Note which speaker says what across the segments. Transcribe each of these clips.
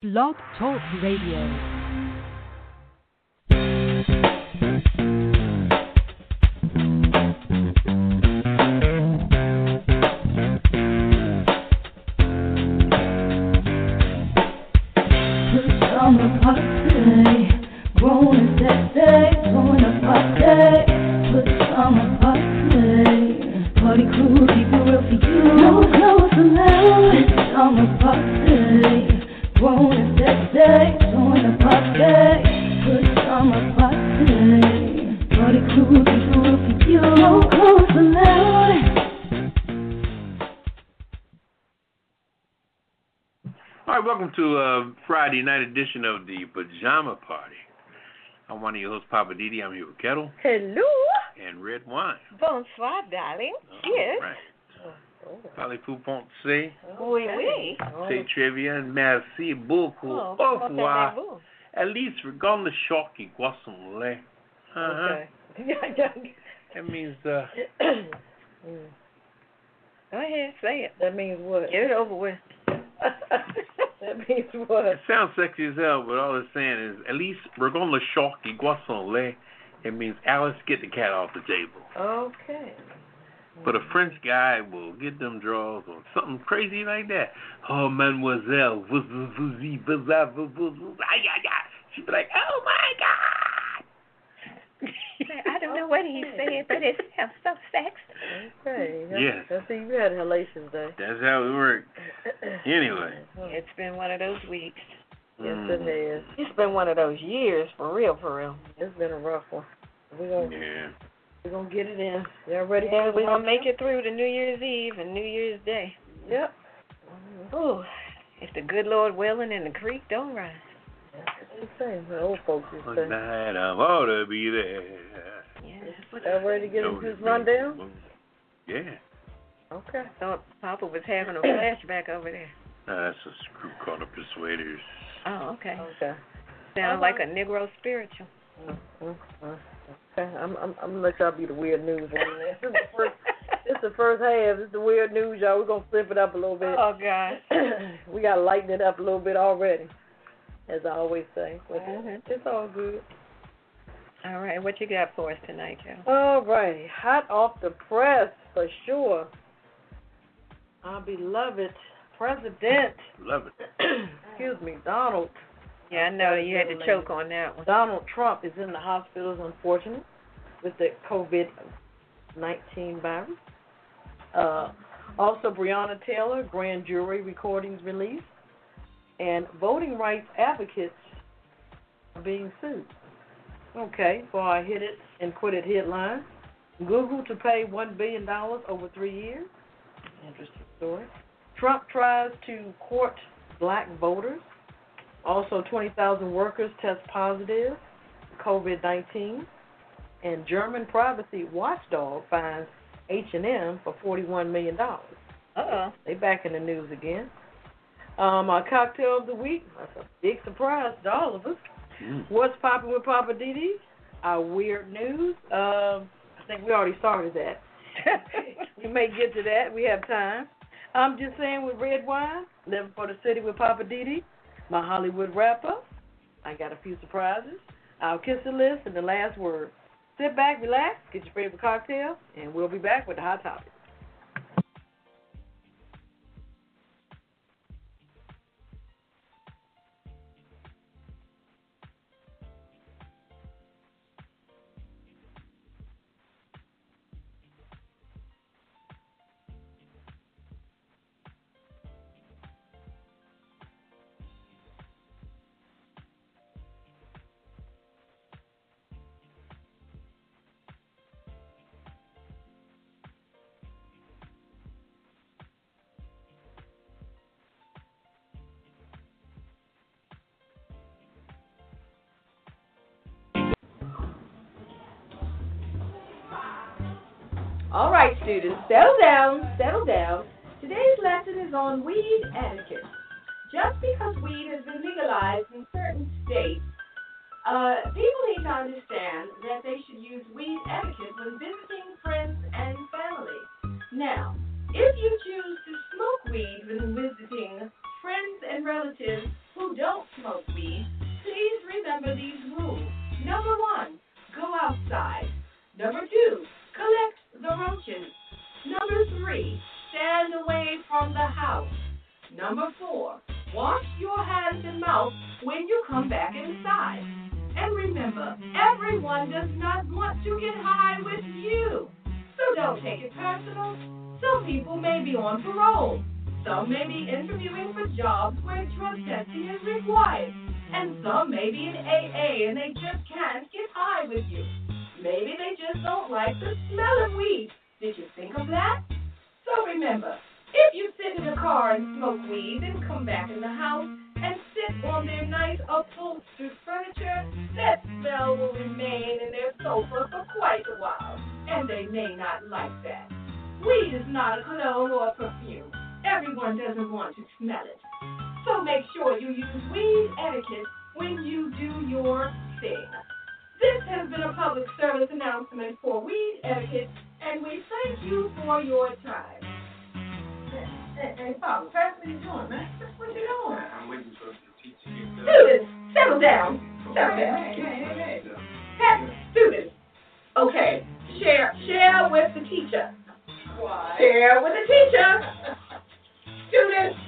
Speaker 1: Blog Talk Radio.
Speaker 2: uh, Friday night edition of the Pajama Party. I'm one of your hosts, Papa Didi. I'm here with Kettle.
Speaker 3: Hello.
Speaker 2: And Red Wine.
Speaker 3: Bonsoir, darling.
Speaker 2: Oh,
Speaker 3: Cheers.
Speaker 2: Right.
Speaker 3: Oh,
Speaker 2: Parlez vous pensez,
Speaker 3: Oui, oui.
Speaker 2: c'est très bien, merci beaucoup.
Speaker 3: Oh,
Speaker 2: Au
Speaker 3: comment
Speaker 2: revoir.
Speaker 3: allez-vous?
Speaker 2: Elise, regarde le choc et boit son lait. Uh-huh.
Speaker 3: Okay. Go
Speaker 2: That means, uh,
Speaker 3: ahead, say it.
Speaker 4: That means what?
Speaker 3: Get it over with.
Speaker 4: That means what?
Speaker 2: it sounds sexy as hell, but all it's saying is, Elise, regarde le choc et boit son lait. It means, Alice, get the cat off the table.
Speaker 4: Okay.
Speaker 2: But a French guy will get them draws on something crazy like that. Oh, mademoiselle, vous, vous, vous, vous, vous, vous, vous, vous, aïe, aïe, aïe. She'd be like, oh my God.
Speaker 3: I don't know what he said, but it sounds so sexy.
Speaker 4: Okay. That's,
Speaker 2: Yes.
Speaker 4: That's how you had Hellations Day.
Speaker 2: That's how it works. Anyway.
Speaker 3: It's been one of those weeks.
Speaker 4: Yes,
Speaker 2: Mm.
Speaker 4: it has.
Speaker 3: It's been one of those years, for real, for real.
Speaker 4: It's been a rough one. We're going
Speaker 2: Yeah.
Speaker 4: we gonna get it in. Y'all ready
Speaker 3: Yeah,
Speaker 4: for
Speaker 3: we're gonna make it through to New Year's Eve and New Year's Day.
Speaker 4: Yep.
Speaker 3: Ooh, if the good Lord willing and the creek don't rise.
Speaker 4: It's the same. The old folks used
Speaker 2: One
Speaker 4: to say.
Speaker 2: night I ought to be there.
Speaker 3: Yeah, that's what
Speaker 4: Y'all ready to get
Speaker 2: Know
Speaker 4: into this
Speaker 2: the
Speaker 4: rundown?
Speaker 2: people. Yeah.
Speaker 4: Okay.
Speaker 3: I thought Papa was having a flashback over there.
Speaker 2: No, that's a group called the Persuaders.
Speaker 3: Oh, okay.
Speaker 4: Okay.
Speaker 3: Sounds like a Negro spiritual.
Speaker 4: Mm-hmm. Okay. I'm I'm I'm gonna let y'all be the weird news on this. This is the first this is the first half. This is the weird news, y'all. We're gonna flip it up a little bit.
Speaker 3: oh God.
Speaker 4: we got to lighten it up a little bit already, as I always say. But
Speaker 3: Mhm.
Speaker 4: it's all good.
Speaker 3: All right, what you got for us tonight, Joe?
Speaker 4: All right, hot off the press for sure. Our beloved president,
Speaker 2: Love it.
Speaker 4: excuse me, Donald
Speaker 3: Yeah, I know you had to choke on that one.
Speaker 4: Donald Trump is in the hospital. It's unfortunate with the COVID nineteen virus. Uh, also, Breonna Taylor grand jury recordings released, and voting rights advocates are being sued. Okay, for our hit it and quit it headline, Google to pay one billion dollars over three years. Interesting story. Trump tries to court black voters. Also, 20,000 workers test positive COVID 19, and German privacy watchdog finds H&M for 41 million dollars.
Speaker 3: Uh
Speaker 4: They back in the news again. Um, our cocktail of the week, that's a big surprise to all of us.
Speaker 2: Mm.
Speaker 4: What's popping with Papa Didi? Our weird news. Um, I think we already started that. we may get to that. We have time. I'm just saying with red wine, living for the city with Papa Didi, my Hollywood wrap up. I got a few surprises. I'll kiss the list and the last word. Sit back, relax, get your favorite cocktail, and we'll be back with the hot topic.
Speaker 5: All right, students, settle down, settle down. Today's lesson is on weed etiquette. Just because weed has been legalized in certain states, uh, people need to understand that they should use weed etiquette when visiting friends and family. Now, if you choose to smoke weed when visiting friends and relatives who don't
Speaker 6: your hands and mouth when you come back inside. And remember, everyone does not want to get high with you. So don't take it personal. Some people may be on parole. Some may be interviewing for jobs where drug testing is required. And some may be in AA and they just can't get high with you. Maybe they just don't like the smell of weed. Did you think of that? So remember, if you sit in a car and smoke weed, then come back in the house and sit on their nice upholstered furniture, that smell will remain in their sofa for quite a while, and they may not like that. Weed is not a cologne or a perfume. Everyone doesn't want to smell it. So make sure you use weed etiquette when you do your thing. This has been a public service announcement for weed etiquette, and we thank you for your time. Hey, hey, Papa, Pat, what you doing, man? What you doing?
Speaker 7: I'm waiting for the teacher to get done.
Speaker 6: Students, settle down. Settle down.
Speaker 7: Hey, hey, hey, hey.
Speaker 6: Pat, students. Okay, share, share with the teacher.
Speaker 7: Why?
Speaker 6: Share with the teacher. Students,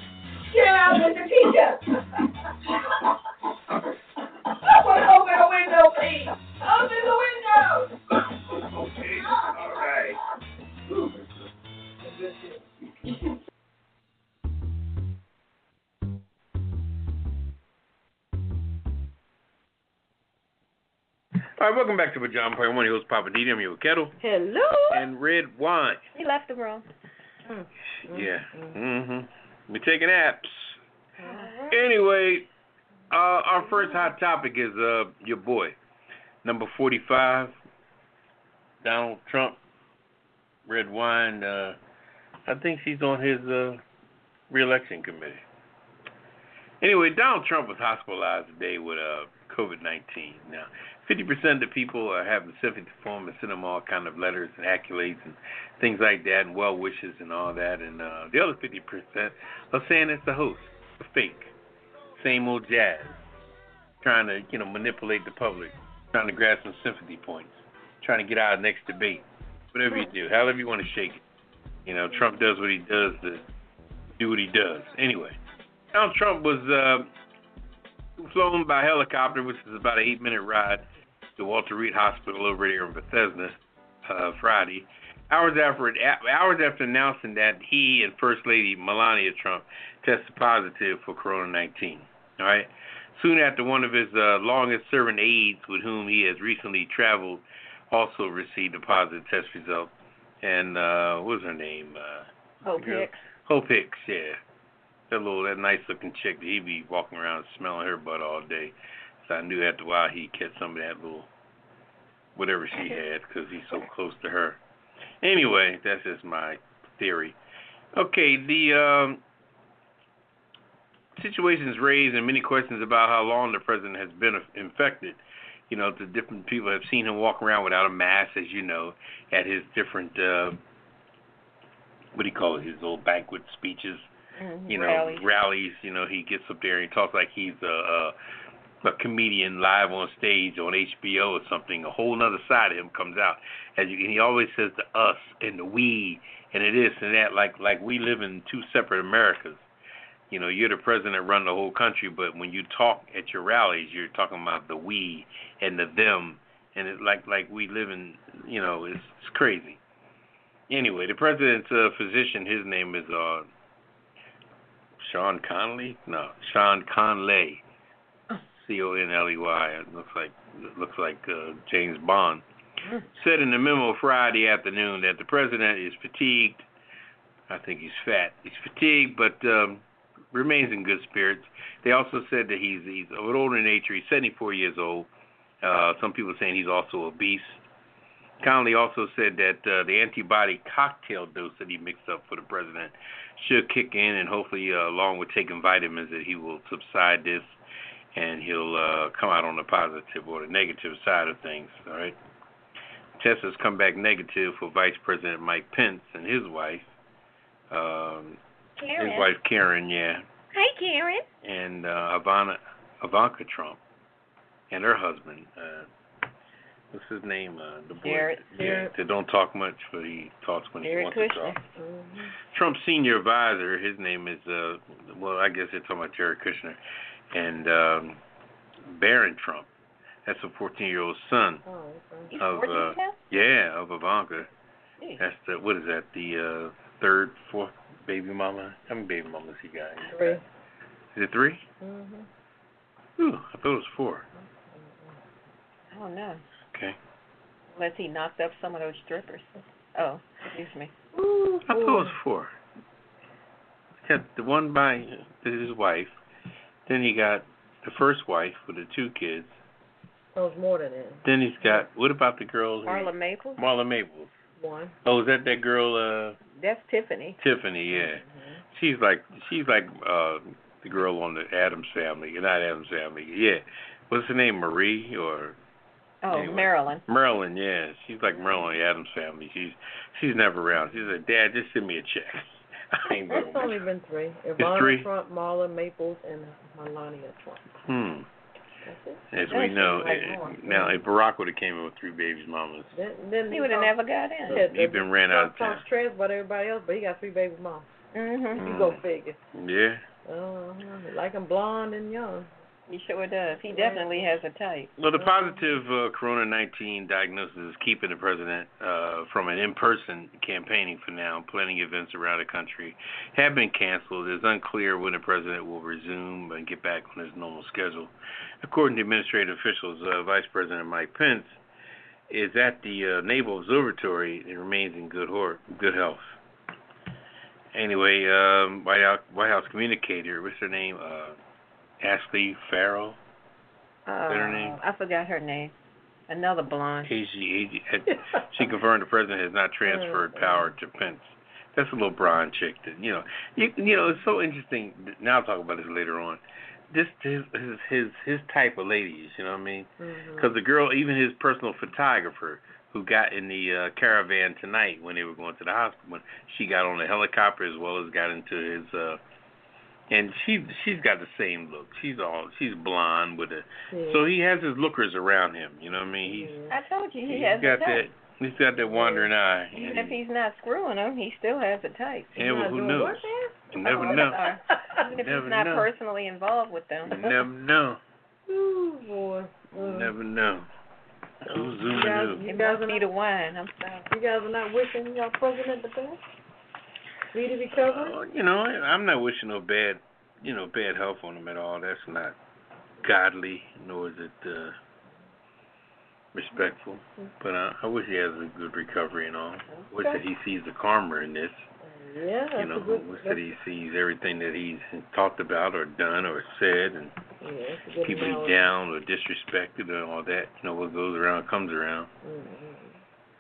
Speaker 6: share with the teacher. Someone open the window, please. Open the window.
Speaker 7: Okay, all right.
Speaker 2: All right, welcome back to Pajama Party. I'm one of your hosts, Papa D. I'm your kettle
Speaker 4: Hello.
Speaker 2: and red wine.
Speaker 8: He left the room.
Speaker 2: Yeah. Mm-hmm. We're taking apps. Anyway, uh, our first hot topic is uh, your boy, number 45, Donald Trump, red wine. Uh, I think she's on his uh, reelection committee. Anyway, Donald Trump was hospitalized today with uh, COVID-19. Now, 50% of the people are having symptoms form and send them all kind of letters and accolades and things like that and well wishes and all that. And uh, the other 50% are saying it's a hoax, a fake, same old jazz, trying to, you know, manipulate the public, trying to grab some sympathy points, trying to get out of next debate, whatever you do, however you want to shake it. You know, Trump does what he does to do what he does. Anyway, Donald Trump was uh, flown by helicopter, which is about an eight-minute ride to Walter Reed Hospital over there in Bethesda uh, Friday. Hours after it, hours after announcing that he and First Lady Melania Trump tested positive for Corona 19. All right. Soon after, one of his uh, longest-serving aides, with whom he has recently traveled, also received a positive test result. And uh, what was her name? Uh,
Speaker 4: Oh,
Speaker 2: girl.
Speaker 4: Hicks.
Speaker 2: Hope Hicks, yeah. That little, that nice looking chick, he be walking around smelling her butt all day. So I knew after a while he'd catch some of that little, whatever she had, because he's so close to her. Anyway, that's just my theory. Okay, the um, situation's raised and many questions about how long the president has been infected. You know, the different people have seen him walk around without a mask, as you know, at his different, uh, what do you call it, his little banquet speeches you know
Speaker 4: Rally.
Speaker 2: rallies you know he gets up there and he talks like he's a, a a comedian live on stage on HBO or something a whole nother side of him comes out as you, and he always says the us and the we and it is and that like like we live in two separate Americas you know you're the president that run the whole country but when you talk at your rallies you're talking about the we and the them and it's like like we live in you know it's, it's crazy anyway the president's uh, physician his name is uh Sean Connolly? No, Sean Conley. C O N L E Y. It looks like it looks like uh, James Bond. Said in the memo Friday afternoon that the president is fatigued. I think he's fat. He's fatigued, but um, remains in good spirits. They also said that he's he's a little older in nature. He's 74 years old. Uh, some people saying he's also obese. Connolly also said that uh, the antibody cocktail dose that he mixed up for the president should kick in, and hopefully, uh, along with taking vitamins, that he will subside this, and he'll uh, come out on the positive or the negative side of things. All right. Test has come back negative for Vice President Mike Pence and his wife, um, his
Speaker 8: Karen.
Speaker 2: wife Karen, yeah,
Speaker 8: Hi, Karen.
Speaker 2: and uh, Ivana, Ivanka Trump, and her husband, uh, what's his name? Uh, the boy.
Speaker 3: Jared-
Speaker 2: yeah,
Speaker 3: Jared-
Speaker 2: that don't talk much, but he talks when he
Speaker 3: Jared
Speaker 2: wants to
Speaker 3: Kushner.
Speaker 2: talk. Trump's senior advisor, his name is uh well, I guess they're talking about Jared Kushner and um Barron Trump. That's a fourteen year old son.
Speaker 4: Oh, okay.
Speaker 3: He's
Speaker 2: Of,
Speaker 3: 14
Speaker 2: uh,
Speaker 3: now?
Speaker 2: Yeah, of Ivanka.
Speaker 3: Gee.
Speaker 2: That's the what is that, the uh third, fourth baby mama? How many baby mamas he got?
Speaker 4: Three.
Speaker 2: Is it three?
Speaker 4: Mhm.
Speaker 2: Ooh, I thought it was four.
Speaker 3: I don't know.
Speaker 2: Okay.
Speaker 3: Unless he knocked up some of those strippers. Oh, excuse me.
Speaker 2: I thought it was four. He got the one by his wife, then he got the first wife with the two kids.
Speaker 4: Oh, it's more than that.
Speaker 2: Then he's got what about the girls?
Speaker 3: Marla Maples?
Speaker 2: Marla Maples.
Speaker 4: One.
Speaker 2: Oh, is that that girl, uh,
Speaker 3: That's Tiffany.
Speaker 2: Tiffany? Yeah,
Speaker 4: Mm-hmm.
Speaker 2: she's like she's like uh the girl on the Adams Family, not Adams Family. Yeah, what's her name? Marie or
Speaker 3: Oh,
Speaker 2: Anyway.
Speaker 3: Marilyn.
Speaker 2: Marilyn? Yeah, she's like Marilyn on the Adams Family. She's she's never around. She's like, Dad, just send me a check. I ain't
Speaker 4: It's only been
Speaker 2: doing.
Speaker 4: three. Ivana
Speaker 2: three.
Speaker 4: Trump, Marla Maples, and Melania Trump.
Speaker 2: Hmm.
Speaker 4: That's it.
Speaker 2: As
Speaker 3: That
Speaker 2: we
Speaker 3: seems
Speaker 2: know,
Speaker 3: like
Speaker 2: it-
Speaker 4: more.
Speaker 2: now if Barack would have came in with three babies, mamas,
Speaker 4: Then, then
Speaker 3: He would have never got in.
Speaker 4: Yeah,
Speaker 2: he been ran out of
Speaker 4: Trump
Speaker 2: town.
Speaker 4: talks trash about everybody else, but he got three baby moms.
Speaker 3: Mm-hmm.
Speaker 4: You
Speaker 2: Mm.
Speaker 4: go figure.
Speaker 2: Yeah.
Speaker 4: Uh, like him blonde and young.
Speaker 3: He sure does. He definitely has a type.
Speaker 2: Well, the positive uh, corona 19 diagnosis is keeping the president uh, from an in person campaigning for now. Planning events around the country have been canceled. It's unclear when the president will resume and get back on his normal schedule. According to administrative officials, uh, Vice President Mike Pence is at the uh, Naval Observatory and remains in good, hor- good health. Anyway, um, White, House, White House communicator, what's her name? Uh, Ashley Farrell.
Speaker 3: Uh,
Speaker 2: her name?
Speaker 3: I forgot her name. Another blonde.
Speaker 2: AG, AG, she confirmed the president has not transferred power to Pence. That's a little brown chick. That, you know, you, you know, it's so interesting. Now I'll talk about this later on. This his his his, his type of ladies. You know what I mean?
Speaker 4: Mm-hmm. Mm.
Speaker 2: Because the girl, even his personal photographer, who got in the uh, caravan tonight when they were going to the hospital, when she got on a helicopter as well as got into his. uh and she she's got the same look. She's all she's blonde with a
Speaker 4: Yeah.
Speaker 2: so he has his lookers around him. You know what I mean? He's
Speaker 3: I told you he
Speaker 2: He's
Speaker 3: has
Speaker 2: got
Speaker 3: a
Speaker 2: that.
Speaker 3: type.
Speaker 2: He's got that wandering eye.
Speaker 3: Even
Speaker 2: And,
Speaker 3: if he's not screwing them, he still has a type.
Speaker 2: yeah, well, who knows? You
Speaker 3: Oh,
Speaker 2: never
Speaker 3: I'm
Speaker 2: know.
Speaker 3: sorry. Even if
Speaker 2: Never
Speaker 3: he's not
Speaker 2: know.
Speaker 3: personally involved with them.
Speaker 2: You never know.
Speaker 4: Ooh, boy.
Speaker 2: You
Speaker 4: Uh,
Speaker 2: never know. Who's
Speaker 4: you, guys,
Speaker 2: zooming
Speaker 4: you,
Speaker 3: It
Speaker 4: guys
Speaker 3: must
Speaker 4: are
Speaker 3: be
Speaker 4: not,
Speaker 3: the wine. I'm sorry.
Speaker 4: you guys are not wishing your president the best? Need to
Speaker 2: who?
Speaker 4: recover?
Speaker 2: Uh, you know, I'm not wishing no bad, you know, bad health on him at all. That's not godly, nor is it uh, respectful. But uh, I wish he has a good recovery and all. Uh, Wish that he sees the karma in this.
Speaker 4: Yeah, that's
Speaker 2: You
Speaker 4: a
Speaker 2: know,
Speaker 4: good,
Speaker 2: wish that
Speaker 4: that's,
Speaker 2: he sees everything that he's talked about or done or said and
Speaker 4: yeah, that's a good
Speaker 2: people
Speaker 4: analogy.
Speaker 2: down or disrespected and all that. You know what goes around comes around.
Speaker 4: Mhm.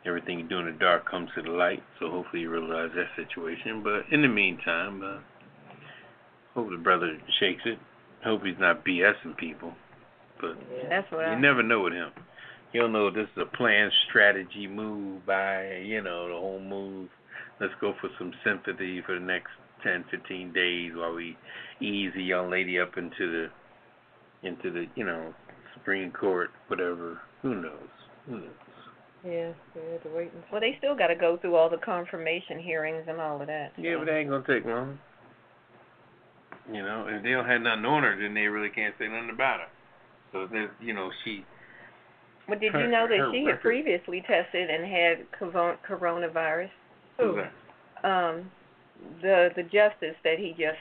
Speaker 2: Everything you do in the dark comes to the light. So hopefully you realize that situation. But in the meantime, uh, hope the brother shakes it. Hope he's not BSing people. But
Speaker 3: That's what I.
Speaker 2: you never know with him. You don't know if this is a planned strategy move by, you know, the whole move. Let's go for some sympathy for the next 10, 15 days while we ease the young lady up into the, into the, you know, Supreme Court, whatever. Who knows? Who knows?
Speaker 4: Yeah, we had to wait and see.
Speaker 3: Well, they still got to go through all the confirmation hearings and all of that.
Speaker 2: Yeah, but that ain't gonna take long. You know, if they don't have nothing on her, then they really can't say nothing about her. So, there's- you know, she
Speaker 3: Well, did
Speaker 2: Her-
Speaker 3: you know
Speaker 2: her
Speaker 3: that she
Speaker 2: record.
Speaker 3: had previously tested and had covo- coronavirus?
Speaker 4: Who?
Speaker 3: Um, the the justice that he just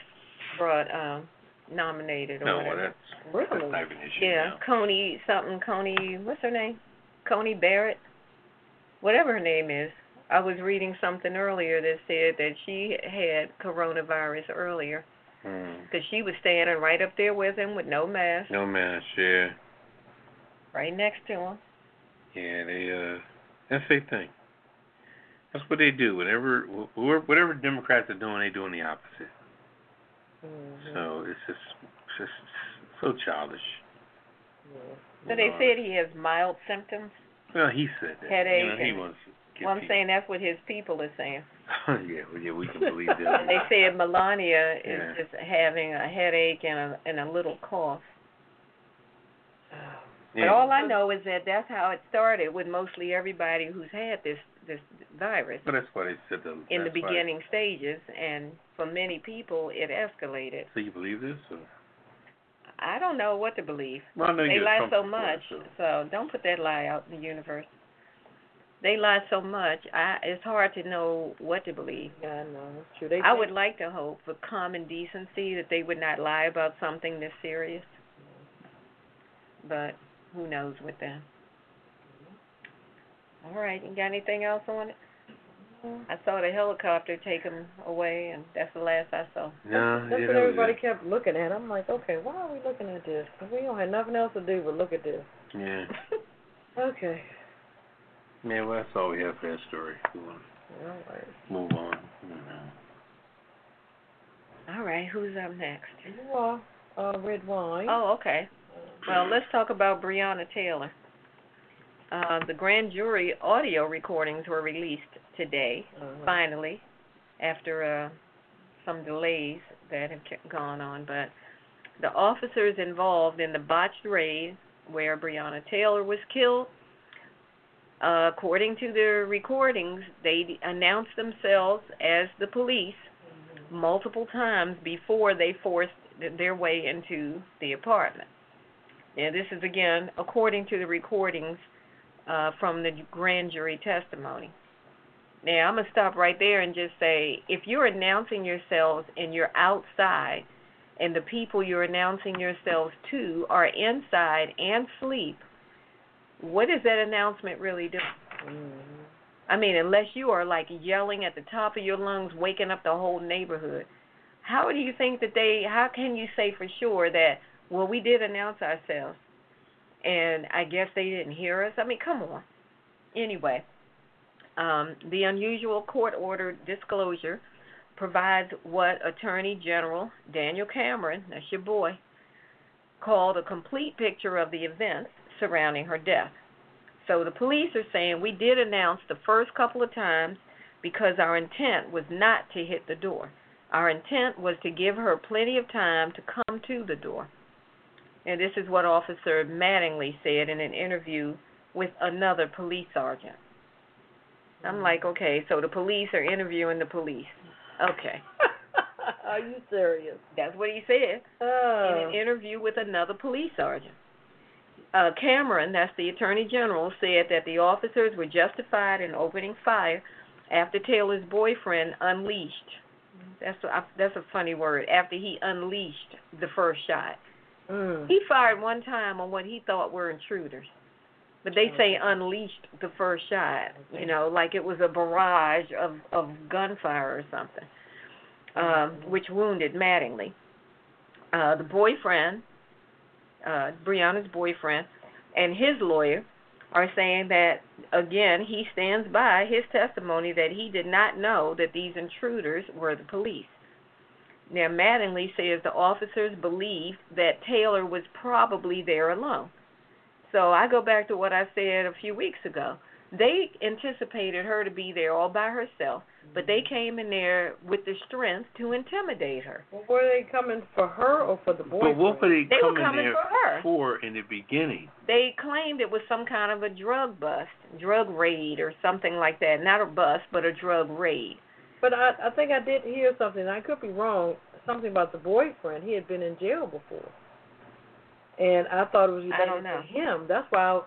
Speaker 3: brought um nominated or
Speaker 2: No, well,
Speaker 3: whatever.
Speaker 2: that's that's not even an issue.
Speaker 3: Yeah,
Speaker 2: now.
Speaker 3: Coney something. Coney, what's her name? Coney Barrett, whatever her name is. I was reading something earlier that said that she had coronavirus earlier
Speaker 2: Mm.
Speaker 3: because she was standing right up there with him with no mask,
Speaker 2: No mask, yeah.
Speaker 3: right next to him.
Speaker 2: Yeah, they uh that's their thing. That's what they do. Whenever wh- wh- whatever Democrats are doing, they doing the opposite.
Speaker 3: Mm-hmm.
Speaker 4: Mhm.
Speaker 2: So it's just it's just so childish.
Speaker 3: So
Speaker 2: you
Speaker 3: they
Speaker 2: know.
Speaker 3: said he has mild symptoms.
Speaker 2: Well, he said that.
Speaker 3: Headache
Speaker 2: You know, he
Speaker 3: and-
Speaker 2: wants to get
Speaker 3: Well, I'm
Speaker 2: people-
Speaker 3: saying that's what his people are saying.
Speaker 2: yeah, well, yeah, we can believe that.
Speaker 3: They said Melania is
Speaker 2: Yeah.
Speaker 3: just having a headache and a and a little cough. But all I know is that that's how it started with mostly everybody who's had this this virus
Speaker 2: But that's why they said the
Speaker 3: in the
Speaker 2: that's why-
Speaker 3: beginning stages, and for many people it escalated.
Speaker 2: So you believe this? Or?
Speaker 3: I don't know what to believe.
Speaker 2: Well, I know
Speaker 3: They
Speaker 2: you
Speaker 3: lie so much, so don't put that lie out in the universe. They lie so much. I it's hard to know what to believe.
Speaker 4: I know. It's true. They
Speaker 3: I would like to hope for common decency that they would not lie about something this serious. But who knows with them. All right, you got anything else on it? I saw the helicopter take them away, and that's the last I saw.
Speaker 2: No,
Speaker 4: That's what
Speaker 2: yeah, that was
Speaker 4: everybody
Speaker 2: it.
Speaker 4: kept looking at. I'm like, okay, why are we looking at this? We don't have nothing else to do but look at this.
Speaker 2: Yeah,
Speaker 4: Okay.
Speaker 2: man. Well, that's all we have for that story. We want
Speaker 4: All right.
Speaker 2: to move on. Mm-hmm. you know.
Speaker 3: All right, who's up next?
Speaker 4: You are uh, red wine.
Speaker 3: Oh, okay. Well, let's talk about Breonna Taylor. Uh, the grand jury audio recordings were released today,
Speaker 4: Uh-huh.
Speaker 3: finally, after uh, some delays that have kept- gone on. But the officers involved in the botched raid where Breonna Taylor was killed, uh, according to their recordings, they d- announced themselves as the police multiple times before they forced th- their way into the apartment. Now, this is again according to the recordings uh, from the grand jury testimony. Now, I'm going to stop right there and just say if you're announcing yourselves and you're outside, and the people you're announcing yourselves to are inside and sleep, what is that announcement really doing?
Speaker 4: Mhm.
Speaker 3: I mean, unless you are like yelling at the top of your lungs, waking up the whole neighborhood. How do you think that they? How can you say for sure that? Well, we did announce ourselves, and I guess they didn't hear us. I mean, come on. Anyway, um, the unusual court-ordered disclosure provides what Attorney General Daniel Cameron, that's your boy, called a complete picture of the events surrounding her death. So the police are saying we did announce the first couple of times because our intent was not to hit the door. Our intent was to give her plenty of time to come to the door. And this is what Officer Mattingly said in an interview with another police sergeant. I'm like, okay, so the police are interviewing the police. Okay.
Speaker 4: are you serious?
Speaker 3: That's what he said in
Speaker 4: Oh.
Speaker 3: an interview with another police sergeant. Uh, Cameron, that's the attorney general, said that the officers were justified in opening fire after Taylor's boyfriend unleashed. That's a, that's a funny word. After he unleashed the first shot,
Speaker 4: mm.
Speaker 3: he fired one time on what he thought were intruders, but they say unleashed the first shot. You know, like it was a barrage of of gunfire or something, um, which wounded Mattingly. Uh, the boyfriend, uh, Brianna's boyfriend, and his lawyer are saying that again he stands by his testimony that he did not know that these intruders were the police. Now, Mattingly says the officers believed that Taylor was probably there alone. So I go back to what I said a few weeks ago. They anticipated her to be there all by herself, but they came in there with the strength to intimidate her.
Speaker 4: Well, were they coming for her or for the boyfriend?
Speaker 2: But what were they,
Speaker 3: They were
Speaker 2: coming
Speaker 3: coming
Speaker 2: there
Speaker 3: for her.
Speaker 2: in the beginning?
Speaker 3: They claimed it was some kind of a drug bust, drug raid, or something like that. Not a bust, but a drug raid.
Speaker 4: But I, I think I did hear something. I could be wrong. Something about the boyfriend. He had been in jail before, and I thought it was
Speaker 3: I
Speaker 4: related
Speaker 3: don't
Speaker 4: to
Speaker 3: know.
Speaker 4: him. That's why, I,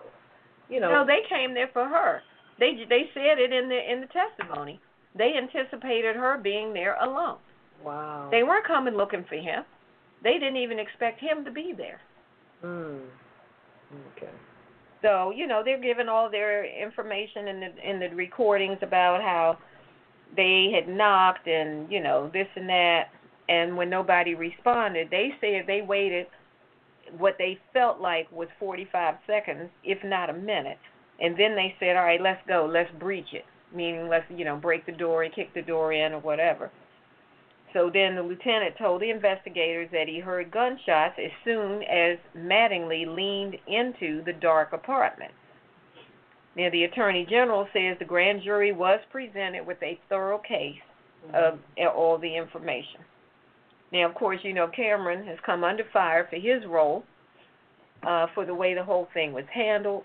Speaker 4: you know.
Speaker 3: No, they came there for her. They they said it in the in the testimony. They anticipated her being there alone.
Speaker 4: wow.
Speaker 3: They weren't coming looking for him. They didn't even expect him to be there.
Speaker 4: Mm. Okay.
Speaker 3: So you know they're giving all their information in the in the recordings about how they had knocked and you know this and that. And when nobody responded, they said they waited what they felt like was 45 seconds, if not a minute. And then they said, all right, let's go, let's breach it, meaning let's you know break the door and kick the door in or whatever. So then the lieutenant told the investigators that he heard gunshots as soon as Mattingly leaned into the dark apartment. Now, the attorney general says the grand jury was presented with a thorough case of all the information. Now, of course, you know Cameron has come under fire for his role uh, for the way the whole thing was handled.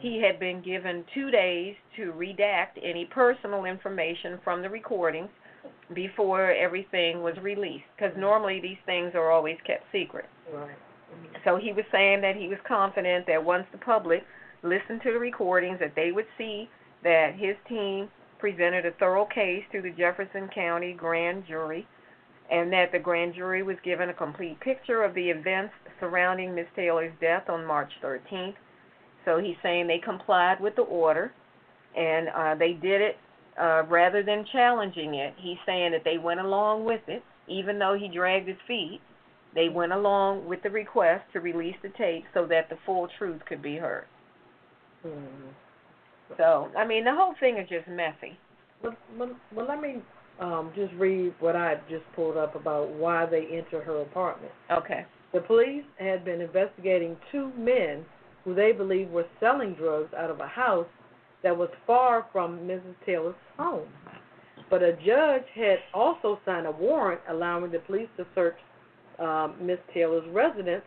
Speaker 3: He had been given two days to redact any personal information from the recordings before everything was released, because normally these things are always kept secret.
Speaker 4: Right.
Speaker 3: So he was saying that he was confident that once the public listened to the recordings, that they would see that his team presented a thorough case to the Jefferson County grand jury, and that the grand jury was given a complete picture of the events surrounding Miss Taylor's death on March 13th. So he's saying they complied with the order, and uh, they did it uh, rather than challenging it. He's saying that they went along with it, even though he dragged his feet. They went along with the request to release the tape so that the full truth could be heard.
Speaker 4: Mhm.
Speaker 3: So, I mean, the whole thing is just messy.
Speaker 4: Well, well, well, let me um, just read what I just pulled up about why they enter her apartment.
Speaker 3: Okay.
Speaker 4: The police had been investigating two men who they believed were selling drugs out of a house that was far from Mrs. Taylor's home. But a judge had also signed a warrant allowing the police to search um, Miss Taylor's residence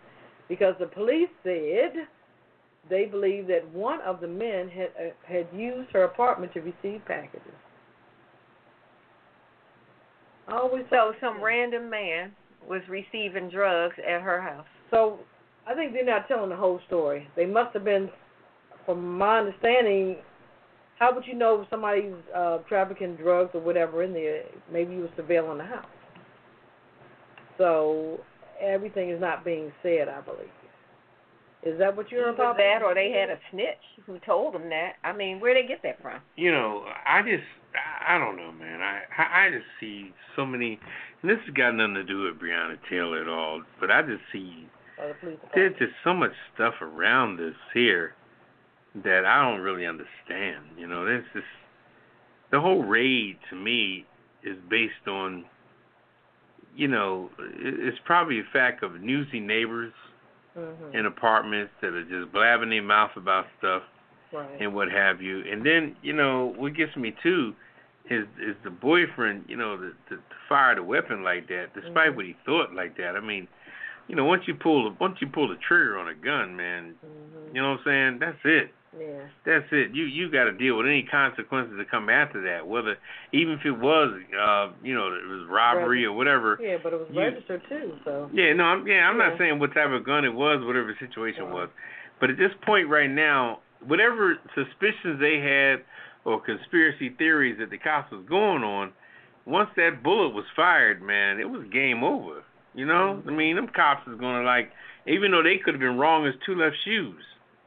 Speaker 4: because the police said they believed that one of the men had uh, had used her apartment to receive packages. I Always
Speaker 3: So, some random man was receiving drugs at her house.
Speaker 4: So I think they're not telling the whole story. They must have been, from my understanding, how would you know if somebody's uh, trafficking drugs or whatever in there? Maybe you were surveilling the house. So everything is not being said, I believe. Is that what you're
Speaker 3: Either
Speaker 4: about?
Speaker 3: that, or they had a snitch who told them that. I mean, where'd they get that from?
Speaker 2: you know, I just, I I don't know, man. I, I, I just see so many, and this has got nothing to do with Breonna Taylor at all, but I just see
Speaker 4: Or the police
Speaker 2: there's just so much stuff around this here that I don't really understand. You know, there's just the whole raid to me is based on, you know, it- it's probably a fact of newsy neighbors
Speaker 4: Mm-hmm.
Speaker 2: in apartments that are just blabbing their mouth about stuff
Speaker 4: Right.
Speaker 2: and what have you. And then, you know, what gets me too is is the boyfriend, you know, to, to, to fire the weapon like that, despite
Speaker 4: Mhm.
Speaker 2: what he thought like that. I mean, you know, once you pull once you pull the trigger on a gun, man,
Speaker 4: hmm
Speaker 2: you know what I'm saying? That's it.
Speaker 4: Yeah.
Speaker 2: That's it. You you got to deal with any consequences that come after that. Whether even if it was, uh, you know, it was robbery or whatever.
Speaker 4: Yeah, but it was
Speaker 2: You-
Speaker 4: registered too, so.
Speaker 2: Yeah, no, I'm, yeah, I'm
Speaker 4: Yeah.
Speaker 2: not saying what type of gun it was, whatever the situation
Speaker 4: Right.
Speaker 2: was, but at this point right now, whatever suspicions they had or conspiracy theories that the cops was going on, once that bullet was fired, man, it was game over. You know, I mean, them cops is gonna like, even though they could have been wrong as two left shoes,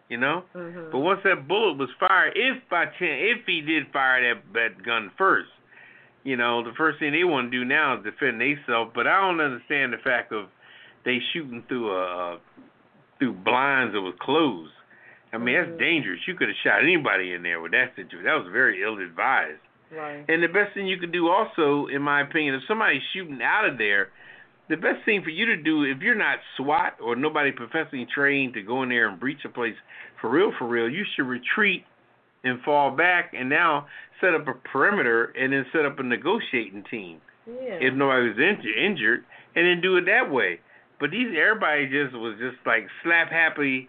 Speaker 2: you know.
Speaker 4: Mm-hmm.
Speaker 2: But once that bullet was fired, if by chance, if he did fire that that gun first, you know, the first thing they want to do now is defend themselves. But I don't understand the fact of they shooting through a through blinds that was closed. I mean,
Speaker 4: Mhm.
Speaker 2: that's dangerous. You could have shot anybody in there with that situation. That was very ill advised.
Speaker 4: Right.
Speaker 2: And the best thing you could do, also, in my opinion, if somebody's shooting out of there, the best thing for you to do, if you're not SWAT or nobody professionally trained to go in there and breach a place for real, for real, you should retreat and fall back and now set up a perimeter and then set up a negotiating team
Speaker 4: Yeah.
Speaker 2: if nobody was inju- injured and then do it that way. But these, everybody just was just like slap happy,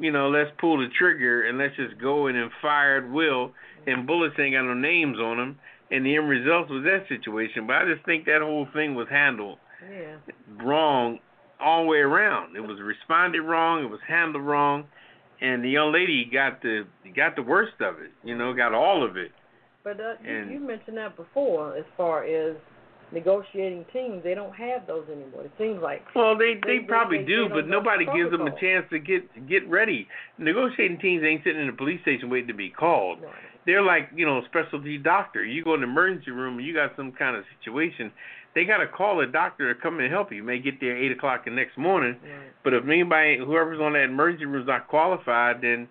Speaker 2: you know, let's pull the trigger and let's just go in and fire at will and bullets ain't got no names on them. And the end result was that situation. But I just think that whole thing was handled
Speaker 4: Yeah.
Speaker 2: wrong all the way around. It was responded wrong. It was handled wrong. And the young lady got the got the worst of it, you know, got all of it.
Speaker 4: But uh, you,
Speaker 2: And-
Speaker 4: you mentioned that before, as far as negotiating teams, they don't have those anymore. It seems like.
Speaker 2: Well, they
Speaker 4: They-
Speaker 2: they,
Speaker 4: they-
Speaker 2: probably
Speaker 4: they- they
Speaker 2: do,
Speaker 4: don't
Speaker 2: but
Speaker 4: know
Speaker 2: nobody
Speaker 4: the
Speaker 2: gives them a
Speaker 4: protocol.
Speaker 2: chance to get get ready. Negotiating teams ain't sitting in the police station waiting to be called.
Speaker 4: Right.
Speaker 2: They're like you know specialty doctor. You go in the emergency room and you got some kind of situation. They gotta call a doctor to come and help you. You may get there eight o'clock the next morning,
Speaker 4: Right.
Speaker 2: But if anybody, whoever's on that emergency room is not qualified, then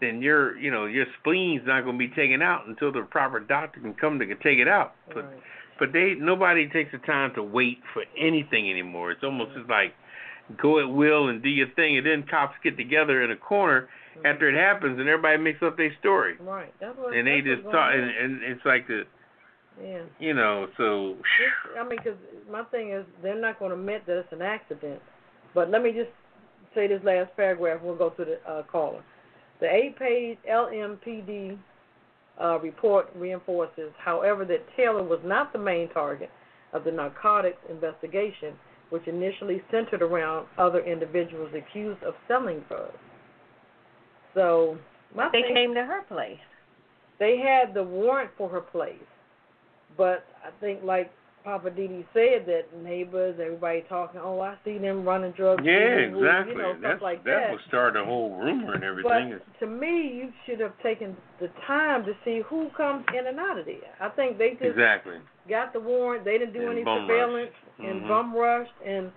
Speaker 2: then your you know your spleen's not going to be taken out until the proper doctor can come to take it out. But
Speaker 4: right.
Speaker 2: but they nobody takes the time to wait for anything anymore. It's almost just like go at will and do your thing, and then cops get together in a corner after it happens, and everybody makes up their story,
Speaker 4: Right. That's what.
Speaker 2: and they
Speaker 4: that's
Speaker 2: just
Speaker 4: what's
Speaker 2: talk,
Speaker 4: going
Speaker 2: and, and it's like the
Speaker 4: on. Yeah.
Speaker 2: you know so.
Speaker 4: It's- I mean, because my thing is, they're not going to admit that it's an accident. But let me just say this last paragraph, we'll go to the uh, caller. The eight-page LMPD uh, report reinforces, however, that Taylor was not the main target of the narcotics investigation, which initially centered around other individuals accused of selling drugs. So my
Speaker 3: They
Speaker 4: thing-
Speaker 3: came to her place.
Speaker 4: they had the warrant for her place, but I think like Papa Didi said that neighbors, everybody talking, oh, I see them running drugs.
Speaker 2: Yeah,
Speaker 4: through the woods,"
Speaker 2: exactly.
Speaker 4: You know,
Speaker 2: That's
Speaker 4: stuff like
Speaker 2: that, would start a whole rumor and everything.
Speaker 4: but to me, you should have taken the time to see who comes in and out of there. I think they just
Speaker 2: exactly.
Speaker 4: got the warrant. They didn't do
Speaker 2: And
Speaker 4: any
Speaker 2: bum rushed.
Speaker 4: surveillance and
Speaker 2: Mhm.
Speaker 4: bum rushed, and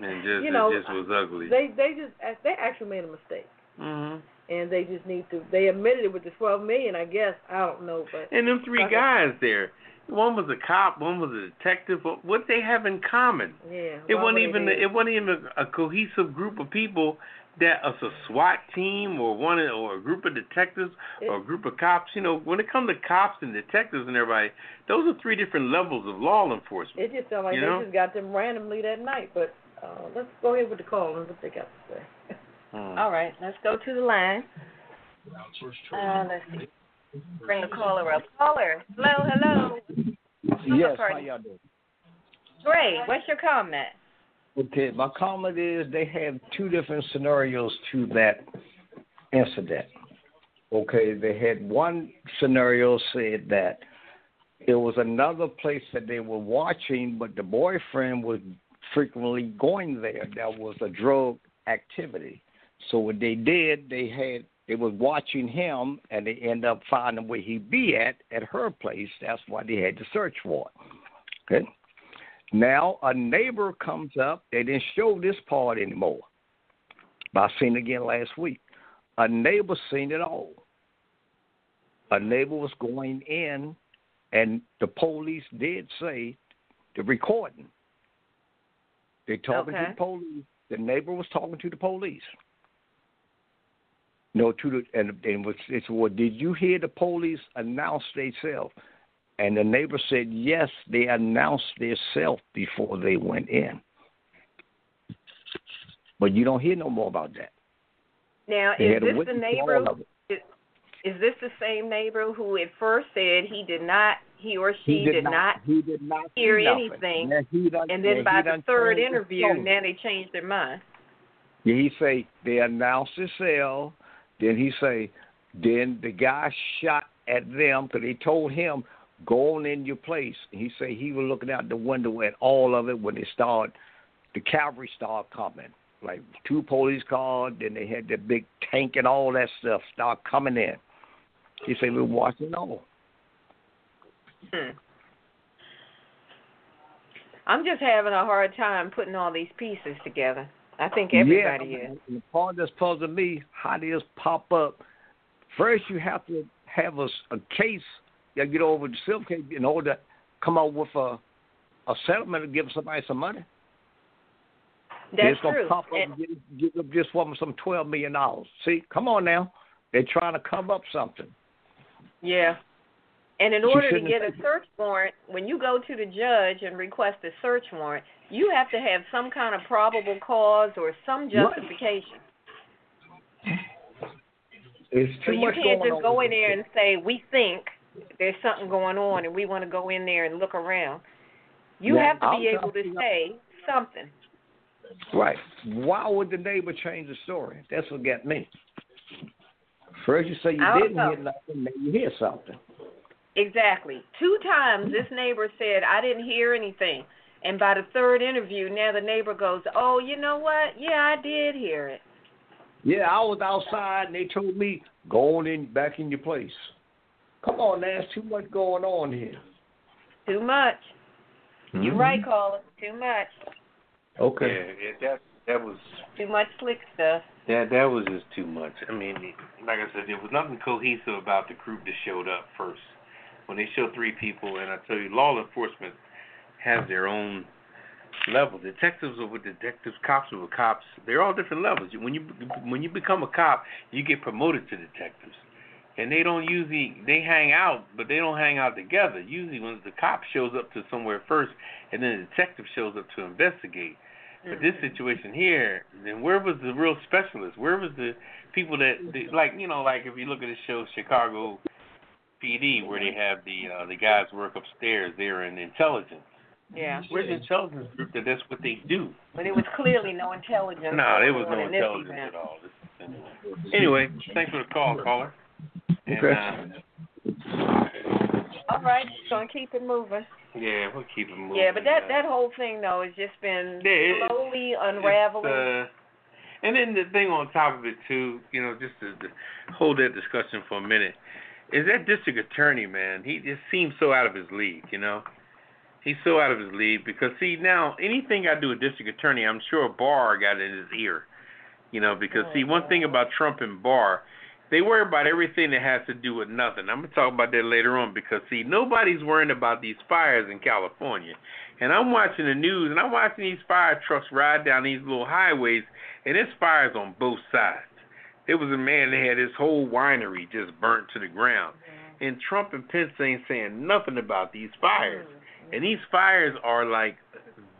Speaker 2: And just
Speaker 4: you know,
Speaker 2: it just was ugly.
Speaker 4: they they just they actually made a mistake,
Speaker 2: mm-hmm.
Speaker 4: and they just need to. They admitted it with the twelve million, I guess. I don't know, but
Speaker 2: And them three
Speaker 4: Okay.
Speaker 2: guys there. One was a cop, one was a detective. What what they have in common?
Speaker 4: yeah, why
Speaker 2: It wasn't
Speaker 4: would they
Speaker 2: even
Speaker 4: do
Speaker 2: it wasn't even a, a cohesive group of people that it's a SWAT team or one or a group of detectives or a group of cops. You know, when it comes to cops and detectives and everybody, those are three different levels of law enforcement.
Speaker 4: It just sounds like
Speaker 2: You
Speaker 4: they
Speaker 2: know?
Speaker 4: just got them randomly that night. But uh, let's go ahead with the call and what they got to say.
Speaker 2: Hmm.
Speaker 3: All right, let's go to the line. Uh, let's see. Bring the caller up. Caller, hello, hello.
Speaker 9: Yes,
Speaker 3: Pardon.
Speaker 9: how y'all doing?
Speaker 3: Great. What's your comment?
Speaker 9: Okay, my comment is they have two different scenarios to that incident. Okay, they had one scenario said that it was another place that they were watching, but the boyfriend was frequently going there. That was a drug activity. So what they did, they had they was watching him, and they end up finding where he be at at her place. That's why they had the search warrant. Okay. Now a neighbor comes up. They didn't show this part anymore. But I seen it again last week. A neighbor seen it all. A neighbor was going in, and the police did say the recording. They talking
Speaker 3: Okay.
Speaker 9: to the police. The neighbor was talking to the police. No, to the and and was, it's well. Did you hear the police announce themselves? And the neighbor said, yes, they announced themselves before they went in. But you don't hear no more about that.
Speaker 3: Now,
Speaker 9: They
Speaker 3: is
Speaker 9: had a
Speaker 3: this the
Speaker 9: witness to all
Speaker 3: neighbor?
Speaker 9: of it.
Speaker 3: Is this the same neighbor who at first said he did not, he or she
Speaker 9: he did, not, he did not see
Speaker 3: hear
Speaker 9: nothing.
Speaker 3: anything.
Speaker 9: Now, he done-
Speaker 3: and then
Speaker 9: now,
Speaker 3: by
Speaker 9: he
Speaker 3: the
Speaker 9: done
Speaker 3: third
Speaker 9: changed his
Speaker 3: interview,
Speaker 9: tone.
Speaker 3: now they changed their mind.
Speaker 9: Yeah, he say they announced themselves. Then he say, then the guy shot at them because they told him go on in your place. And he say he was looking out the window at all of it when they start, the cavalry start coming. Like two police cars, then they had that big tank and all that stuff start coming in. He say we're watching all.
Speaker 3: Hmm. I'm just having a hard time putting all these pieces together. I think everybody
Speaker 9: yeah,
Speaker 3: is.
Speaker 9: And the part that's puzzling me, how does pop up? First, you have to have a, s- a case that get over the silk case in order to come up with a a settlement and give somebody some money.
Speaker 3: That's
Speaker 9: it's gonna
Speaker 3: true.
Speaker 9: pop up
Speaker 3: And-
Speaker 9: and give, give up this woman some twelve million dollars. See, come on now, they're trying to come up something.
Speaker 3: Yeah. And in
Speaker 9: She
Speaker 3: order to
Speaker 9: shouldn't
Speaker 3: get a
Speaker 9: have-
Speaker 3: search warrant, when you go to the judge and request a search warrant, you have to have some kind of probable cause or some
Speaker 9: Right.
Speaker 3: justification.
Speaker 9: It's
Speaker 3: So
Speaker 9: too
Speaker 3: you
Speaker 9: much
Speaker 3: can't
Speaker 9: going
Speaker 3: just
Speaker 9: on
Speaker 3: go
Speaker 9: with
Speaker 3: in
Speaker 9: this
Speaker 3: there
Speaker 9: thing.
Speaker 3: and say, we think there's something going on and we want to go in there and look around. You
Speaker 9: Yeah,
Speaker 3: have to be
Speaker 9: I'll
Speaker 3: able to
Speaker 9: tell you-
Speaker 3: say something.
Speaker 9: Right. Why would the neighbor change the story? That's what got me. First, you say you
Speaker 3: I don't
Speaker 9: didn't
Speaker 3: know.
Speaker 9: hear nothing, now you hear something.
Speaker 3: Exactly. Two times this neighbor said, I didn't hear anything. And by the third interview, now the neighbor goes, Oh, you know what? Yeah, I did hear it.
Speaker 9: Yeah, I was outside and they told me, go on in back in your place. Come on, there's too much going on here. Mm-hmm.
Speaker 3: Too much. You're
Speaker 2: Mm-hmm.
Speaker 3: right, caller. Too much.
Speaker 2: Yeah,
Speaker 9: Okay.
Speaker 2: it, that that was
Speaker 3: Too much slick stuff.
Speaker 2: that that was just too much. I mean, it- like I said, there was nothing cohesive about the group that showed up first. When they show three people, and I tell you, law enforcement have their own level. Detectives are with detectives, cops are with cops. They're all different levels. When you when you become a cop, you get promoted to detectives, and they don't usually they hang out, but they don't hang out together. Usually, when the cop shows up to somewhere first, and then the detective shows up to investigate. But this situation here, then where was the real specialists? Where was the people that, that like you know, like if you look at the show Chicago PD, where they have the uh, the guys work upstairs, they're in intelligence.
Speaker 3: Yeah.
Speaker 2: Where's the intelligence group that that's what they do?
Speaker 3: But it was clearly no intelligence.
Speaker 2: No, there was no
Speaker 3: going on in this
Speaker 2: intelligence at
Speaker 3: event.
Speaker 2: all. This is- Anyway, thanks for the call, caller. And,
Speaker 9: Okay.
Speaker 2: uh,
Speaker 3: All right, just gonna keep it moving.
Speaker 2: yeah, we'll keep it moving.
Speaker 3: Yeah, but
Speaker 2: uh,
Speaker 3: that that whole thing though has just been
Speaker 2: Yeah, it-
Speaker 3: slowly
Speaker 2: It's,
Speaker 3: unraveling.
Speaker 2: uh, and then the thing on top of it too, you know, just to, to hold that discussion for a minute, is that district attorney man. He just seems so out of his league, you know. He's so out of his league because see now anything I do with district attorney, I'm sure Barr got it in his ear, you know. Because see one thing about Trump and Barr, they worry about everything that has to do with nothing. I'm gonna talk about that later on because see nobody's worrying about these fires in California. And I'm watching the news and I'm watching these fire trucks ride down these little highways and there's fires on both sides. There was a man that had his whole winery just burnt to the ground. And Trump and Pence ain't saying nothing about these fires.
Speaker 4: Mm-hmm.
Speaker 2: And these fires are like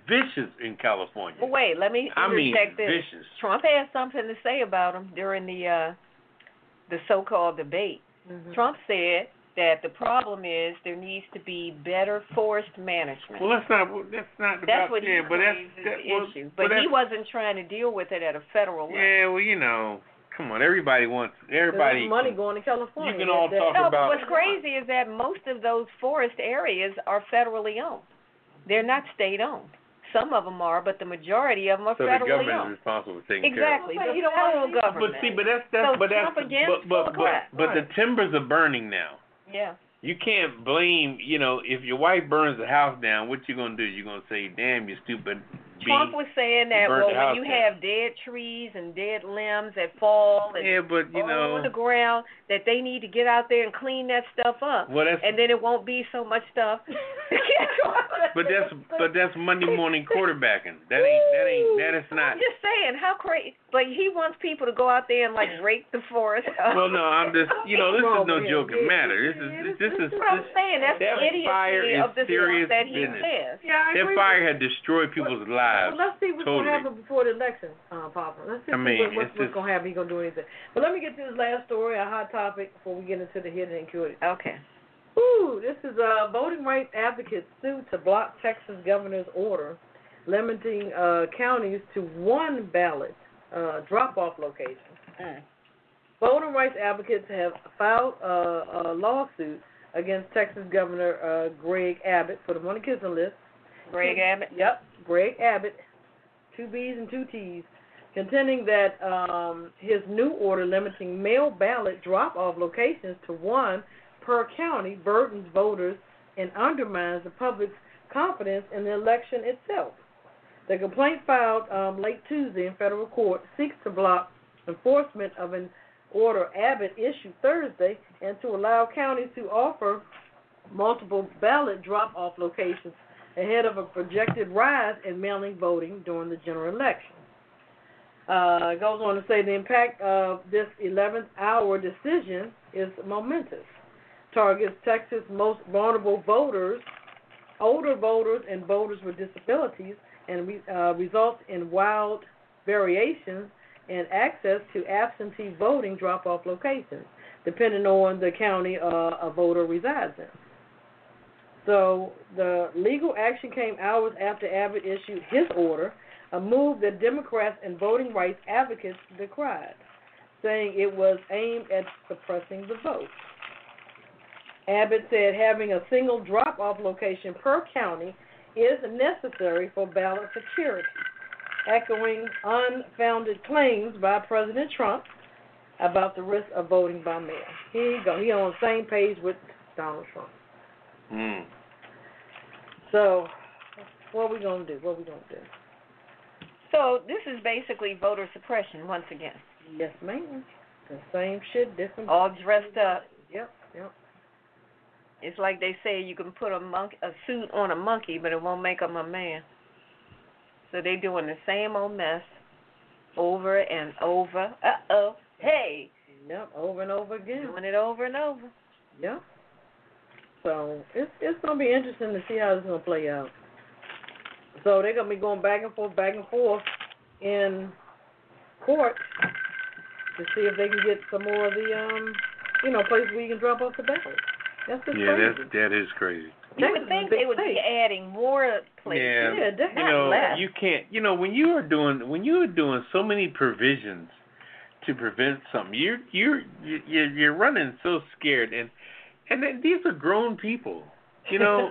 Speaker 2: vicious in California.
Speaker 3: Well, wait, let me
Speaker 2: I mean
Speaker 3: interject this.
Speaker 2: vicious.
Speaker 3: Trump had something to say about him during the uh the so-called debate.
Speaker 2: Mm-hmm.
Speaker 3: Trump said that the problem is there needs to be better forest management.
Speaker 2: Well, that's not well, that's not
Speaker 3: that's
Speaker 2: about
Speaker 3: what he
Speaker 2: yeah, but that's
Speaker 3: claims is
Speaker 2: that,
Speaker 3: the
Speaker 2: well,
Speaker 3: issue.
Speaker 2: but
Speaker 3: But he
Speaker 2: that's-
Speaker 3: wasn't trying to deal with it at a federal level.
Speaker 2: Yeah, well, you know, come on, everybody wants everybody
Speaker 4: There's money going to California.
Speaker 2: You can all
Speaker 4: That-
Speaker 2: talk
Speaker 3: No,
Speaker 2: about
Speaker 3: but what's crazy is that most of those forest areas are federally owned. They're not state owned. Some of them are, but the majority of them are
Speaker 2: so the
Speaker 3: federally
Speaker 2: government is
Speaker 3: owned.
Speaker 2: responsible for taking care of it.
Speaker 3: Exactly.
Speaker 6: Well, but
Speaker 3: The
Speaker 6: you don't want
Speaker 3: federal
Speaker 6: to leave-
Speaker 3: government.
Speaker 2: But see, but that's that's
Speaker 3: So
Speaker 2: but that's
Speaker 3: Trump again
Speaker 2: but but
Speaker 3: full of crap.
Speaker 2: but, but the timbers are burning now.
Speaker 3: yeah.
Speaker 2: You can't blame you know if your wife burns the house down, what you gonna do? You're gonna say, "Damn, you stupid." bee."
Speaker 3: Trump was saying
Speaker 2: you
Speaker 3: that
Speaker 2: burned
Speaker 3: well
Speaker 2: the
Speaker 3: when
Speaker 2: house
Speaker 3: you
Speaker 2: down.
Speaker 3: have dead trees and dead limbs that fall and
Speaker 2: yeah, but you
Speaker 3: all
Speaker 2: know,
Speaker 3: on the ground that they need to get out there and clean that stuff up.
Speaker 2: well that's
Speaker 3: and then it won't be so much stuff.
Speaker 2: but that's but that's Monday morning quarterbacking. That ain't that ain't that is not.
Speaker 3: I'm just saying how crazy. But he wants people to go out there and like rake the forest. Up.
Speaker 2: Well, no, I'm just you know this is
Speaker 4: Wrong
Speaker 2: no
Speaker 4: with it.
Speaker 2: joking matter. This is this is
Speaker 3: That's what I'm
Speaker 2: this,
Speaker 3: saying. That's
Speaker 2: that
Speaker 3: the
Speaker 2: fire
Speaker 3: idiocy
Speaker 2: is
Speaker 3: of the
Speaker 2: serious
Speaker 3: stuff that he
Speaker 2: business.
Speaker 3: says.
Speaker 4: Yeah, I
Speaker 2: that
Speaker 4: agree
Speaker 2: fire had destroyed people's lives.
Speaker 4: Well, let's see what's
Speaker 2: Totally.
Speaker 4: gonna happen before the election, uh, Papa. Let's just
Speaker 2: I mean,
Speaker 4: see what, what's,
Speaker 2: it's
Speaker 4: what's
Speaker 2: just-
Speaker 4: gonna happen. He's gonna do anything. But let me get to this last story, a hot topic, before we get into the hidden impurity.
Speaker 3: Okay.
Speaker 4: Ooh, this is uh, voting rights advocates sue to block Texas governor's order limiting uh, counties to one ballot uh, drop-off location.
Speaker 3: Mm.
Speaker 4: Voting rights advocates have filed uh, a lawsuit against Texas Governor uh, Greg Abbott for the money kissing list.
Speaker 3: Greg Abbott.
Speaker 4: Yep, Greg Abbott, two B's and two T's, contending that um, his new order limiting mail ballot drop off locations to one per county burdens voters and undermines the public's confidence in the election itself. The complaint filed um, late Tuesday in federal court seeks to block enforcement of an order Abbott issued Thursday and to allow counties to offer multiple ballot drop off locations ahead of a projected rise in mailing voting during the general election. Uh, it goes on to say the impact of this 11th hour decision is momentous. Targets Texas' most vulnerable voters, older voters, and voters with disabilities, and re- uh, results in wild variations in access to absentee voting drop off locations, depending on the county uh, a voter resides in. So the legal action came hours after Abbott issued his order, a move that Democrats and voting rights advocates decried, saying it was aimed at suppressing the vote. Abbott said having a single drop off location per county is necessary for ballot security, echoing unfounded claims by President Trump about the risk of voting by mail. Here you go. He on the same page with Donald Trump.
Speaker 2: Mm.
Speaker 4: So, what we gonna do? What we gonna do?
Speaker 3: So this is basically voter suppression once again,
Speaker 4: Yes, ma'am. The same shit, different.
Speaker 3: all dressed up.
Speaker 4: Yep, yep.
Speaker 3: It's like they say you can put a monk a suit on a monkey, but it won't make 'em a man. So they doing the same old mess over and over. Uh oh. Hey,
Speaker 4: Yep, over and over again.
Speaker 3: doing it over and over.
Speaker 4: Yep. So it's it's gonna be interesting to see how it's gonna play out. So they're gonna be going back and forth, back and forth in court to see if they can get some more of the um, you know, places where you can drop off the ballot. That's just
Speaker 2: Yeah,
Speaker 4: crazy.
Speaker 2: that's that is crazy.
Speaker 3: You would think they would be adding more places.
Speaker 2: Yeah.
Speaker 4: Yeah, definitely.
Speaker 2: you know
Speaker 3: less.
Speaker 2: you can't you know when you are doing when you are doing so many provisions to prevent something you're you're you're you're running so scared and and then these are grown people you know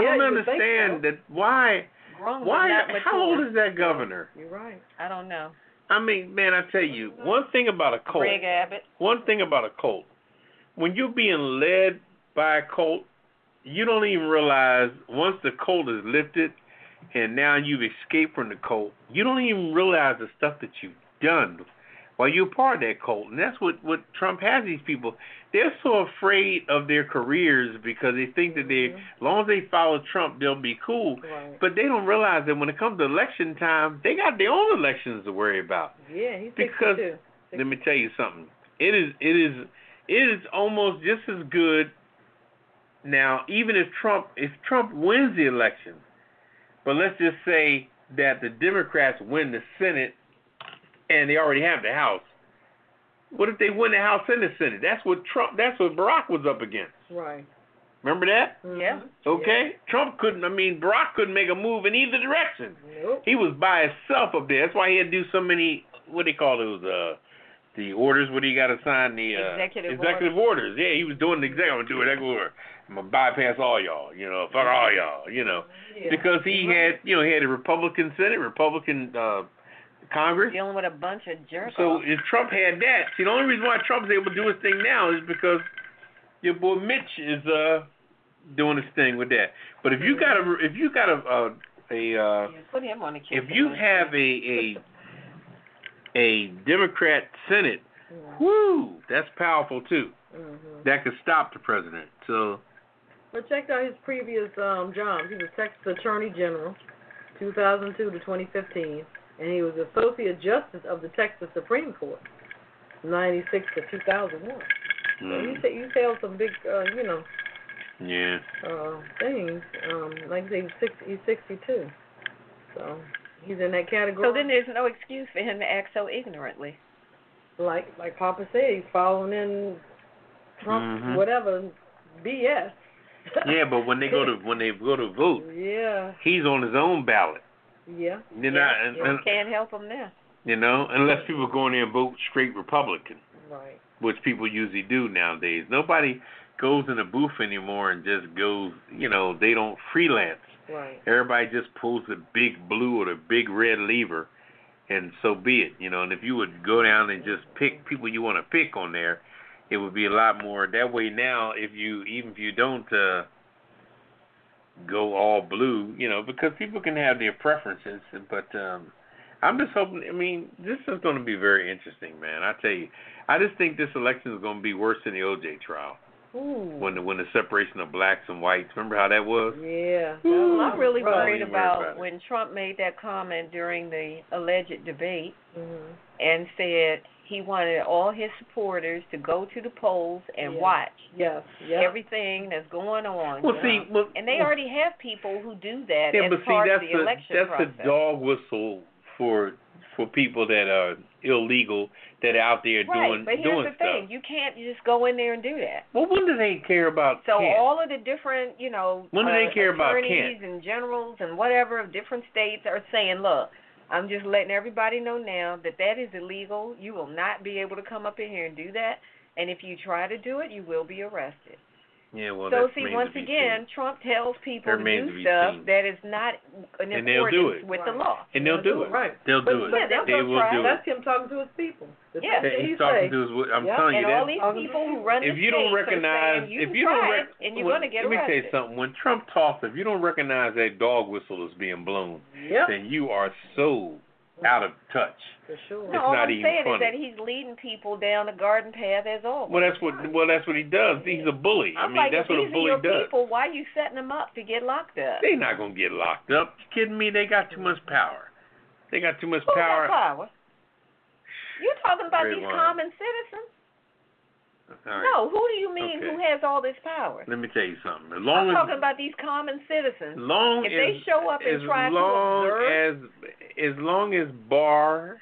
Speaker 4: Yeah,
Speaker 2: don't
Speaker 4: you would think
Speaker 2: understand
Speaker 4: so.
Speaker 2: that why
Speaker 3: Grown but
Speaker 2: why
Speaker 3: not mature.
Speaker 2: how old is that governor
Speaker 4: You're right.
Speaker 3: I don't know.
Speaker 2: i mean man i tell you one thing about a cult
Speaker 3: Greg Abbott.
Speaker 2: one thing about a cult when you're being led by a cult you don't even realize once the cult is lifted and now you've escaped from the cult you don't even realize the stuff that you've done while you're part of that cult and that's what what trump has these people they're so afraid of their careers because they think that they
Speaker 4: Mm-hmm.
Speaker 2: as long as they follow trump they'll be cool
Speaker 4: Right.
Speaker 2: but they don't realize that when it comes to election time they got their own elections to worry about
Speaker 4: Yeah, he's
Speaker 2: Because-
Speaker 4: 62.
Speaker 2: let me tell you something. It is it is it is almost just as good now, even if Trump if Trump wins the election, but let's just say that the Democrats win the Senate and they already have the House. What if they win the House and the Senate? That's what Trump that's what Barack was up against.
Speaker 4: Right. Mm-hmm.
Speaker 2: Remember that?
Speaker 3: Yeah.
Speaker 2: Okay? Trump couldn't I mean Barack couldn't make a move in either direction.
Speaker 4: Nope.
Speaker 2: He was by himself up there. That's why he had to do so many. What they call those? Uh, the orders. What do you got to sign? The uh,
Speaker 3: Executive
Speaker 2: orders. Yeah, he was doing the executive. I'm gonna do executive order. I'm gonna bypass all y'all. You know, fuck all y'all. You know, because he had you know he had a Republican Senate, Republican uh, Congress.
Speaker 3: Dealing with a bunch of jerks.
Speaker 2: So if Trump had that, see the only reason why Trump's able to do his thing now is because your boy Mitch is uh doing his thing with that. But if you got a if you got a a, a uh,
Speaker 3: put him on the
Speaker 2: if you have a a a Democrat Senate, whoo, that's powerful too.
Speaker 4: Mm-hmm.
Speaker 2: That could stop the president. So
Speaker 4: Well, check out his previous um, jobs. He was Texas Attorney General, 2002 to 2015, and he was Associate Justice of the Texas Supreme Court, 96 to 2001. So
Speaker 2: mm,
Speaker 4: he, sa- he held some big, uh, you know,
Speaker 2: yeah,
Speaker 4: uh, things. Um, like they six, he's 62, so he's in that category.
Speaker 3: So then there's no excuse for him to act so ignorantly.
Speaker 4: like like Papa said, he's following in Trump,
Speaker 2: Mhm.
Speaker 4: whatever BS.
Speaker 2: yeah. But when they go to when they go to vote,
Speaker 4: yeah,
Speaker 2: he's on his own ballot.
Speaker 4: yeah.
Speaker 2: They're not,
Speaker 3: Yeah,
Speaker 2: and,
Speaker 3: you
Speaker 2: and-
Speaker 3: can't help him there.
Speaker 2: you know, unless people go in there and vote straight Republican,
Speaker 4: Right.
Speaker 2: which people usually do nowadays. Nobody goes in a booth anymore and just goes. You know, they don't freelance.
Speaker 4: Right.
Speaker 2: everybody just pulls the big blue or the big red lever and so be it you know and if you would go down and just pick people you want to pick on there it would be a lot more that way now if you even if you don't uh go all blue you know because people can have their preferences but um i'm just hoping i mean this is going to be very interesting man i tell you i just think this election is going to be worse than the oj trial
Speaker 4: Ooh.
Speaker 2: when the when the separation of blacks and whites remember how that was
Speaker 4: Yeah.
Speaker 3: Well, I'm really
Speaker 2: Right.
Speaker 3: worried
Speaker 2: Worried about
Speaker 3: about
Speaker 2: it.
Speaker 3: when Trump made that comment during the alleged debate
Speaker 4: Mm-hmm.
Speaker 3: and said he wanted all his supporters to go to the polls and
Speaker 4: Yeah.
Speaker 3: watch
Speaker 4: Yes. Yeah.
Speaker 3: everything that's going on.
Speaker 2: well
Speaker 3: you
Speaker 2: see
Speaker 3: know.
Speaker 2: well,
Speaker 3: Oh and they already have people who do that
Speaker 2: Yeah,
Speaker 3: as
Speaker 2: but see,
Speaker 3: part
Speaker 2: that's
Speaker 3: of the election
Speaker 2: that's
Speaker 3: process.
Speaker 2: a dog whistle for for people that are illegal that are out there
Speaker 3: right,
Speaker 2: doing
Speaker 3: but here's
Speaker 2: doing
Speaker 3: the
Speaker 2: stuff.
Speaker 3: thing: you can't just go in there and do that.
Speaker 2: Well, when do they care about
Speaker 3: So
Speaker 2: Kent?
Speaker 3: all of the different, you know,
Speaker 2: When do
Speaker 3: uh,
Speaker 2: they care about
Speaker 3: attorneys and generals and whatever of different states are saying, look, I'm just letting everybody know now that that is illegal. You will not be able to come up in here and do that. And if you try to do it, you will be arrested.
Speaker 2: yeah, well,
Speaker 3: so
Speaker 2: that's
Speaker 3: see,
Speaker 2: meant to
Speaker 3: once
Speaker 2: be
Speaker 3: again, Trump tells people
Speaker 2: They're
Speaker 3: to
Speaker 2: meant
Speaker 3: do
Speaker 2: to be
Speaker 3: stuff
Speaker 2: seen.
Speaker 3: that is not in
Speaker 2: And they'll do
Speaker 3: accordance
Speaker 2: it.
Speaker 3: with the
Speaker 4: Right.
Speaker 3: law.
Speaker 2: seen. and they'll do it.
Speaker 4: Right.
Speaker 2: They'll
Speaker 4: But-
Speaker 2: do it.
Speaker 4: but
Speaker 3: they'll
Speaker 2: they
Speaker 3: go
Speaker 2: will
Speaker 3: try.
Speaker 2: do it.
Speaker 4: That's him talking to his people. The
Speaker 3: Yeah.
Speaker 4: thing
Speaker 2: That-
Speaker 4: he
Speaker 2: He's talking
Speaker 4: say.
Speaker 2: to his. I'm
Speaker 4: Yeah,
Speaker 2: telling you
Speaker 3: And
Speaker 2: that.
Speaker 3: all these
Speaker 4: Talking to
Speaker 3: people who
Speaker 4: people.
Speaker 3: run
Speaker 2: if
Speaker 3: the
Speaker 2: you don't
Speaker 3: states are
Speaker 2: recognize,
Speaker 3: saying, you
Speaker 2: if
Speaker 3: can
Speaker 2: you
Speaker 3: try
Speaker 2: don't, rec-
Speaker 3: it and you're
Speaker 2: when-
Speaker 3: going to get
Speaker 2: let me tell
Speaker 3: arrested.
Speaker 2: you something. When Trump talks, if you don't recognize that dog whistle is being blown,
Speaker 4: Yep.
Speaker 2: then you are so out of touch.
Speaker 4: For sure.
Speaker 2: It's
Speaker 3: No, all
Speaker 2: not
Speaker 3: I'm
Speaker 2: even
Speaker 3: saying
Speaker 2: funny.
Speaker 3: is that he's leading people down the garden path as always.
Speaker 2: Well, that's what well that's what he does. He's a bully. I
Speaker 3: I'm
Speaker 2: mean,
Speaker 3: like,
Speaker 2: that's
Speaker 3: if
Speaker 2: what
Speaker 3: these
Speaker 2: a bully
Speaker 3: are your
Speaker 2: does.
Speaker 3: people, why are you setting them up to get locked up?
Speaker 2: They're not gonna get locked up. You kidding me? They got too much power. They got too much
Speaker 3: Who got
Speaker 2: power.
Speaker 3: power? You talking about
Speaker 2: Great
Speaker 3: these
Speaker 2: line.
Speaker 3: common citizens?
Speaker 2: All right.
Speaker 3: No, who do you mean
Speaker 2: Okay.
Speaker 3: who has all this power?
Speaker 2: Let me tell you something. As
Speaker 3: I'm
Speaker 2: long
Speaker 3: talking
Speaker 2: as
Speaker 3: about these common citizens.
Speaker 2: long
Speaker 3: If they
Speaker 2: as-
Speaker 3: show up and
Speaker 2: as
Speaker 3: try to
Speaker 2: long
Speaker 3: observe-
Speaker 2: as as long as Barr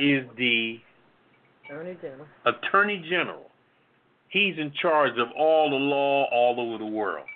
Speaker 2: is the
Speaker 4: Attorney General.
Speaker 2: Attorney General, he's in charge of all the law all over the world.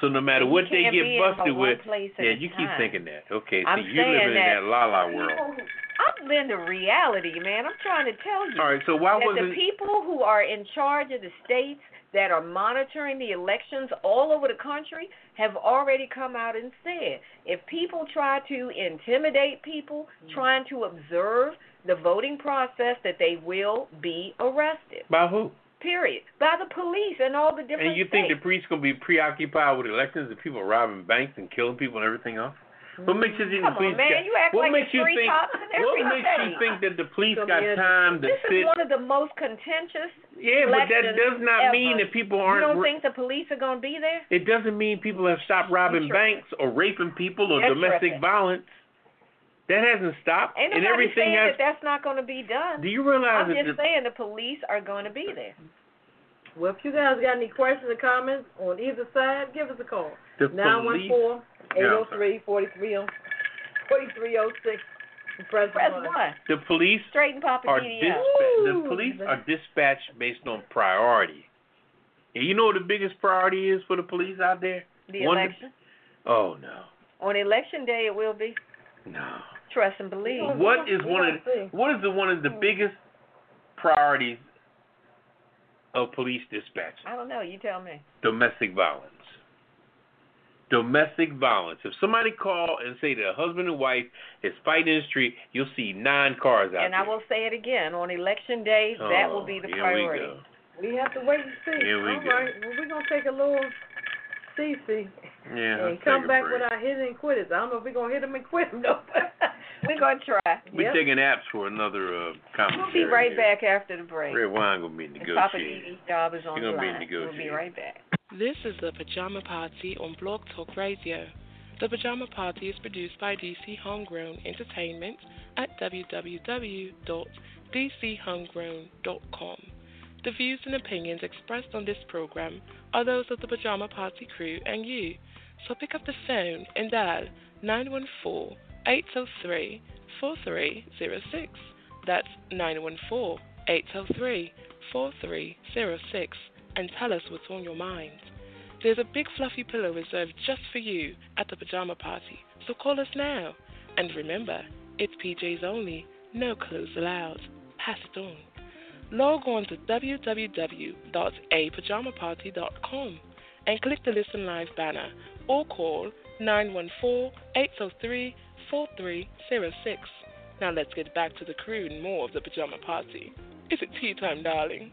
Speaker 2: So no matter
Speaker 3: You
Speaker 2: what they
Speaker 3: can't
Speaker 2: get
Speaker 3: be in but
Speaker 2: busted
Speaker 3: one
Speaker 2: with,
Speaker 3: place at
Speaker 2: yeah,
Speaker 3: a
Speaker 2: you keep
Speaker 3: time.
Speaker 2: thinking that. Okay,
Speaker 3: I'm
Speaker 2: see, you're living
Speaker 3: saying that
Speaker 2: in that la la
Speaker 3: People
Speaker 2: world.
Speaker 3: who- I'm into reality, man. I'm trying to tell you
Speaker 2: All right, so why
Speaker 3: that the
Speaker 2: wasn't
Speaker 3: people who are in charge of the states that are monitoring the elections all over the country have already come out and said if people try to intimidate people
Speaker 2: Mm-hmm.
Speaker 3: trying to observe the voting process that they will be arrested.
Speaker 2: by who?
Speaker 3: Period. By the police and all the different
Speaker 2: And you think the priests gonna be preoccupied with elections and people robbing banks and killing people and everything else? What makes you think
Speaker 3: Come
Speaker 2: the police
Speaker 3: on, man,
Speaker 2: got,
Speaker 3: you act
Speaker 2: what
Speaker 3: like
Speaker 2: makes
Speaker 3: it's
Speaker 2: you
Speaker 3: three
Speaker 2: think
Speaker 3: cops in every
Speaker 2: what makes you
Speaker 3: state.
Speaker 2: think that the police
Speaker 4: It's
Speaker 2: got
Speaker 4: gonna be
Speaker 2: time to
Speaker 3: This is
Speaker 2: sit?
Speaker 3: one of the most contentious.
Speaker 2: Yeah, but that
Speaker 3: elections
Speaker 2: does not
Speaker 3: ever.
Speaker 2: mean that people
Speaker 3: You
Speaker 2: aren't.
Speaker 3: don't
Speaker 2: ra-
Speaker 3: think the police are going to be there?
Speaker 2: it doesn't mean people have stopped robbing
Speaker 3: You're tripping.
Speaker 2: banks or raping people or
Speaker 3: You're
Speaker 2: domestic
Speaker 3: tripping.
Speaker 2: violence. That hasn't stopped,
Speaker 3: Ain't
Speaker 2: and
Speaker 3: nobody
Speaker 2: everything
Speaker 3: saying
Speaker 2: has.
Speaker 3: that that's not going to be done.
Speaker 2: do you realize
Speaker 3: I'm
Speaker 2: that?
Speaker 3: just
Speaker 2: the-
Speaker 3: saying the police are going to be there.
Speaker 4: Well, if you guys got any questions or comments on either side, give us a call.
Speaker 2: the
Speaker 4: Nine one
Speaker 2: police.
Speaker 4: four eight
Speaker 2: Yeah,
Speaker 4: zero
Speaker 2: I'm sorry.
Speaker 4: three forty three oh forty three oh six. Press
Speaker 3: Press
Speaker 4: one.
Speaker 3: one.
Speaker 2: The police
Speaker 3: Straighten Papa
Speaker 2: are
Speaker 3: Didi
Speaker 2: dispa-
Speaker 3: up.
Speaker 2: the
Speaker 4: Woo!
Speaker 2: police are dispatched based on priority. And you know what the biggest priority is for the police out there?
Speaker 3: The
Speaker 2: One-
Speaker 3: election.
Speaker 2: Oh no,
Speaker 3: On election day, it will be.
Speaker 2: no.
Speaker 3: Trust and believe.
Speaker 2: What is
Speaker 4: We
Speaker 2: one of
Speaker 4: gonna see.
Speaker 2: what is the one of the biggest priorities of police dispatch?
Speaker 3: I don't know. You tell me.
Speaker 2: Domestic violence. Domestic violence. If somebody call and say that a husband and wife is fighting in the street, you'll see nine cars out
Speaker 3: and
Speaker 2: there.
Speaker 3: I will say it again. On election day, that will be the
Speaker 2: Oh, here
Speaker 3: priority.
Speaker 2: We go.
Speaker 4: We have to wait and see.
Speaker 2: Here we
Speaker 4: All
Speaker 2: go.
Speaker 4: right. Well, we're gonna take a little CC
Speaker 2: Yeah. let's
Speaker 4: and
Speaker 2: take
Speaker 4: come
Speaker 2: a
Speaker 4: back with
Speaker 2: break.
Speaker 4: our hit and quit I don't know if we're gonna hit them and quit them. No.
Speaker 3: We're going to try.
Speaker 2: We're
Speaker 4: Yep.
Speaker 2: taking apps for another uh,
Speaker 3: We'll
Speaker 2: commentary.
Speaker 3: be right
Speaker 2: here.
Speaker 3: back after the break.
Speaker 2: Red wine gonna be
Speaker 3: And Papa
Speaker 2: negotiated.
Speaker 3: Didi's job is on
Speaker 2: gonna
Speaker 3: the
Speaker 2: be
Speaker 3: line. We'll be
Speaker 2: negotiating.
Speaker 3: right back.
Speaker 10: This is the Pajama Party on Blog Talk Radio. The Pajama Party is produced by DC Homegrown Entertainment at www.dchomegrown.com. The views and opinions expressed on this program are those of the Pajama Party crew and you. So pick up the phone and dial 914 803 4306. That's 914 803 4306 and tell us what's on your mind. There's a big fluffy pillow reserved just for you at the pajama party, so call us now. And remember, it's PJs only, no clothes allowed. Pass it on. Log on to www.apajamaparty.com and click the Listen Live banner or call 914 803 4306. Now let's get back to the crew and more of the pajama party. Is it tea time, darling?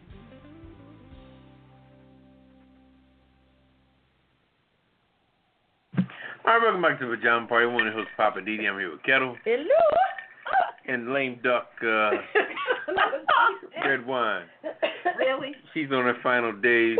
Speaker 2: All right, welcome back to the Pajama Party. One of your hosts, Papa Didi. I'm here with Kettle
Speaker 4: Hello.
Speaker 2: and Lame Duck uh, Red Wine.
Speaker 3: Really?
Speaker 2: She's on her final days.
Speaker 4: Ooh.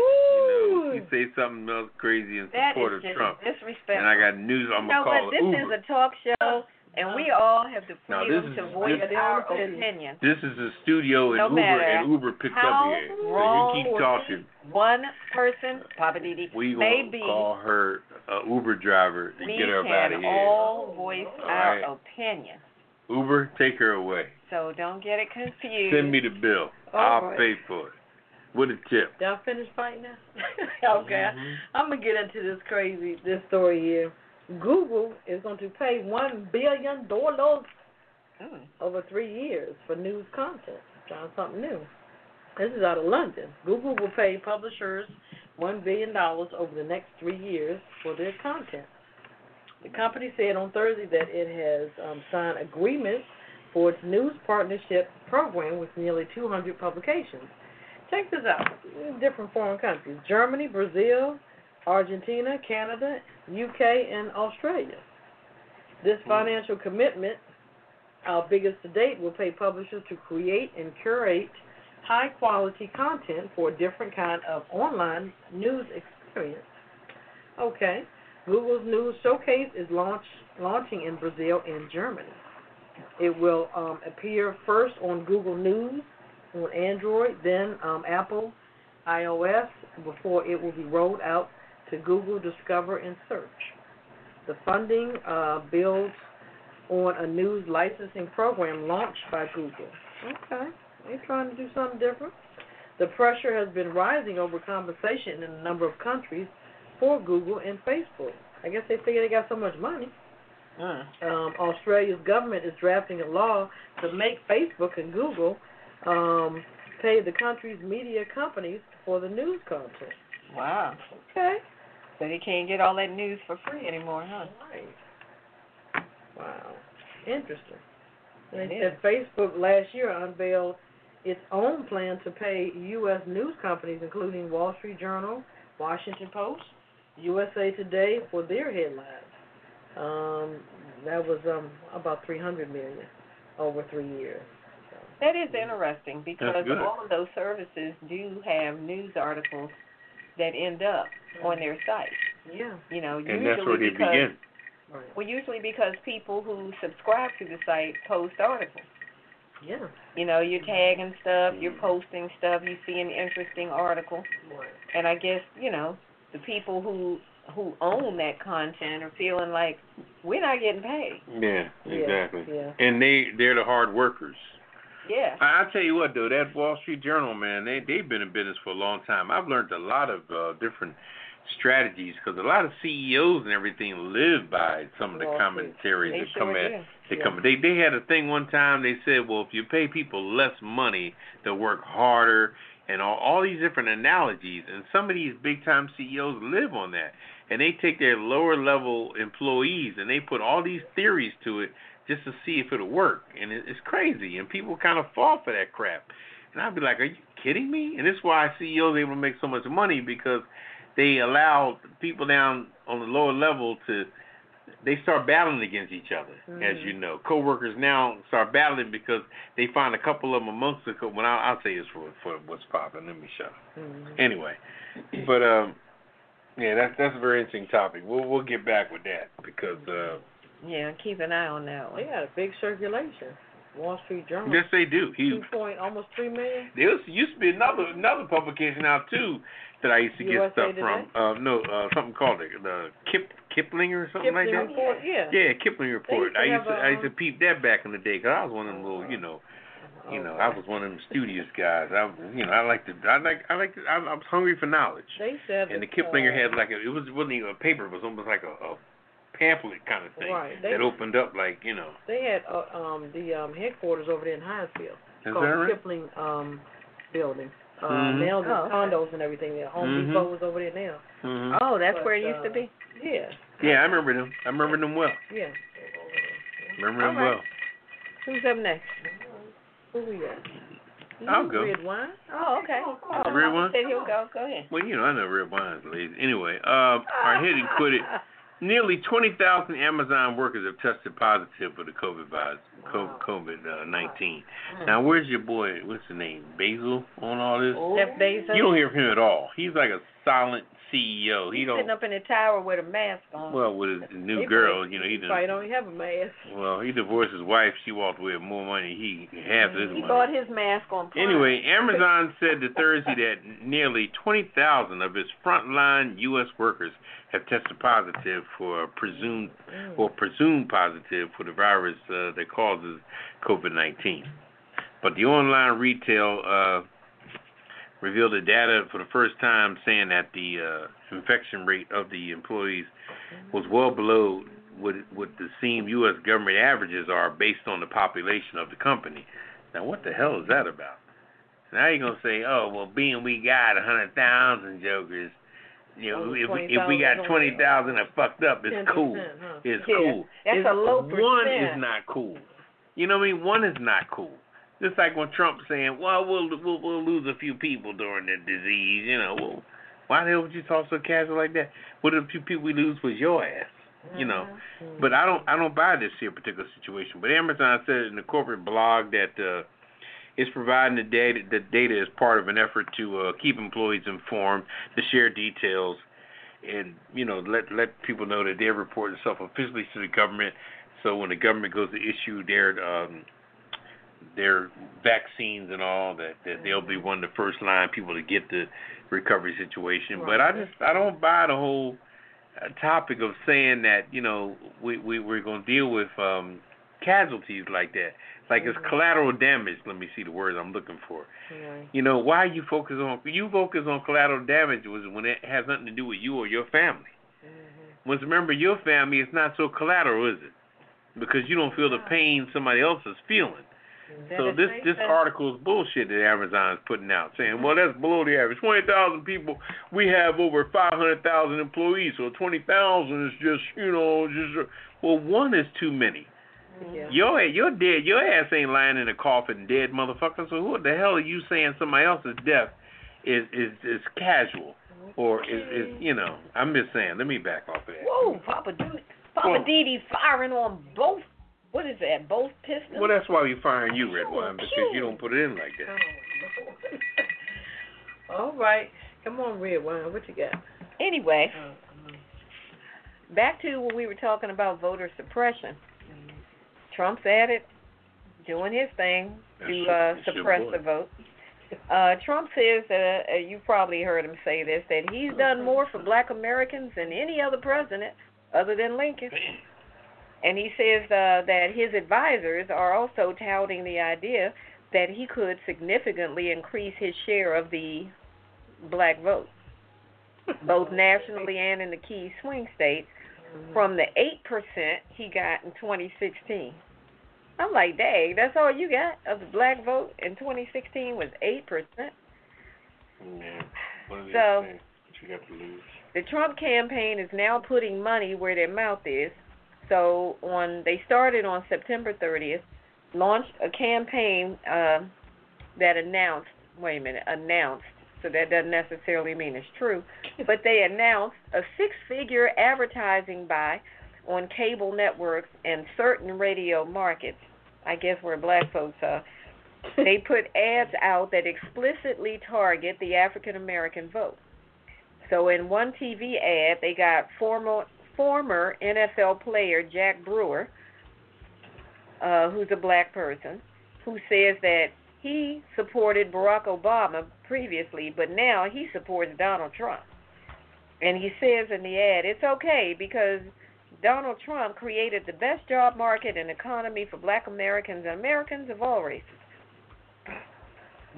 Speaker 2: You know, she say something else crazy in
Speaker 3: That
Speaker 2: support
Speaker 3: is
Speaker 2: of
Speaker 3: just
Speaker 2: Trump.
Speaker 3: disrespectful.
Speaker 2: And I got news. I'm
Speaker 3: no,
Speaker 2: gonna call
Speaker 3: but this
Speaker 2: Uber.
Speaker 3: is a talk show, and we all have the
Speaker 2: No,
Speaker 3: freedom
Speaker 2: this is-
Speaker 3: to voice
Speaker 4: this-
Speaker 3: our
Speaker 4: this-
Speaker 3: opinion.
Speaker 2: this is a studio in
Speaker 3: No
Speaker 2: Uber,
Speaker 3: matter
Speaker 2: and Uber picked
Speaker 3: how
Speaker 2: up here.
Speaker 3: wrong
Speaker 2: so you keep talking.
Speaker 3: One person, Papa Didi,
Speaker 2: We
Speaker 3: may
Speaker 2: gonna
Speaker 3: be,
Speaker 2: call her uh, Uber driver and
Speaker 3: we
Speaker 2: get her out of
Speaker 3: can
Speaker 2: here.
Speaker 3: all voice our
Speaker 2: right.
Speaker 3: opinion.
Speaker 2: Uber, take her away.
Speaker 3: So don't get it confused.
Speaker 2: Send me the bill.
Speaker 3: Oh,
Speaker 4: All
Speaker 2: I'll
Speaker 4: right.
Speaker 2: pay for it. With a tip.
Speaker 4: Y'all finished fighting now? okay.
Speaker 2: Mm-hmm.
Speaker 4: I'm gonna get into this crazy this story here. Google is going to pay one billion dollars
Speaker 3: Mm.
Speaker 4: over three years for news content. Trying something new. This is out of London. Google will pay publishers one billion dollars over the next three years for their content. The company said on Thursday that it has um, signed agreements for its news partnership program with nearly 200 publications. Check this out. In different foreign countries: Germany, Brazil, Argentina, Canada, UK, and Australia. This financial commitment our biggest to date will pay publishers to create and curate high quality content for a different kind of online news experience. Okay. Google's news showcase is launch, launching in Brazil and Germany. It will um, appear first on Google News on Android, then um, Apple, iOS, before it will be rolled out to Google Discover and Search. The funding uh, builds on a news licensing program launched by Google. Okay, they're trying to do something different. The pressure has been rising over compensation in a number of countries for Google and Facebook. I guess they figure they got so much money.
Speaker 3: Mm,
Speaker 4: Um, Australia's government is drafting a law to make Facebook and Google um, pay the country's media companies for the news content.
Speaker 3: Wow.
Speaker 4: Okay.
Speaker 3: So they can't get all that news for free anymore, huh?
Speaker 4: Right. Wow. Interesting. And they
Speaker 3: It
Speaker 4: said Facebook last year unveiled its own plan to pay U.S. news companies, including Wall Street Journal, Washington Post, USA Today, for their headlines. Um, that was um about 300 million over three years.
Speaker 3: That is interesting because
Speaker 2: Mm. That's good.
Speaker 3: all of those services do have news articles that end up on their site.
Speaker 4: Yeah.
Speaker 3: You know,
Speaker 2: And
Speaker 3: usually
Speaker 2: that's where they
Speaker 3: because
Speaker 2: begin.
Speaker 4: Right.
Speaker 3: well, usually because people who subscribe to the site post articles.
Speaker 4: Yeah.
Speaker 3: You know, you're
Speaker 2: Mm-hmm.
Speaker 3: tagging stuff, you're posting stuff, you see an interesting article, and I guess you know the people who who own that content are feeling like we're not getting paid.
Speaker 2: Yeah,
Speaker 4: Yeah,
Speaker 2: exactly.
Speaker 4: yeah.
Speaker 2: And they they're the hard workers.
Speaker 3: Yeah.
Speaker 2: I, I tell you what though, that Wall Street Journal man, they they've been in business for a long time. I've learned a lot of uh, different strategies because a lot of CEOs and everything live by some of the
Speaker 4: Wall Street.
Speaker 2: commentaries
Speaker 3: They
Speaker 2: that
Speaker 3: sure
Speaker 2: come at
Speaker 3: do.
Speaker 2: they
Speaker 4: Yeah.
Speaker 2: come. They they had a thing one time. They said, well, if you pay people less money, they'll work harder, and all, all these different analogies. And some of these big time CEOs live on that, and they take their lower level employees and they put all these theories to it just to see if it'll work. And it, it's crazy, and people kind of fall for that crap. And I'd be like, are you kidding me? And this is why E CEOs are able to make so much money because they allow people down on the lower level to they start battling against each other, as
Speaker 4: Mm.
Speaker 2: you know. Coworkers now start battling because they find a couple of them amongst the co- when I, I'll say this for for what's popping. Let me shut up.
Speaker 4: Mm.
Speaker 2: Anyway, but um, yeah, that's that's a very interesting topic. We'll we'll get back with that because uh,
Speaker 3: Yeah, keep an eye on that
Speaker 4: They
Speaker 3: one.
Speaker 4: got a Oh, big circulation. Wall Street Journal.
Speaker 2: yes, they do. He
Speaker 4: Two point almost three million.
Speaker 2: there was- used to be another another publication out too that I used to get
Speaker 4: USA
Speaker 2: stuff
Speaker 4: Today?
Speaker 2: from. Uh, no, uh, something called the, the Kip Kipling or something like
Speaker 4: Kipling
Speaker 2: that.
Speaker 4: report. Yeah.
Speaker 2: Yeah, Kipling report.
Speaker 4: used to
Speaker 2: I used
Speaker 4: have
Speaker 2: to
Speaker 4: a,
Speaker 2: I used to
Speaker 4: um,
Speaker 2: peep that back in the day because I was one of them little, you know,
Speaker 3: Oh,
Speaker 2: you know, I was one of them studious guys. I, was- you know, I liked to, I like, I liked, to, I, I was hungry for knowledge.
Speaker 4: They said
Speaker 2: And the
Speaker 4: that,
Speaker 2: Kiplinger
Speaker 4: uh,
Speaker 2: had like a, it was wasn't even a paper, it was almost like a, a pamphlet kind of thing
Speaker 4: Right, they-
Speaker 2: that opened up like, you know.
Speaker 4: They had uh, um the um headquarters over there in Hinesville.
Speaker 2: Is that
Speaker 4: called
Speaker 2: right?
Speaker 4: Kipling um building. Uh
Speaker 2: Mhm.
Speaker 4: now the
Speaker 3: Oh, okay.
Speaker 4: condos and everything there. Home
Speaker 2: Mhm.
Speaker 4: Depot was over there now.
Speaker 2: hmm
Speaker 3: Oh, that's
Speaker 4: But,
Speaker 3: where it used to
Speaker 4: uh,
Speaker 3: be.
Speaker 4: Yeah,
Speaker 2: Yeah, I remember them. I remember them well.
Speaker 4: yeah.
Speaker 2: Remember them
Speaker 3: All right.
Speaker 2: well.
Speaker 3: Who's up next?
Speaker 4: Who we got?
Speaker 2: I'll
Speaker 4: You
Speaker 2: go.
Speaker 4: Red wine?
Speaker 3: Oh, okay.
Speaker 2: The real one?
Speaker 3: Said he'll go. Go ahead.
Speaker 2: Well, you know, I know red wine's lazy. Anyway, uh, all right, hit and quit it. Nearly 20,000 Amazon workers have tested positive for the COVID virus,
Speaker 4: Wow.
Speaker 2: COVID uh, 19. Now, where's your boy? What's his name? Basil on all
Speaker 4: Oh,
Speaker 2: this?
Speaker 3: Jeff Bezos.
Speaker 2: You don't hear from him at all. He's like a silent CEO. He
Speaker 3: He's
Speaker 2: don't.
Speaker 3: sitting up in the tower with a mask on.
Speaker 2: Well, with his new
Speaker 4: They
Speaker 2: girl,
Speaker 4: probably-
Speaker 2: you know, he
Speaker 4: they probably
Speaker 2: didn't.
Speaker 4: don't have a mask.
Speaker 2: Well, he divorced his wife. She walked away with more money. He half of his
Speaker 3: he
Speaker 2: money.
Speaker 3: bought his mask on. Prime.
Speaker 2: Anyway, Amazon said to Thursday that nearly 20,000 of its frontline U.S. workers have tested positive for presumed or presumed positive for the virus uh, that causes COVID-19. But the online retail uh, revealed the data for the first time, saying that the uh, infection rate of the employees was well below what what the same U.S. government averages are based on the population of the company. Now, what the hell is that about? Now you're gonna say, oh well, being we got a hundred thousand jokers, you know,
Speaker 4: Only
Speaker 2: if we, if we
Speaker 4: 20,000
Speaker 2: got
Speaker 4: on-
Speaker 2: twenty thousand are fucked up, it's
Speaker 4: 10%,
Speaker 2: cool.
Speaker 4: huh?
Speaker 2: It's
Speaker 3: Yeah,
Speaker 2: cool.
Speaker 3: that's
Speaker 2: It's-
Speaker 3: a low
Speaker 2: One is
Speaker 3: percent.
Speaker 2: not cool. You know what I mean? One is not cool. Just like when Trump saying, well, we'll we'll, we'll lose a few people during the disease. You know, well, why the hell would you talk so casual like that? What if the few people we lose was your ass? You know,
Speaker 4: Mm-hmm.
Speaker 2: but I don't I don't buy this here particular situation. But Amazon said in the corporate blog that uh, it's providing the data the data as part of an effort to uh, keep employees informed, to share details, and you know let let people know that they're reporting stuff officially to the government. So when the government goes to issue their um, their vaccines and all that that they'll be one of the first line people to get the recovery situation. But I just I don't buy the whole uh, topic of saying that you know we we we're gonna deal with um casualties like that. Like it's collateral damage. Let me see the word I'm looking for.
Speaker 4: Mm-hmm.
Speaker 2: You know why you focus on you focus on collateral damage was when it has nothing to do with you or your family. Once remember your family, it's not so collateral, is it? Because you don't feel the pain somebody else is feeling. So this this article is bullshit that Amazon's putting out, saying, well, that's below the average. Twenty thousand people, we have over five hundred thousand employees, so twenty thousand is just you know just well one is too many.
Speaker 4: Yeah.
Speaker 2: Your your dead your ass ain't lying in a coffin dead motherfucker. So who the hell are you saying somebody else's death is is is casual or is is you know? I'm just saying. Let me back off of that.
Speaker 3: Whoa, Papa Dee, Papa
Speaker 2: Well-
Speaker 3: Dee Dee firing on both. What is that? Both pistols.
Speaker 2: Well, that's why we firing you, Red Wine, because you don't put it in like that.
Speaker 4: All right. Come on, Red Wine. What you got?
Speaker 3: Anyway, back to what we were talking about voter suppression. Trump's at it, doing his thing
Speaker 2: That's
Speaker 3: to
Speaker 2: your-
Speaker 3: uh,
Speaker 2: that's your
Speaker 3: suppress
Speaker 2: boy.
Speaker 3: the vote. Uh, Trump says that uh, you probably heard him say this that he's done more for Black Americans than any other president other than Lincoln. And he says uh, that his advisors are also touting the idea that he could significantly increase his share of the black vote, both nationally and in the key swing states, from the 8% he got in 2016. I'm like, dang, that's all you got of the black vote in 2016 was 8%.
Speaker 2: Yeah. What are they
Speaker 3: So-
Speaker 2: saying? What you got to lose?
Speaker 3: The Trump campaign is now putting money where their mouth is. So on they started on September 30th, launched a campaign um that announced. Wait a minute, announced. So that doesn't necessarily mean it's true, but they announced a six-figure advertising buy on cable networks and certain radio markets. I guess where black folks are. They put ads out that explicitly target the African American vote. So in one TV ad, they got former former NFL player Jack Brewer, uh, who's a black person, who says that he supported Barack Obama previously, but now he supports Donald Trump. And he says in the ad, it's okay because Donald Trump created the best job market and economy for black Americans and Americans of all races.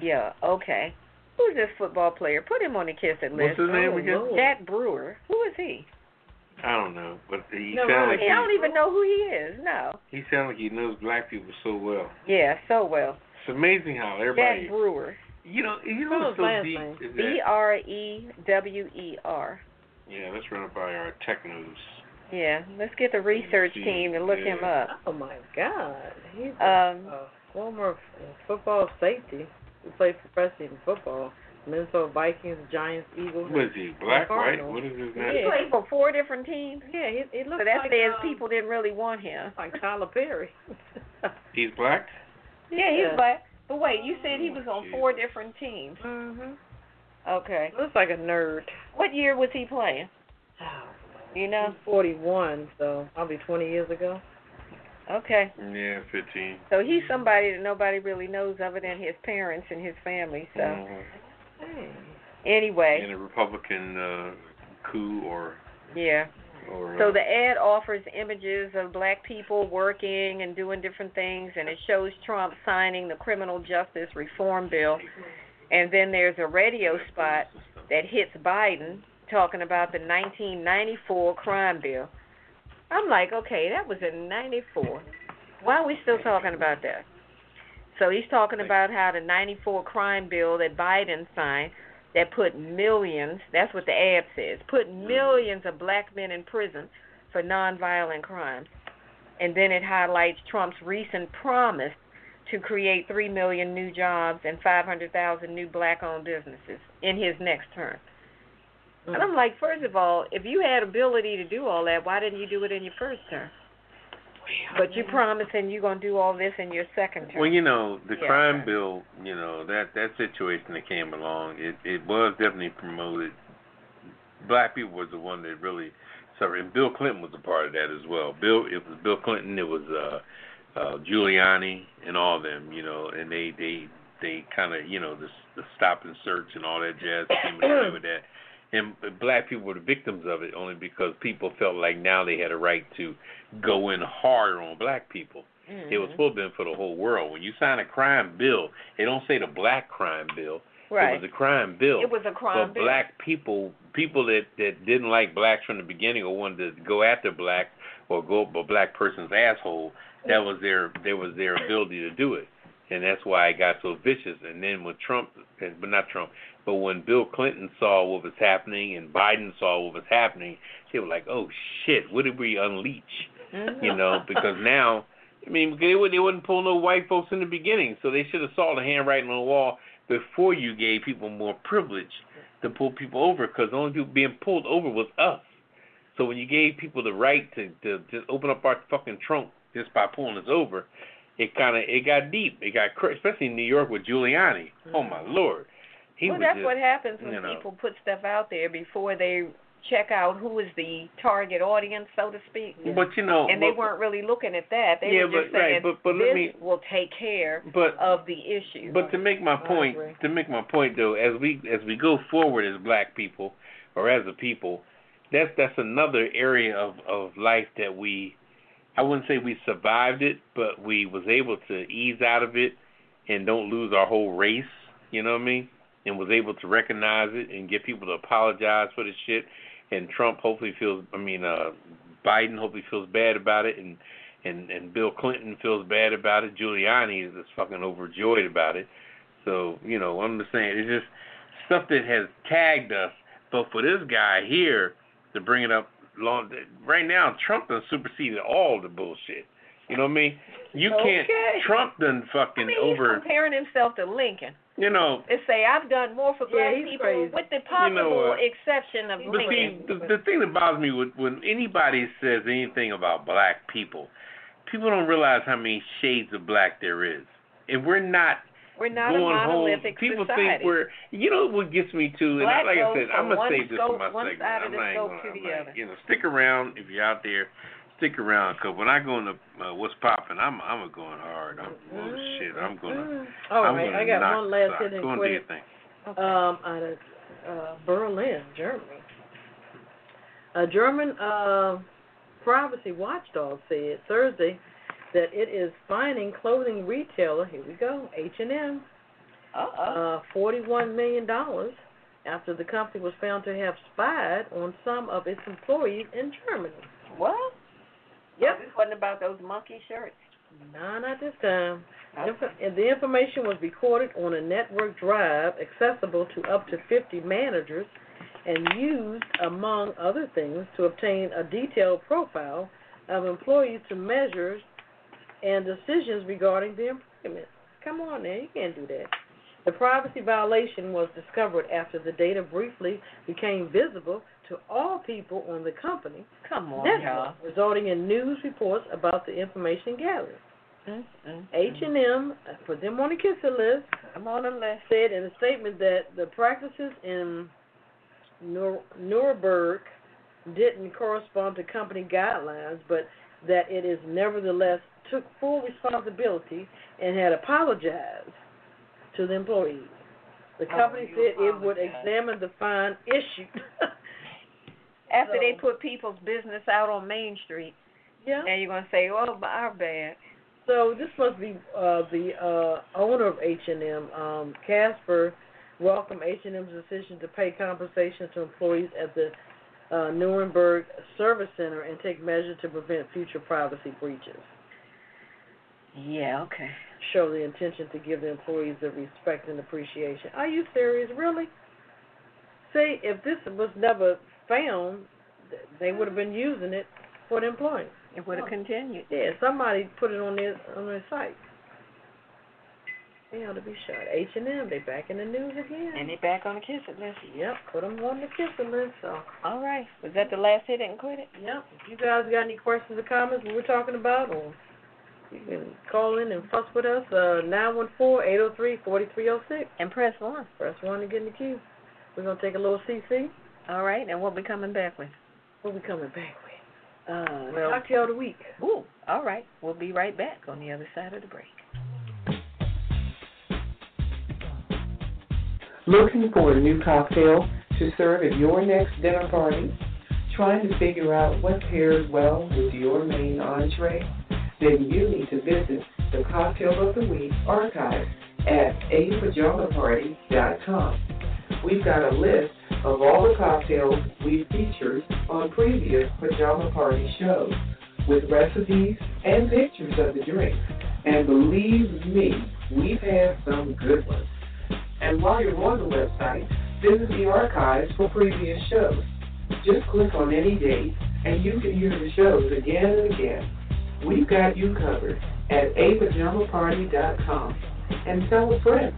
Speaker 3: Yeah, okay. Who's this football player? Put him on the kissing list.
Speaker 2: What's his name
Speaker 4: Oh,
Speaker 2: again?
Speaker 4: Lord.
Speaker 3: Jack Brewer. Who is he?
Speaker 2: I don't know, but he
Speaker 4: No,
Speaker 2: sound
Speaker 4: I
Speaker 2: like
Speaker 3: I don't
Speaker 2: he,
Speaker 3: even know who he is. No.
Speaker 2: he sound like he knows black people so well.
Speaker 3: Yeah, so well.
Speaker 2: It's amazing how everybody
Speaker 3: Jack Brewer.
Speaker 2: You know, you
Speaker 4: What
Speaker 2: know
Speaker 4: was
Speaker 2: what's so
Speaker 4: last
Speaker 2: deep
Speaker 4: name?
Speaker 2: is
Speaker 3: B
Speaker 2: that
Speaker 3: R E W E R.
Speaker 2: yeah, let's run up by our tech news.
Speaker 3: Yeah, let's get the research
Speaker 2: see.
Speaker 3: team to look him
Speaker 2: Yeah.
Speaker 3: up.
Speaker 4: Oh my God. He's a,
Speaker 3: Um,
Speaker 4: a former football safety who played professional football. Minnesota Vikings, Giants, Eagles.
Speaker 2: What is he? Black, white?
Speaker 4: Cardinal.
Speaker 2: What is his
Speaker 3: He
Speaker 2: name?
Speaker 4: Yeah.
Speaker 3: played for four different teams.
Speaker 4: Yeah, he, he
Speaker 3: So
Speaker 4: looks
Speaker 3: that
Speaker 4: like
Speaker 3: says
Speaker 4: um,
Speaker 3: people didn't really want him.
Speaker 4: like Tyler Perry.
Speaker 2: He's black.
Speaker 3: Yeah, he's
Speaker 4: Yeah.
Speaker 3: black. But wait, you said he was on
Speaker 2: Jeez.
Speaker 3: four different teams.
Speaker 4: mm-hmm.
Speaker 3: Okay.
Speaker 4: Looks like a nerd.
Speaker 3: What year was he playing? Oh. You
Speaker 4: He's
Speaker 3: know?
Speaker 4: 41, so probably 20 years ago.
Speaker 3: Okay.
Speaker 2: Yeah, fifteen.
Speaker 3: So he's somebody that nobody really knows other than his parents and his family. So
Speaker 2: Mhm.
Speaker 3: anyway,
Speaker 2: In a Republican uh, coup or
Speaker 3: yeah.
Speaker 2: or.
Speaker 3: So
Speaker 2: uh,
Speaker 3: the ad offers images of black people working and doing different things, and it shows Trump signing the criminal justice reform bill. And then there's a radio spot that hits Biden talking about the 1994 crime bill. I'm like, okay, that was in 94. Why are we still talking about that? So he's talking about how the 94 crime bill that Biden signed that put millions, that's what the ad says, put
Speaker 2: Mm-hmm.
Speaker 3: millions of black men in prison for nonviolent crimes. And then it highlights Trump's recent promise to create 3 million new jobs and 500,000 new black owned businesses in his next term. And
Speaker 2: Mm-hmm.
Speaker 3: I'm like, first of all, if you had ability to do all that, why didn't you do it in your first term? But you're promising you're going to do all this in your second term.
Speaker 2: Well, you know, the
Speaker 3: Yeah.
Speaker 2: crime bill, you know, that that situation that came along, it it was definitely promoted. Black people was the one that really suffered, and Bill Clinton was a part of that as well. Bill, it was Bill Clinton. It was uh uh, Giuliani and all them, you know, and they they they kind of you know the the stop and search and all that jazz came and went with that, and black people were the victims of it only because people felt like now they had a right to go in harder on black people. It
Speaker 3: Mm-hmm.
Speaker 2: was supposed to have been for the whole world. When you sign a crime bill, it don't say the black crime bill.
Speaker 3: right.
Speaker 2: It was a crime bill.
Speaker 3: It was a crime.
Speaker 2: but
Speaker 3: bill.
Speaker 2: black people, people that that didn't like blacks from the beginning or wanted to go after black or go up a black person's asshole, that was their that was their ability to do it, and that's why it got so vicious. And then when Trump, and- but not Trump, but when Bill Clinton saw what was happening and Biden saw what was happening, they were like, "Oh shit, what did we unleash?"
Speaker 3: Mm-hmm.
Speaker 2: You know, because now. I mean, because they wouldn't, they wouldn't pull no white folks in the beginning, so they should have saw the handwriting on the wall before you gave people more privilege to pull people over because the only people being pulled over was us. So when you gave people the right to, to just open up our fucking trunk just by pulling us over, it kind of it got deep. It got cr- especially in New York with Giuliani. Oh my lord, he
Speaker 3: Mm-hmm. well,
Speaker 2: was
Speaker 3: that's
Speaker 2: just,
Speaker 3: what happens when
Speaker 2: you know.
Speaker 3: people put stuff out there before they check out who is the target audience, so to speak.
Speaker 2: But you know,
Speaker 3: and they
Speaker 2: but-
Speaker 3: weren't really looking at that. They
Speaker 2: Yeah,
Speaker 3: were just
Speaker 2: but-
Speaker 3: saying
Speaker 2: right, but- but let
Speaker 3: this
Speaker 2: me-
Speaker 3: will take care
Speaker 2: But
Speaker 3: of the issue.
Speaker 2: But to make my point,
Speaker 4: agree.
Speaker 2: to make my point though, as we as we go forward as black people or as a people, that's that's another area of of life that we I wouldn't say we survived it, but we was able to ease out of it and don't lose our whole race, you know what I mean? And was able to recognize it and get people to apologize for the shit and Trump hopefully feels I mean uh Biden hopefully feels bad about it and and and Bill Clinton feels bad about it. Giuliani is just fucking overjoyed about it. So you know, I'm just saying it's just stuff that has tagged us. But for this guy here to bring it up long right now, Trump done superseded all the bullshit. You know what I mean? You can't.
Speaker 3: Okay.
Speaker 2: Trump done fucking
Speaker 3: I mean, he's
Speaker 2: over.
Speaker 3: comparing himself to Lincoln
Speaker 2: You know,
Speaker 3: and say, "I've done more for
Speaker 4: Yeah,
Speaker 3: black
Speaker 4: he's
Speaker 3: people,"
Speaker 4: crazy.
Speaker 3: with the
Speaker 2: You know
Speaker 3: possible
Speaker 2: what?
Speaker 3: exception of
Speaker 2: But see,
Speaker 3: Lincoln.
Speaker 2: the, the thing that bothers me with when anybody says anything about black people, people don't realize how many shades of black there is, and we're not
Speaker 3: We're not a
Speaker 2: going
Speaker 3: monolithic
Speaker 2: home. People think
Speaker 3: society
Speaker 2: we're. You know what gets me too, and I,
Speaker 3: Black
Speaker 2: like I
Speaker 3: goes
Speaker 2: said,
Speaker 3: from
Speaker 2: I'm gonna
Speaker 3: one
Speaker 2: save this for
Speaker 3: scope-
Speaker 2: my
Speaker 3: one
Speaker 2: segment.
Speaker 3: side of
Speaker 2: I'm
Speaker 3: the
Speaker 2: not
Speaker 3: scope
Speaker 2: gonna,
Speaker 3: to
Speaker 2: I'm
Speaker 3: the
Speaker 2: not-
Speaker 3: other.
Speaker 2: You know, stick around if you're out there. Stick around, cause when I go into uh, what's popping, I'm I'm going hard. I'm oh,
Speaker 3: Mm-hmm.
Speaker 2: shit. I'm gonna.
Speaker 4: Mm-hmm. All
Speaker 2: I'm
Speaker 4: right,
Speaker 2: gonna
Speaker 4: I got
Speaker 2: knock
Speaker 4: one last
Speaker 2: socks.
Speaker 4: hit and
Speaker 2: Go and do
Speaker 4: quit.
Speaker 2: your thing.
Speaker 4: um, out of uh, Berlin, Germany. A German uh, privacy watchdog said Thursday that it is fining clothing retailer, here we go, H&M, uh, $41 million after the company was found to have spied on some of its employees in Germany.
Speaker 3: What? Yep. This wasn't about those monkey shirts.
Speaker 4: No, not this time. Info- and the information was recorded on a network drive accessible to up to 50 managers and used, among other things, to obtain a detailed profile of employees to measures and decisions regarding their employment. Come on now, you can't do that. The privacy violation was discovered after the data briefly became visible to all people on the company
Speaker 3: Come on, y'all.
Speaker 4: network, resulting in news reports about the information gathered.
Speaker 3: Mm-mm.
Speaker 4: H&M, put them on the kisser list,
Speaker 3: I'm on the list.
Speaker 4: said in a statement that the practices in Nur- Nuremberg didn't correspond to company guidelines, but that it is nevertheless took full responsibility and had apologized to the employees. The
Speaker 3: Oh,
Speaker 4: company said it would examine the fine issued.
Speaker 3: After
Speaker 4: So-
Speaker 3: they put people's business out on Main Street,
Speaker 4: yeah.
Speaker 3: now you're gonna say, "Oh, but our bad."
Speaker 4: So this must be uh, the uh, owner of H and M, um, Casper, welcomed H and M's decision to pay compensation to employees at the uh, Nuremberg Service Center and take measures to prevent future privacy breaches.
Speaker 3: Yeah. Okay.
Speaker 4: Show the intention to give the employees the respect and appreciation. Are you serious, really? See, if this was never found, th- they would have been using it for the employees.
Speaker 3: It would have continued.
Speaker 4: Yeah, somebody put it on their on their site. They ought to be shot. H and M, they back in the news again.
Speaker 3: And they back on the kiss it list.
Speaker 4: yep, put them on the kissing list. So,
Speaker 3: All right. Was that the last hit and quit it?
Speaker 4: yep. If you guys got any questions or comments what we're talking about, or you can call in and fuss with us. Uh, nine one four eight zero three forty three zero six.
Speaker 3: And press one.
Speaker 4: Press one to get in the queue. We're gonna take a little CC.
Speaker 3: All right. And we'll be coming back with.
Speaker 4: We'll be coming back with.
Speaker 3: Uh,
Speaker 4: Well, cocktail of the week.
Speaker 3: Ooh, all right. We'll be right back on the other side of the break.
Speaker 11: Looking for a new cocktail to serve at your next dinner party? Trying to figure out what pairs well with your main entree? Then you need to visit the Cocktail of the Week archive at apajamaparty.com. We've got a list of all the cocktails we've featured on previous pajama party shows with recipes and pictures of the drinks. And believe me, we've had some good ones. And while you're on the website, visit the archives for previous shows. Just click on any date and you can hear the shows again and again. We've got you covered at apajamaparty.com and tell a friend.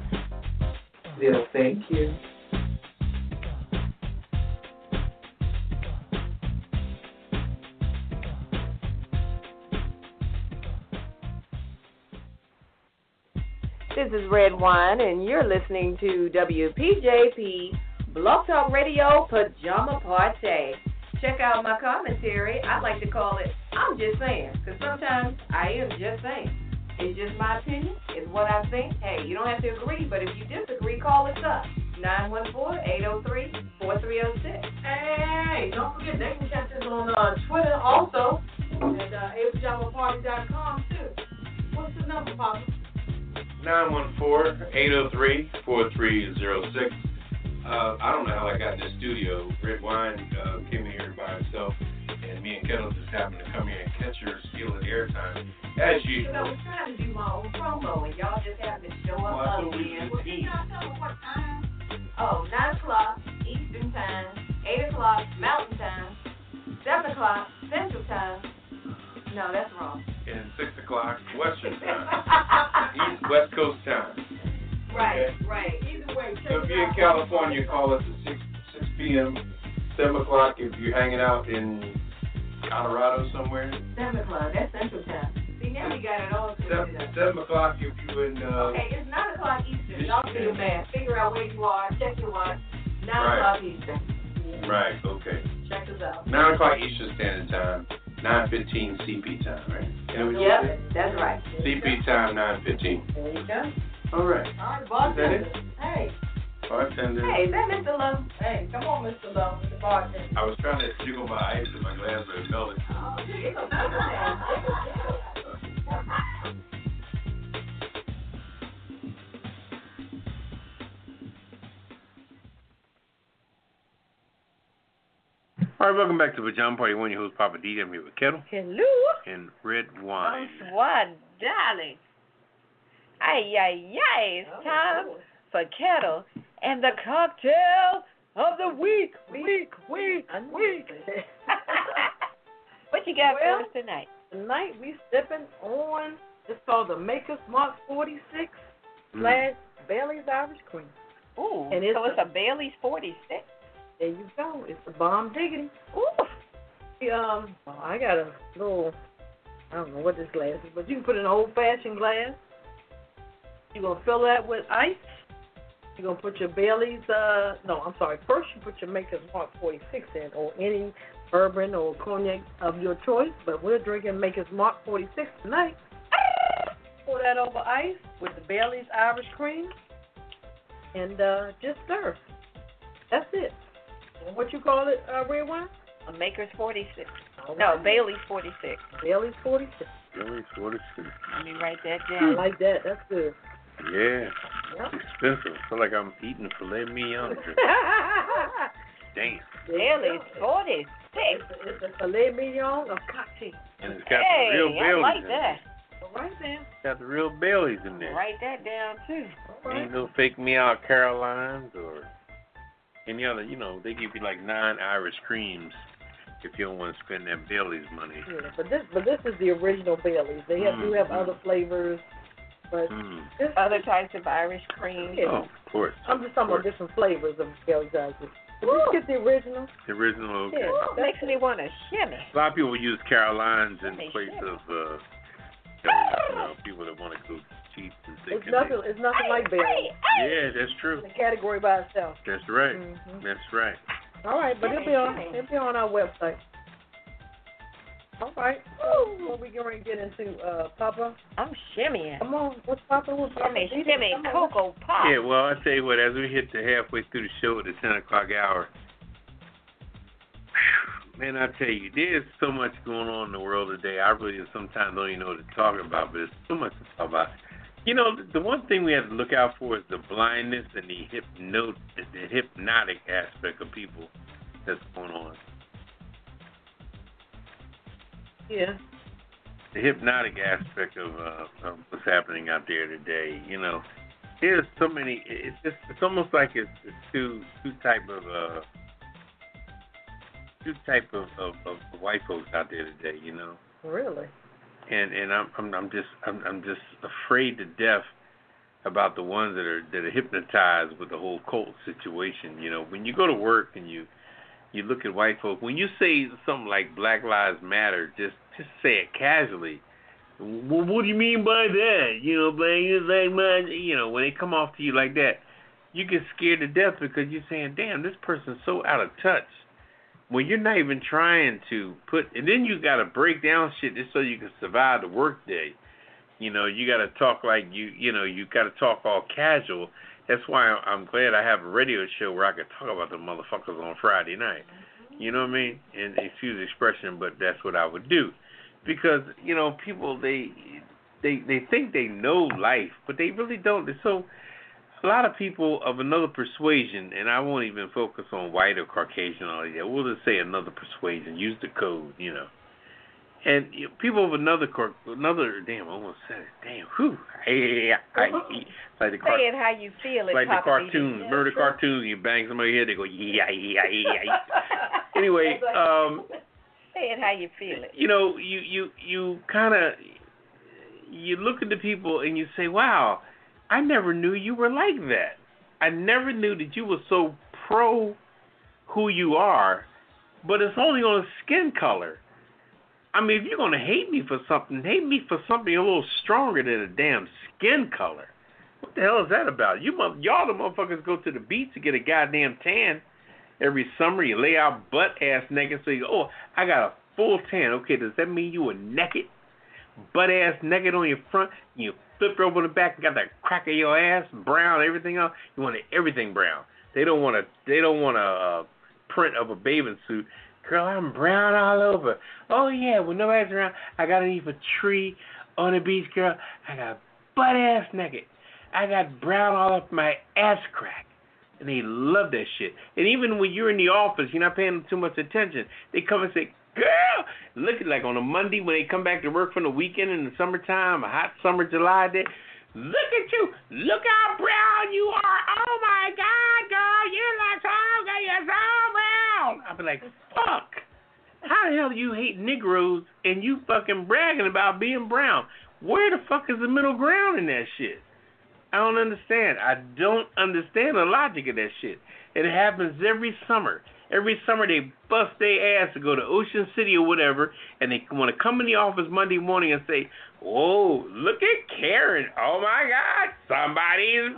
Speaker 11: They'll thank you.
Speaker 6: This is Red Wine, and you're listening to WPJP Block Talk Radio Pajama Party. Check out my commentary. I like to call it I'm Just Saying, because sometimes I am just saying. It's just my opinion. It's what I think. Hey, you don't have to agree, but if you disagree, call us up. 914-803-4306. Hey, don't forget, they can catch us on uh, Twitter also, and uh, apajamaparty.com, too. What's the number, Papa?
Speaker 7: 914-803-4306. Uh, I don't know how I got in this studio. Red Wine uh, came in here by himself, and me and Kendall just happened to come here and catch her stealing airtime. As
Speaker 6: Because I
Speaker 7: usual.
Speaker 6: was trying to do my own promo and y'all just happened to show
Speaker 7: Well, I
Speaker 6: up
Speaker 7: thought we
Speaker 6: again.
Speaker 7: was at eight.
Speaker 6: Oh, 9 o'clock Eastern Time, 8 o'clock Mountain Time, 7 o'clock Central Time. No, that's wrong.
Speaker 7: And 6 o'clock Western time. East West Coast time.
Speaker 6: right, right. Either way, check
Speaker 7: So if
Speaker 6: it
Speaker 7: you're in
Speaker 6: out.
Speaker 7: California, call us at 6, 6 p.m., 7 o'clock. If you're hanging out in Colorado somewhere,
Speaker 6: 7 o'clock, that's Central Time. See, now we got it all twisted
Speaker 7: 7,
Speaker 6: up.
Speaker 7: 7 o'clock if you're in, uh,
Speaker 6: Okay, it's 9 o'clock Eastern. Y'all do the math. Figure out where you are. Check your watch. 9
Speaker 7: Right.
Speaker 6: o'clock Eastern.
Speaker 7: right, okay.
Speaker 6: Check us out.
Speaker 7: 9 o'clock Eastern Standard Time, 9.15 CP time, right? Is that what you
Speaker 6: Yep, that's right.
Speaker 7: said? CP time, 9.15.
Speaker 6: There you go.
Speaker 7: All right.
Speaker 6: All right, bartender. Hey,
Speaker 7: Bartender.
Speaker 6: hey, is that Mr. Love? Hey, come on, Mr. Love, the bartender.
Speaker 7: I was trying to jiggle my ice in my glass, but it melted.
Speaker 2: All right, welcome back to Pajama Party. One of your hosts, Papa D. I'm here with Kettle
Speaker 3: Hello.
Speaker 2: and Red Wine.
Speaker 3: Bonsoir, darling. Ay, ay, ay.
Speaker 6: Oh,
Speaker 3: It's time for Kettle and the cocktail of the week, week, week, week. what you got
Speaker 4: Well-
Speaker 3: for us tonight?
Speaker 4: Tonight we stepping on. It's called the Maker's Mark 46
Speaker 2: Mm,
Speaker 4: slash Bailey's Irish Cream.
Speaker 3: Ooh,
Speaker 4: And it's
Speaker 3: so it's
Speaker 4: a-
Speaker 3: a Bailey's 46.
Speaker 4: There you go. It's the bomb diggity.
Speaker 3: Ooh.
Speaker 4: Um, well, I got a little. I don't know what this glass is, but you can put it in an old fashioned glass. You're gonna fill that with ice. You're gonna put your Bailey's. Uh, no, I'm sorry. First, you put your Maker's Mark 46 in, or any bourbon or cognac of your choice. But we're drinking Maker's Mark 46 tonight. Pour that over ice with the Bailey's Irish cream, and uh, just stir. That's it. What you call it, uh, red wine?
Speaker 3: A Maker's 46. No, Bailey's 46.
Speaker 4: Bailey's 46.
Speaker 2: Really? What is it?
Speaker 3: Let me write that
Speaker 4: I
Speaker 3: down.
Speaker 4: like that. That's good.
Speaker 2: Yeah.
Speaker 4: Yep.
Speaker 2: It's expensive. I feel like I'm eating filet mignon. Damn.
Speaker 3: Bailey's 46.
Speaker 4: It's a- It's a filet mignon of cocktail.
Speaker 2: And it's got
Speaker 3: Hey,
Speaker 2: the real
Speaker 3: I
Speaker 2: Bailey's
Speaker 3: like
Speaker 2: in
Speaker 3: that.
Speaker 2: there.
Speaker 4: All right then.
Speaker 2: It's got the real Bailey's in there.
Speaker 3: Write that down too.
Speaker 4: All
Speaker 2: Ain't
Speaker 4: right.
Speaker 2: no fake me out Carolines or any other. You know, they give you like nine Irish creams if you don't want to spend that Bailey's money.
Speaker 4: Yeah, but this, but this is the original Bailey's. They have, do have
Speaker 2: Mhm.
Speaker 4: other flavors, but
Speaker 2: Mm.
Speaker 4: this,
Speaker 3: Other types of Irish cream.
Speaker 4: Yeah.
Speaker 2: Oh, of course.
Speaker 4: I'm just talking about different flavors of Bailey's. Ice Cream. But
Speaker 3: Woo.
Speaker 4: just get the original.
Speaker 2: The original. Okay.
Speaker 4: Yeah.
Speaker 3: Makes me want to shimmy.
Speaker 2: A lot of people use Carolines in
Speaker 3: They
Speaker 2: place
Speaker 3: should.
Speaker 2: of uh, you know, people that want to go cheap and think.
Speaker 4: It's nothing. It's nothing like Bailey's.
Speaker 2: Yeah, that's true.
Speaker 4: It's a category by itself.
Speaker 2: That's right.
Speaker 4: Mhm.
Speaker 2: That's right.
Speaker 4: All right, but it'll be on. It'll be on our website. All right. So, well, we going to get into uh, Papa.
Speaker 3: I'm shimmying.
Speaker 4: Come on. What's Papa? What's Papa?
Speaker 3: Shimmy,
Speaker 4: Jesus,
Speaker 3: shimmy,
Speaker 4: come on.
Speaker 3: cocoa pop.
Speaker 2: Yeah, well, I tell you what, as we hit the halfway through the show at the 10 o'clock hour, whew, man, I tell you, there's so much going on in the world today. I really sometimes don't even know what to talk about, but there's so much to talk about. You know, the- the one thing we have to look out for is the blindness and the, hypno- the hypnotic aspect of people that's going on.
Speaker 4: Yeah.
Speaker 2: the hypnotic aspect of, uh, of what's happening out there today. You know, there's so many. It's just it's almost like it's, it's two two type of uh, two type of, of, of white folks out there today. You know,
Speaker 4: Really?
Speaker 2: and and I'm I'm, I'm just I'm, I'm just afraid to death about the ones that are that are hypnotized with the whole cult situation. You know, when you go to work and you you look at white folk, when you say something like Black Lives Matter, just just say it casually. Well, what do you mean by that? You know, black like my, you know, when they come off to you like that, you get scared to death because you're saying, "Damn, this person's so out of touch." When you're not even trying to put, and then you got to break down shit just so you can survive the workday. You know, you got to talk like you, you know, you got to talk all casual. That's why I- I'm glad I have a radio show where I can talk about the motherfuckers on Friday night.
Speaker 3: Mm-hmm.
Speaker 2: You know what I mean? And excuse the expression, but that's what I would do, because you know people they they they think they know life, but they really don't. It's so a lot of people of another persuasion, and I won't even focus on white or Caucasian or all that. We'll just say another persuasion. Use the code, you know. And you know, people of another cor- another damn, I almost said it. Damn, whew. I, I, I, like the car-
Speaker 3: Say it how you feel it,
Speaker 2: like the
Speaker 3: Papa B.
Speaker 2: cartoons,
Speaker 3: Yeah,
Speaker 2: murder
Speaker 3: sure.
Speaker 2: cartoons. You bang somebody here, they go yeah yeah yeah. yeah. anyway, um,
Speaker 3: Say it how you feel it.
Speaker 2: you know, you you you kind of you look at the people and you say, "Wow, I never knew you were like that. I never knew that you were so pro who you are." But it's only on skin color. I mean, if you're gonna hate me for something, hate me for something a little stronger than a damn skin color. What the hell is that about? You mu- y'all the motherfuckers go to the beach to get a goddamn tan every summer. You lay out butt ass naked, so you go, oh, I got a full tan. Okay, does that mean you were naked, butt ass naked on your front? You flipped over the back and got that crack of your ass brown, everything else. You wanted everything brown. They don't want to. They don't want a uh, print of a bathing suit. Girl, I'm brown all over. Oh yeah, when nobody's around, I got an even tree on the beach, girl. I got butt ass naked. I got brown all up my ass crack. And they love that shit. And even when you're in the office, you're not paying them too much attention. They come and say, Girl, look at like on a Monday when they come back to work from the weekend in the summertime, a hot summer July day. Look at you. Look how brown you are. Oh my God, girl, you're like so good. You're so brown. I'll be like, Fuck. How the hell do you hate Negroes and you fucking bragging about being brown? Where the fuck is the middle ground in that shit? I don't understand. I don't understand the logic of that shit. It happens every summer. Every summer they bust their ass to go to Ocean City or whatever, and they want to come in the office Monday morning and say, "Whoa, look at Karen! Oh my God, somebody's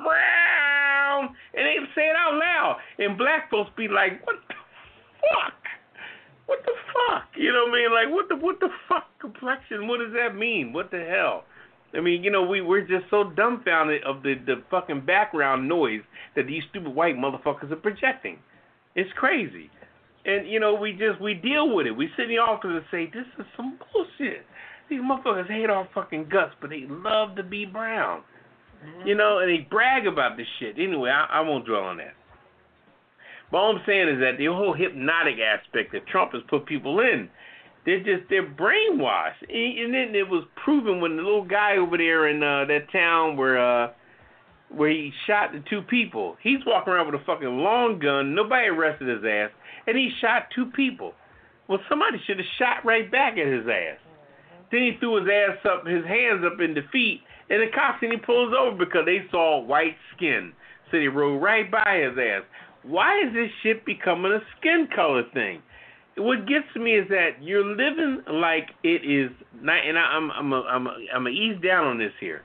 Speaker 2: brown!" And they say it out loud, and black folks be like, "What the fuck? What the fuck? You know what I mean? Like, what the what the fuck complexion? What does that mean? What the hell?" I mean, you know, we we're just so dumbfounded of the the fucking background noise that these stupid white motherfuckers are projecting. It's crazy, and you know, we just we deal with it. We sit in the office and say, "This is some bullshit." These motherfuckers hate our fucking guts, but they love to be brown, you know, and they brag about this shit. Anyway, I, I won't dwell on that. But all I'm saying is that the whole hypnotic aspect that Trump has put people in they're just they're brainwashed. And, and then it was proven when the little guy over there in uh, that town where uh, where he shot the two people, he's walking around with a fucking long gun. Nobody arrested his ass, and he shot two people. Well, somebody should have shot right back at his ass. Then he threw his ass up, his hands up in defeat, and the cops and he pulls over because they saw white skin. So they rode right by his ass. Why is this shit becoming a skin color thing? what gets me is that you're living like it is ni- and I, I'm I'm a, I'm a, I'm a ease down on this here.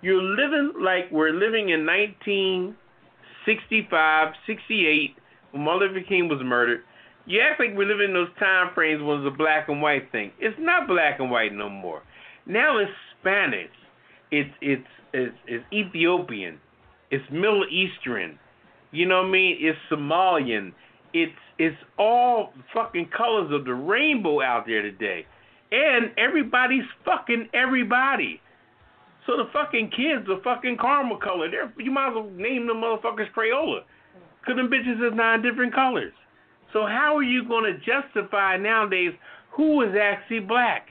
Speaker 2: You're living like we're living in 1965, 68 when Martin Luther King was murdered. You act like we live in those time frames when it was a black and white thing. It's not black and white no more. Now it's Spanish. It's it's it's, it's Ethiopian. It's Middle Eastern. You know what I mean? It's Somalian. It's it's all fucking colors of the rainbow out there today. And everybody's fucking everybody. So the fucking kids are fucking caramel color. They're, you might as well name them motherfuckers Crayola. Because them bitches is nine different colors. So how are you going to justify nowadays who is actually black?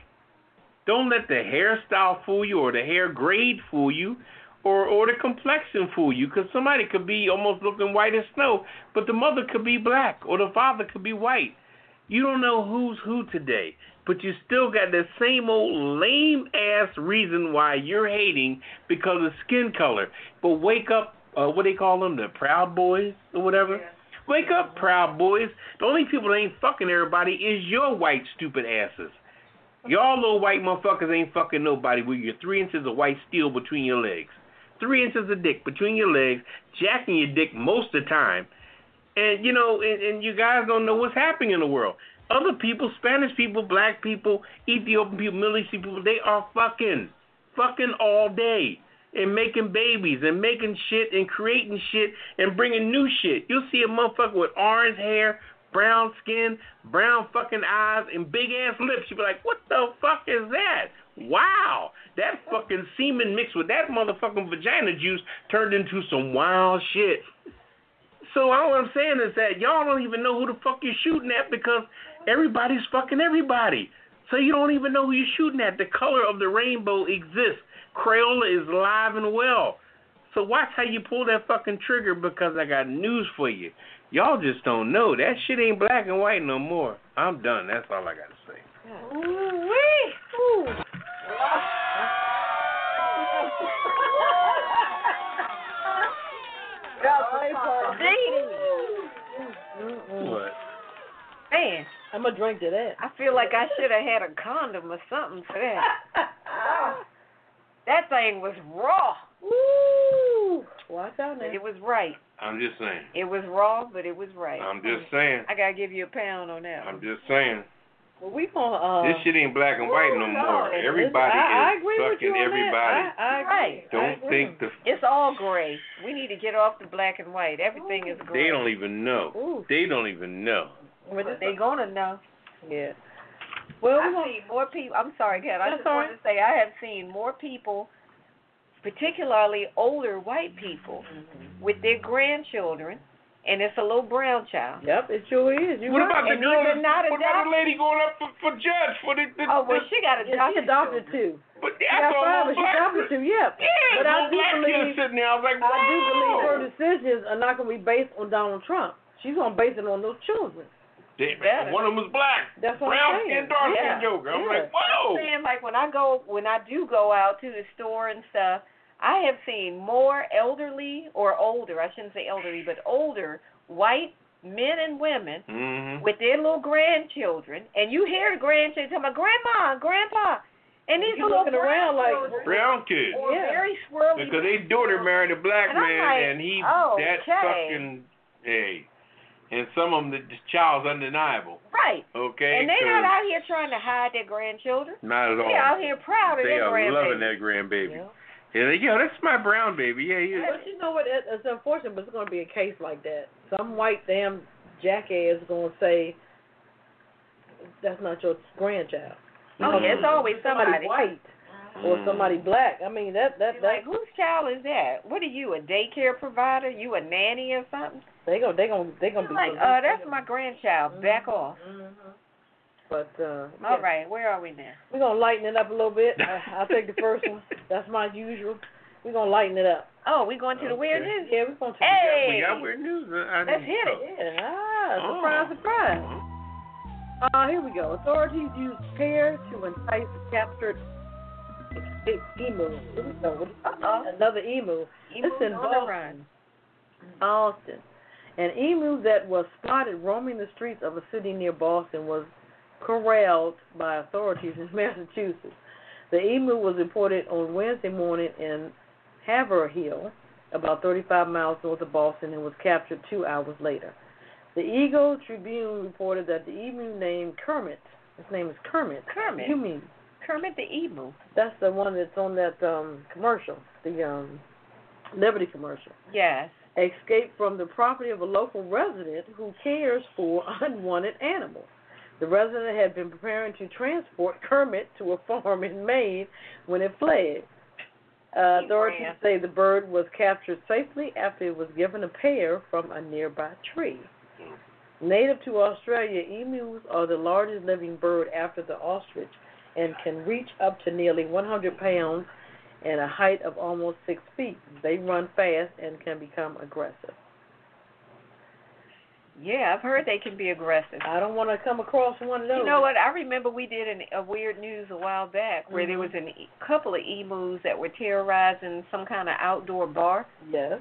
Speaker 2: Don't let the hairstyle fool you or the hair grade fool you or, or the complexion fool you because somebody could be almost looking white as snow, but the mother could be black or the father could be white. You don't know who's who today, but you still got that same old lame ass reason why you're hating because of skin color. But wake up, uh, what they call them, the Proud Boys or whatever. Wake up, Proud Boys. The only people that ain't fucking everybody is your white stupid asses. Y'all little white motherfuckers ain't fucking nobody with your three inches of white steel between your legs. Three inches of dick between your legs, jacking your dick most of the time. And you know, and, and you guys don't know what's happening in the world. Other people, Spanish people, black people, Ethiopian people, Middle Eastern people, they are fucking, fucking all day and making babies and making shit and creating shit and bringing new shit. You'll see a motherfucker with orange hair, brown skin, brown fucking eyes, and big ass lips. You'll be like, what the fuck is that? Wow, that fucking semen mixed with that motherfucking vagina juice turned into some wild shit. So all I'm saying is that y'all don't even know who the fuck you're shooting at because everybody's fucking everybody. So you don't even know who you're shooting at. The color of the rainbow exists. Crayola is live and well. So watch how you pull that fucking trigger because I got news for you. Y'all just don't know. That shit ain't black and white no more. I'm done. That's all I got to say.
Speaker 3: Ooh-wee. Ooh.
Speaker 2: What?
Speaker 3: Man,
Speaker 4: Mm. I'm gonna drink to that.
Speaker 3: I feel like I should have had a condom or something for that. that thing was raw.
Speaker 4: Woo! Watch out now.
Speaker 3: It was right.
Speaker 2: I'm just saying.
Speaker 3: It was raw, but it was right.
Speaker 2: I'm just saying.
Speaker 3: I gotta give you a pound on that.
Speaker 2: I'm just saying.
Speaker 4: Well, we gonna uh.
Speaker 2: This shit ain't black and white no
Speaker 4: no,
Speaker 2: more.
Speaker 4: it's-
Speaker 2: Everybody
Speaker 4: I, I
Speaker 2: is
Speaker 4: agree with you
Speaker 2: fucking
Speaker 4: on
Speaker 2: everybody.
Speaker 4: That. I, I agree.
Speaker 3: Right.
Speaker 4: I
Speaker 2: Don't
Speaker 4: agree.
Speaker 2: think the
Speaker 3: It's all gray. We need to get off the black and white. Everything is gray.
Speaker 2: they don't even know.
Speaker 4: Ooh.
Speaker 2: They don't even know.
Speaker 3: But they gonna know.
Speaker 4: Yeah. Well, we
Speaker 3: I've
Speaker 4: gonna,
Speaker 3: seen more people. I'm sorry, Kat. I
Speaker 4: That's
Speaker 3: just wanted to say I have seen more people, particularly older white people, with their grandchildren, and it's a little brown child.
Speaker 4: yep, it sure is. You
Speaker 2: what
Speaker 4: right.
Speaker 2: about the
Speaker 3: And
Speaker 2: girl?
Speaker 3: they're
Speaker 2: that-
Speaker 3: not
Speaker 2: what about the
Speaker 3: adopted.
Speaker 2: lady going up for, for judge for the? the
Speaker 3: Oh well,
Speaker 2: the-
Speaker 3: she got
Speaker 4: Yeah, she adopted
Speaker 3: adopted.
Speaker 4: too.
Speaker 2: but
Speaker 4: She
Speaker 2: that's
Speaker 4: got five,
Speaker 2: all
Speaker 4: but she
Speaker 2: black.
Speaker 4: adopted two. Yep.
Speaker 2: Yeah,
Speaker 4: But I
Speaker 2: little
Speaker 4: do
Speaker 2: black kid
Speaker 4: believe-
Speaker 2: sitting there. I was like,
Speaker 4: I do believe her
Speaker 2: wow.
Speaker 4: decisions are not gonna be based on Donald Trump. She's gonna base it on those children.
Speaker 2: Damn it,
Speaker 3: better.
Speaker 2: One of them was black.
Speaker 4: That's what I'm
Speaker 2: Brown
Speaker 4: saying.
Speaker 2: skin, dark
Speaker 4: yeah.
Speaker 2: skin joker. I'm
Speaker 4: yeah.
Speaker 2: like, whoa.
Speaker 3: saying like when I go when I do go out to the store and stuff, I have seen more elderly or older, I shouldn't say elderly, but older white men and women
Speaker 2: Mm-hmm.
Speaker 3: with their little grandchildren and you hear the grandchildren talking about grandma and grandpa and these
Speaker 4: You
Speaker 3: little
Speaker 4: looking around like,
Speaker 3: grandchildren
Speaker 2: Brown kid.
Speaker 3: or
Speaker 4: Yeah.
Speaker 3: very swirly
Speaker 2: Because they daughter married a black
Speaker 3: And I'm
Speaker 2: man,
Speaker 3: like,
Speaker 2: and he
Speaker 4: oh,
Speaker 3: okay.
Speaker 2: that fucking hey. And some of them, the, the child's undeniable.
Speaker 3: right.
Speaker 2: Okay,
Speaker 3: And they're
Speaker 2: 'Cause
Speaker 3: not out here trying to hide their grandchildren.
Speaker 2: not at all.
Speaker 3: They're out here proud of
Speaker 2: they
Speaker 3: their Oh,
Speaker 2: are loving
Speaker 3: grandbaby.
Speaker 2: that grandbaby.
Speaker 4: Yeah.
Speaker 2: Yeah, they- yeah, that's my brown baby. Yeah, yeah.
Speaker 4: But you know what? It, it's unfortunate, but it's going to be a case like that. Some white damn jackass going to say, "That's not your grandchild."
Speaker 3: Oh yeah, it's always Hmm.
Speaker 4: Somebody white or
Speaker 2: Mm-hmm.
Speaker 4: somebody black. I mean, that that
Speaker 3: Be
Speaker 4: that
Speaker 3: Like, whose child is that? What are you, a daycare provider? You a nanny or something?
Speaker 4: they go they going they going to
Speaker 3: I'm
Speaker 4: be
Speaker 3: like, uh, that's my
Speaker 4: Mm-hmm.
Speaker 3: grandchild. Back off.
Speaker 4: But uh,
Speaker 3: All right, where are we now?
Speaker 4: we're going to lighten it up a little bit. I, I'll take the first one. That's my usual. We're going to lighten it up.
Speaker 3: Oh, we going to the weird news?
Speaker 4: Yeah, we're going to.
Speaker 3: Hey,
Speaker 2: We got weird news. uh, I
Speaker 3: let's
Speaker 2: didn't-
Speaker 3: hit it.
Speaker 4: Yeah. Ah, surprise,
Speaker 2: Oh.
Speaker 4: surprise. Uh, here we go. Authorities use care to entice captured escaped emu. Here we go. What is-
Speaker 3: Uh-oh.
Speaker 4: uh, Another emu.
Speaker 3: Emu's
Speaker 4: It's in
Speaker 3: on the
Speaker 4: Boston.
Speaker 3: run.
Speaker 4: Austin. An emu that was spotted roaming the streets of a city near Boston was corralled by authorities in Massachusetts. The emu was reported on Wednesday morning in Haverhill, about 35 miles north of Boston, and was captured two hours later. The Eagle Tribune reported that the emu named Kermit, his name is Kermit.
Speaker 3: Kermit.
Speaker 4: You mean
Speaker 3: Kermit the Emu.
Speaker 4: that's the one that's on that um commercial, the um Liberty commercial.
Speaker 3: Yes.
Speaker 4: escaped from the property of a local resident who cares for unwanted animals. The resident had been preparing to transport Kermit to a farm in Maine when it fled. Uh,
Speaker 3: He
Speaker 4: authorities
Speaker 3: ran.
Speaker 4: say the bird was captured safely after it was given a pair from a nearby tree.
Speaker 3: Hmm.
Speaker 4: Native to Australia, emus are the largest living bird after the ostrich and can reach up to nearly 100 pounds and a height of almost six feet. They run fast and can become aggressive.
Speaker 3: Yeah, I've heard they can be aggressive.
Speaker 4: I don't want to come across one of those.
Speaker 3: You know what? I remember we did an, a weird news a while back where
Speaker 4: Mm-hmm.
Speaker 3: there was an e- couple of emus that were terrorizing some kind of outdoor bar,
Speaker 4: Yes.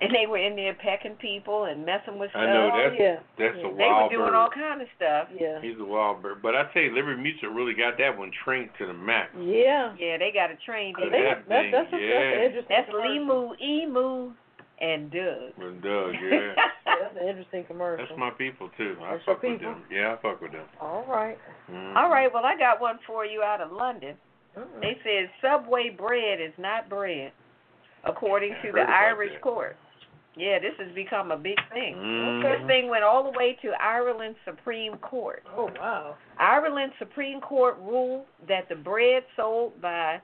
Speaker 3: and they were in there pecking people and messing with stuff.
Speaker 2: I know that's
Speaker 4: Yeah.
Speaker 2: that's
Speaker 4: Yeah.
Speaker 2: a
Speaker 3: they were
Speaker 2: wild
Speaker 3: doing
Speaker 2: bird.
Speaker 3: all kind of stuff.
Speaker 4: Yeah.
Speaker 2: He's a wild bird, but I tell you, Liberty Mutual really got that one trained to the max.
Speaker 3: Mm.
Speaker 4: Yeah.
Speaker 3: Yeah, they got a train.
Speaker 2: Yeah,
Speaker 3: there.
Speaker 4: That- that- that's, a- that's, an
Speaker 2: yeah.
Speaker 4: interesting.
Speaker 3: That's
Speaker 4: commercial.
Speaker 3: Lemu, Emu, and Doug.
Speaker 2: With Doug, Oh, yeah.
Speaker 4: That's an interesting commercial.
Speaker 2: That's my people too. I
Speaker 4: That's your
Speaker 2: fuck with
Speaker 4: people.
Speaker 2: them. Yeah, I fuck with them.
Speaker 4: All right.
Speaker 2: Mhm.
Speaker 3: All right, well, I got one for you out of London.
Speaker 4: Mm-mm.
Speaker 3: They said Subway bread is not bread, according
Speaker 2: I
Speaker 3: to
Speaker 2: heard
Speaker 3: the
Speaker 2: about
Speaker 3: Irish
Speaker 2: that.
Speaker 3: court. Yeah, this has become a big thing. This
Speaker 2: Mhm.
Speaker 3: thing went all the way to Ireland's Supreme Court.
Speaker 4: Oh wow.
Speaker 3: Ireland's Supreme Court ruled that the bread sold by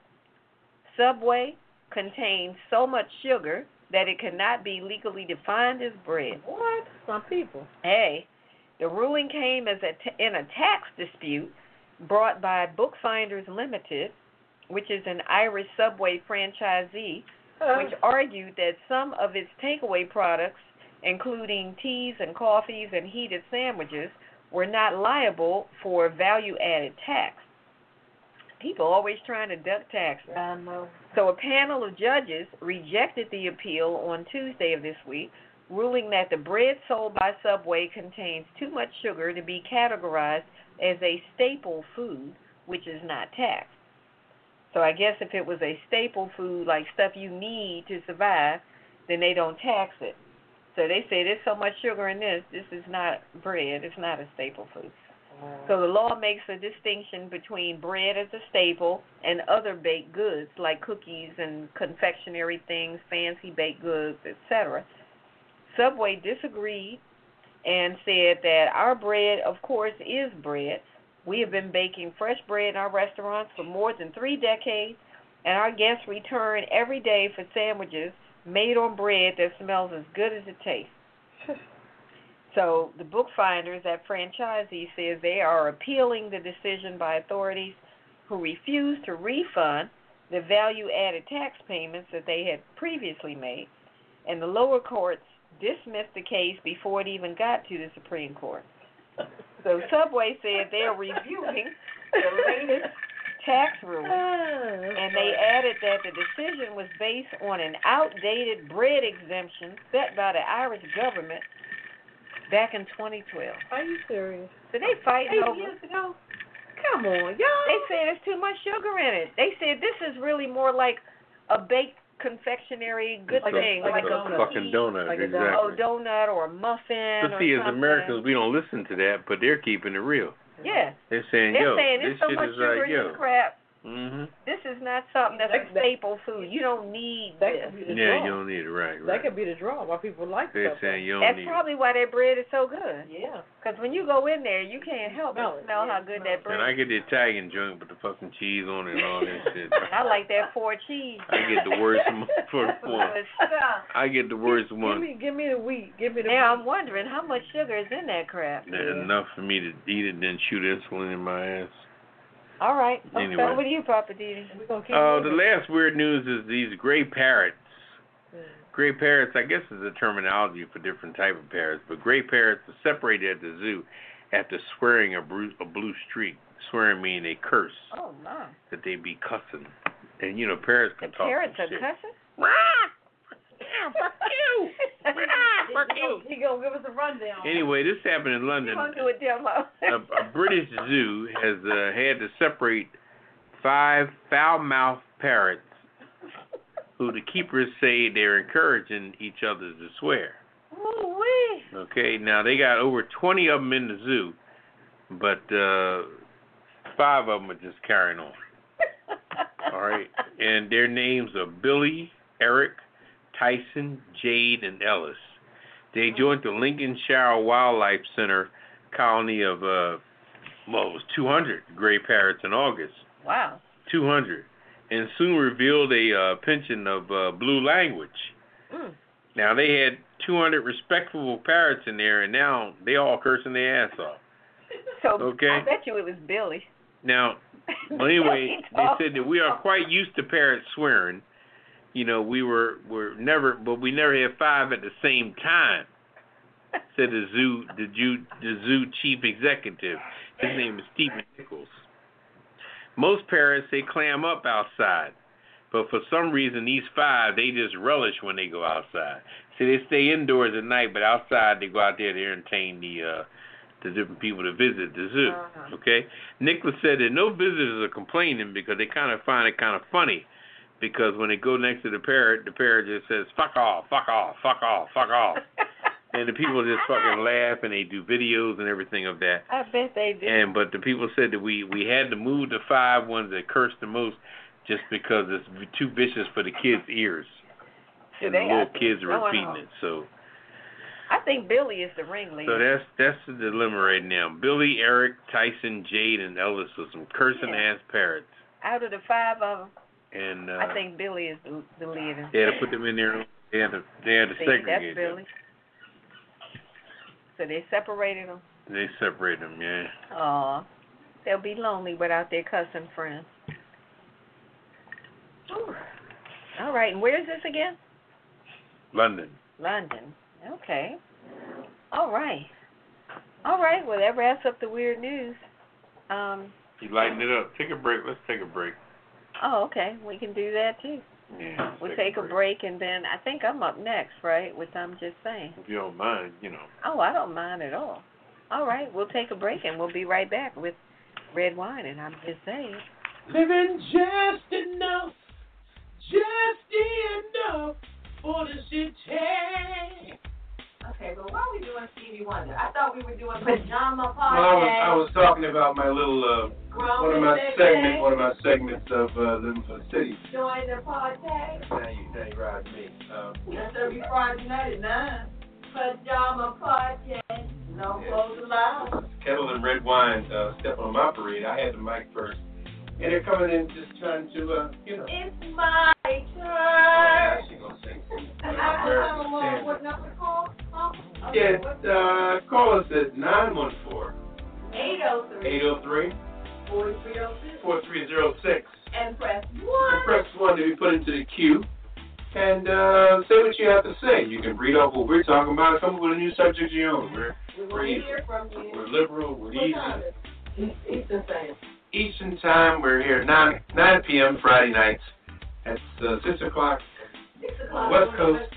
Speaker 3: Subway contained so much sugar that it cannot be legally defined as bread.
Speaker 4: What? Some people.
Speaker 3: Hey, the ruling came as a t- in a tax dispute brought by Bookfinders Limited, which is an Irish Subway franchisee, which argued that some of its takeaway products, including teas and coffees and heated sandwiches, were not liable for value-added tax. People always trying to duck taxes.
Speaker 4: I know.
Speaker 3: So a panel of judges rejected the appeal on Tuesday of this week, ruling that the bread sold by Subway contains too much sugar to be categorized as a staple food, which is not taxed. So I guess if it was a staple food, like stuff you need to survive, then they don't tax it. So they say there's so much sugar in this, this is not bread, it's not a staple food. So the law makes a distinction between bread as a staple and other baked goods like cookies and confectionery things, fancy baked goods, etc. Subway disagreed and said that our bread, of course, is bread. We have been baking fresh bread in our restaurants for more than three decades, and our guests return every day for sandwiches made on bread that smells as good as it tastes. So the bookfinders at franchisee says they are appealing the decision by authorities who refused to refund the value-added tax payments that they had previously made, and the lower courts dismissed the case before it even got to the Supreme Court. So Subway said they are reviewing the latest tax
Speaker 4: Ah,
Speaker 3: ruling and they added that the decision was based on an outdated bread exemption set by the Irish government back in 2012.
Speaker 4: Are you serious?
Speaker 3: So they fighting
Speaker 4: Eight
Speaker 3: over.
Speaker 4: years ago. Come on, y'all.
Speaker 3: They said there's too much sugar in it. They said this is really more like a baked confectionery good
Speaker 2: It's a-
Speaker 3: thing,
Speaker 2: it's
Speaker 3: like
Speaker 2: a,
Speaker 3: a,
Speaker 2: fucking donut,
Speaker 4: Like a
Speaker 2: exactly.
Speaker 4: donut.
Speaker 3: oh donut or a muffin.
Speaker 2: But
Speaker 3: or
Speaker 2: see, as
Speaker 3: something.
Speaker 2: Americans, we don't listen to that, but they're keeping it real.
Speaker 3: yeah,
Speaker 2: They're saying,
Speaker 3: they're
Speaker 2: yo,
Speaker 3: saying
Speaker 2: this
Speaker 3: there's so
Speaker 2: shit
Speaker 3: much
Speaker 2: is
Speaker 3: sugar
Speaker 2: like,
Speaker 3: in
Speaker 2: yo.
Speaker 3: this crap.
Speaker 2: hmm
Speaker 3: This is not something that's a
Speaker 4: That- that-
Speaker 3: staple food. You don't need
Speaker 4: That
Speaker 3: this.
Speaker 4: could be the
Speaker 2: Yeah,
Speaker 4: draw.
Speaker 2: you don't need it, right?
Speaker 4: That
Speaker 2: Right.
Speaker 4: could be the draw why people like
Speaker 2: They're
Speaker 4: stuff.
Speaker 2: saying you don't
Speaker 3: That's
Speaker 2: need
Speaker 3: probably why their bread is so good.
Speaker 4: like- Yeah.
Speaker 3: Because when you go in there, you can't help
Speaker 4: Smell
Speaker 3: but
Speaker 4: it,
Speaker 3: smell
Speaker 4: yeah,
Speaker 3: how good
Speaker 4: smell
Speaker 3: that
Speaker 4: it.
Speaker 2: it. And
Speaker 3: bread
Speaker 2: I
Speaker 3: is.
Speaker 2: get the Italian joint with the fucking cheese on it and all that shit.
Speaker 3: I like that four cheese.
Speaker 2: I get the worst one for the one.
Speaker 3: Good stuff.
Speaker 2: I get the worst
Speaker 4: Give
Speaker 2: one.
Speaker 4: me, give me the wheat. Give me the.
Speaker 3: Now
Speaker 4: wheat.
Speaker 3: I'm wondering how much sugar is in that crap.
Speaker 2: There's Enough for me to eat it, then shoot insulin in my ass.
Speaker 3: All right.
Speaker 2: Anyway.
Speaker 3: So what do you, Papa Didi?
Speaker 4: We're gonna keep.
Speaker 2: Uh, the
Speaker 4: moving.
Speaker 2: last weird news is these gray parrots.
Speaker 4: Mm.
Speaker 2: Gray parrots, I guess, is a terminology for different type of parrots, but gray parrots are separated at the zoo after swearing a, bru- a blue streak. Swearing meaning they curse,
Speaker 3: Oh my.
Speaker 2: that they be cussing. And, you know, parrots
Speaker 3: The
Speaker 2: can talk
Speaker 3: parrots
Speaker 2: some
Speaker 3: are
Speaker 2: shit.
Speaker 3: cussing.
Speaker 2: fuck you! Ah, fuck you!
Speaker 4: He gonna give us a rundown.
Speaker 2: Anyway, this happened in
Speaker 3: You
Speaker 2: London.
Speaker 3: gonna do a demo?
Speaker 2: a, a British zoo has uh, had to separate five foul-mouthed parrots, who the keepers say they're encouraging each other to swear.
Speaker 3: Ooh wee.
Speaker 2: Okay, Okay, now they got over 20 of them in the zoo, but uh, five of them are just carrying on. All right, and their names are Billy, Eric, Tyson, Jade, and Ellis. They joined the Lincolnshire Wildlife Center colony of uh, well, it was 200 gray parrots in August.
Speaker 3: Wow.
Speaker 2: 200, and soon revealed a uh, penchant of uh, blue language.
Speaker 3: Mm.
Speaker 2: Now they had 200 respectable parrots in there, and now they all cursing their ass off.
Speaker 3: So
Speaker 2: Okay.
Speaker 3: I bet you it was Billy.
Speaker 2: Now, well, anyway, they said that we are quite used to parrots swearing. You know, we were were never, but we never had five at the same time. Said the zoo, the zoo, the zoo chief executive. His name is Stephen Nichols. Most parrots they clam up outside, but for some reason these five they just relish when they go outside. See, they stay indoors at night, but outside they go out there to entertain the uh, the different people that visit the zoo.
Speaker 3: Oh.
Speaker 2: Okay. Nicholas said that no visitors are complaining because they kind of find it kind of funny because when they go next to the parrot, the parrot just says "fuck off, fuck off, fuck off, fuck off," and the people just fucking laugh and they do videos and everything of that.
Speaker 3: I bet they did.
Speaker 2: And but the people said that we we had to move the five ones that curse the most just because it's v- too vicious for the kids' ears.
Speaker 3: So
Speaker 2: and the
Speaker 3: they
Speaker 2: little
Speaker 3: got some
Speaker 2: kids are
Speaker 3: going
Speaker 2: repeating
Speaker 3: on.
Speaker 2: it. So
Speaker 3: I think Billy is the
Speaker 2: so
Speaker 3: ringleader.
Speaker 2: that's that's the dilemma right now. Billy, Eric, Tyson, Jade, and Ellis are some cursing
Speaker 3: Yeah.
Speaker 2: ass parrots.
Speaker 3: Out of the five of them,
Speaker 2: And uh,
Speaker 3: I think Billy is the, the leader.
Speaker 2: they had to put them in there. They had to they had to
Speaker 3: See,
Speaker 2: segregate
Speaker 3: that's
Speaker 2: them.
Speaker 3: Billy. So they separated them.
Speaker 2: They separate them. Yeah.
Speaker 3: Aw, they'll be lonely without their cousin friends. Ooh. All right, and where is this again?
Speaker 2: London.
Speaker 3: London. Okay. All right. All right. Well, that wraps up the weird news. Um.
Speaker 2: You lighten it up. Take a break. Let's take a break.
Speaker 3: Oh, okay. We can do that too.
Speaker 2: Yeah.
Speaker 3: We'll take a break, and then I think I'm up next, right? With I'm just saying.
Speaker 2: If you don't mind, you know.
Speaker 3: Oh, I don't mind at all. All right, we'll take a break and we'll be right back with red wine. And I'm just saying.
Speaker 11: Living just enough, just enough for the city.
Speaker 6: Okay, but why are we doing Stevie Wonder? I thought we were doing pajama
Speaker 7: Well, I was, I
Speaker 6: party.
Speaker 7: was talking about my little uh, one of my segments, one of my segments of uh, Living for the City.
Speaker 6: Join the party.
Speaker 7: Now you, now you ride me. Uh,
Speaker 6: That's every Friday night at nine. Pajama party. No clothes allowed.
Speaker 7: Kettle and red wine. Uh, step on my parade. I had the mic first, and they're coming in just trying to, uh, you know.
Speaker 6: It's my
Speaker 7: Now
Speaker 6: turn.
Speaker 7: she gonna sing some uh,
Speaker 6: I, I don't
Speaker 7: American
Speaker 6: know
Speaker 7: standard.
Speaker 6: what number call. Huh? Okay,
Speaker 7: Yes, uh, call us at 914
Speaker 6: 803
Speaker 7: 803
Speaker 6: 4306
Speaker 7: 4306.
Speaker 6: and press 1.
Speaker 7: Press 1 to be put into the queue. And uh, say what you have to say. You can read off what we're talking about and come up with a new subject of your own. We're,
Speaker 6: We want to hear from you.
Speaker 7: we're liberal, we're
Speaker 6: What time
Speaker 7: easy.
Speaker 6: is it? Eastern Standard.
Speaker 7: Eastern Time, we're here 9, 9 p.m. Friday nights. That's uh, 6 o'clock.
Speaker 6: Six o'clock.
Speaker 7: West
Speaker 6: on the
Speaker 7: Coast.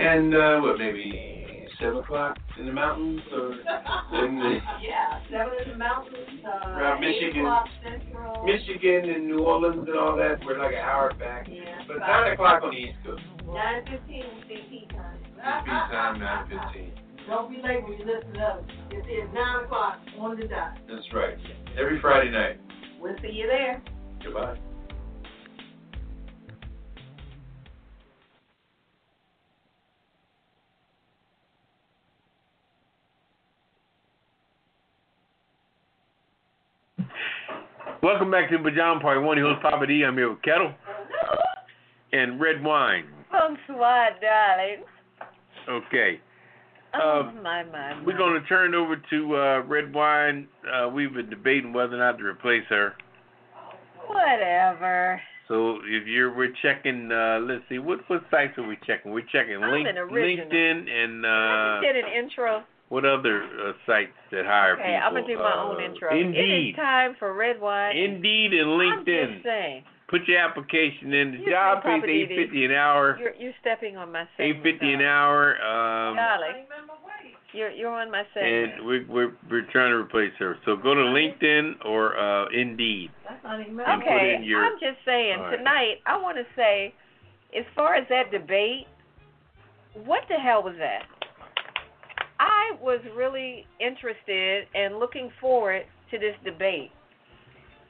Speaker 7: And, uh, what, maybe 7 o'clock in the mountains? Or in the,
Speaker 6: Yeah, seven in the mountains. Uh,
Speaker 7: Around
Speaker 6: eight
Speaker 7: Michigan.
Speaker 6: o'clock Central.
Speaker 7: Michigan and New Orleans and all that, we're like an hour back.
Speaker 6: Yeah.
Speaker 7: But 9 o'clock on the East Coast.
Speaker 6: Nine fifteen will be tea time.
Speaker 7: East Time, 9.15.
Speaker 6: Don't be late when you listen up. It is nine o'clock on the dot.
Speaker 7: That's right. Every Friday night.
Speaker 6: We'll see you there.
Speaker 7: Goodbye.
Speaker 2: Welcome back to Pajama Party. One of your hosts, Papa D. I'm here with Kettle and red wine.
Speaker 3: Bonsoir, darling.
Speaker 2: Okay.
Speaker 3: Oh,
Speaker 2: Um,
Speaker 3: my, my, my.
Speaker 2: We're going to turn it over to uh, Red Wine. Uh, we've been debating whether or not to replace her.
Speaker 3: Whatever.
Speaker 2: So if you're, we're checking. Uh, let's see, what what sites are we checking? We're checking
Speaker 3: I'm
Speaker 2: Link,
Speaker 3: an original.
Speaker 2: LinkedIn
Speaker 3: I
Speaker 2: and uh,
Speaker 3: just did an intro.
Speaker 2: what other uh, sites that hire
Speaker 3: Okay,
Speaker 2: people?
Speaker 3: I'm going to do my
Speaker 2: Uh,
Speaker 3: own intro. It
Speaker 2: Indeed,
Speaker 3: is time for red wine.
Speaker 2: Indeed, and
Speaker 3: I'm
Speaker 2: LinkedIn.
Speaker 3: just saying.
Speaker 2: Put your application in. The
Speaker 3: You
Speaker 2: job
Speaker 3: say Papa
Speaker 2: pays eight
Speaker 3: Didi.
Speaker 2: fifty an hour.
Speaker 3: You're, you're stepping on my
Speaker 2: Eight
Speaker 3: segment.
Speaker 2: fifty an
Speaker 3: darling.
Speaker 2: hour. Um,
Speaker 3: Darling, you're, you're on my segment.
Speaker 2: and we're we're we're trying to replace her. So go to LinkedIn or uh, Indeed.
Speaker 6: That's not even
Speaker 2: and put
Speaker 3: Okay,
Speaker 2: in your-
Speaker 3: I'm just saying
Speaker 2: All right.
Speaker 3: tonight. I want to say, as far as that debate, what the hell was that? I I was really interested and looking forward to this debate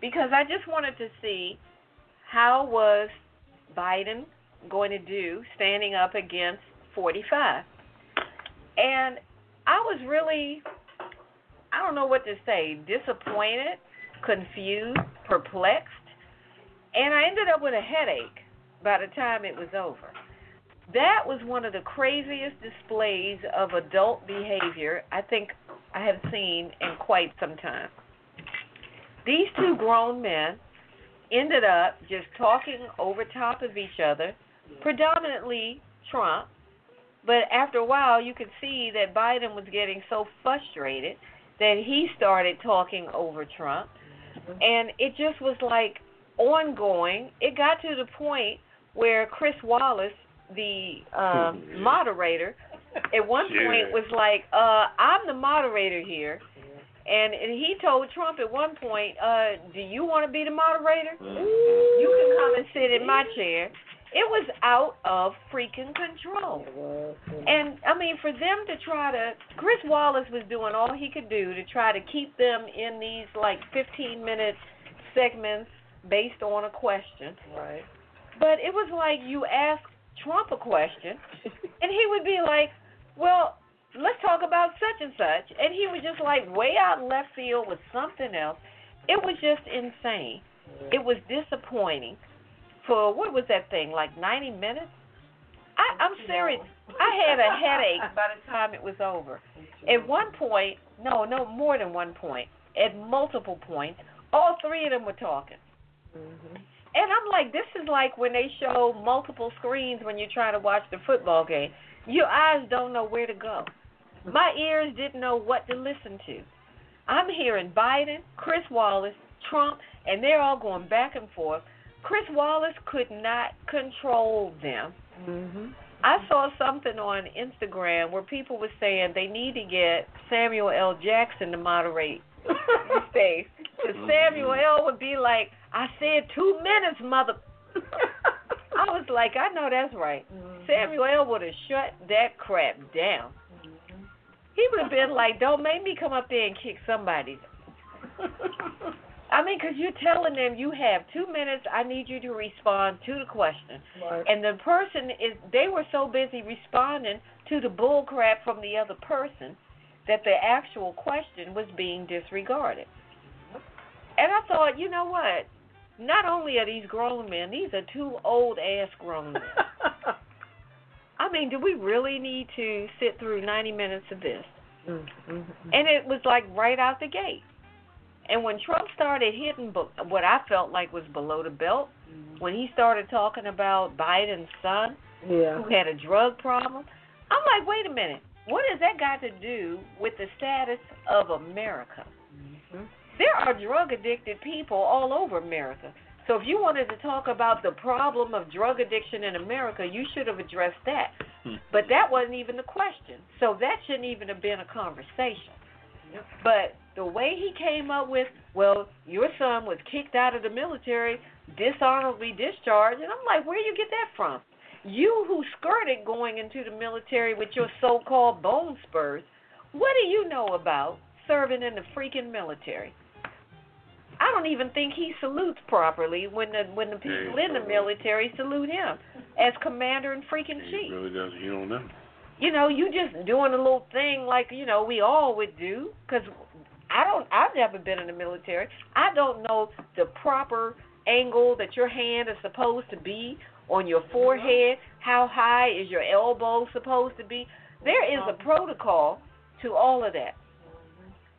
Speaker 3: because I just wanted to see how was Biden going to do standing up against 45. And I was really I don't know what to say, disappointed, confused, perplexed, and I ended up with a headache by the time it was over. That was one of the craziest displays of adult behavior I think I have seen in quite some time. These two grown men ended up just talking over top of each other, predominantly Trump, but after a while you could see that Biden was getting so frustrated that he started talking over Trump. And it just was like ongoing. It got to the point where Chris Wallace, the um, moderator, at one point was like, uh, I'm the moderator here. And, and he told Trump at one point, uh, Do you want to be the moderator? You can come and sit in my chair. It was out of freaking control. And I mean, for them to try to, Chris Wallace was doing all he could do to try to keep them in these like 15 minute segments based on a question.
Speaker 4: Right.
Speaker 3: But it was like you ask Trump a question, and he would be like, "Well, let's talk about such and such," and he was just like way out left field with something else. It was just insane. It was disappointing. For what was that thing? Like 90 minutes? I, I'm serious. I had a headache by the time it was over. At one point, no, no, more than one point. At multiple points, all three of them were talking. And I'm like, this is like when they show multiple screens when you're trying to watch the football game. Your eyes don't know where to go. My ears didn't know what to listen to. I'm hearing Biden, Chris Wallace, Trump, and they're all going back and forth. Chris Wallace could not control them.
Speaker 4: Mm-hmm.
Speaker 3: I saw something on Instagram where people were saying they need to get Samuel L. Jackson to moderate the space. Because Samuel L. would be like, I said two minutes, mother. I was like, I know that's right. Samuel L. would have shut that crap down. He would have been like, don't make me come up there and kick somebody's. I mean, because you're telling them you have two minutes. I need you to respond to the question.
Speaker 4: Right.
Speaker 3: And the person is they were so busy responding to the bull crap from the other person that the actual question was being disregarded. And I thought, you know what? Not only are these grown men, these are two old ass grown men. I mean, do we really need to sit through 90 minutes of this? Mm-hmm. And it was like right out the gate. And when Trump started hitting bu- what I felt like was below the belt, when he started talking about Biden's son,
Speaker 4: yeah.
Speaker 3: who had a drug problem. I'm like, wait a minute. What has that got to do with the status of America? There are drug addicted people all over America. So if you wanted to talk about the problem of drug addiction in America, you should have addressed that.
Speaker 2: Mm-hmm.
Speaker 3: But that wasn't even the question. So that shouldn't even have been a conversation. But the way he came up with, well, your son was kicked out of the military, dishonorably discharged, and I'm like, where you get that from? You who skirted going into the military with your so called bone spurs, what do you know about serving in the freaking military? I don't even think he salutes properly when the when the
Speaker 2: Yeah, he
Speaker 3: people in the
Speaker 2: don't.
Speaker 3: military salute him as commander and freaking
Speaker 2: He
Speaker 3: chief
Speaker 2: really doesn't. You don't know.
Speaker 3: you know, you just doing a little thing like you know we all would do. Because I don't, I've never been in the military. I don't know the proper angle that your hand is supposed to be on your forehead. How high is your elbow supposed to be? There is a protocol to all of that.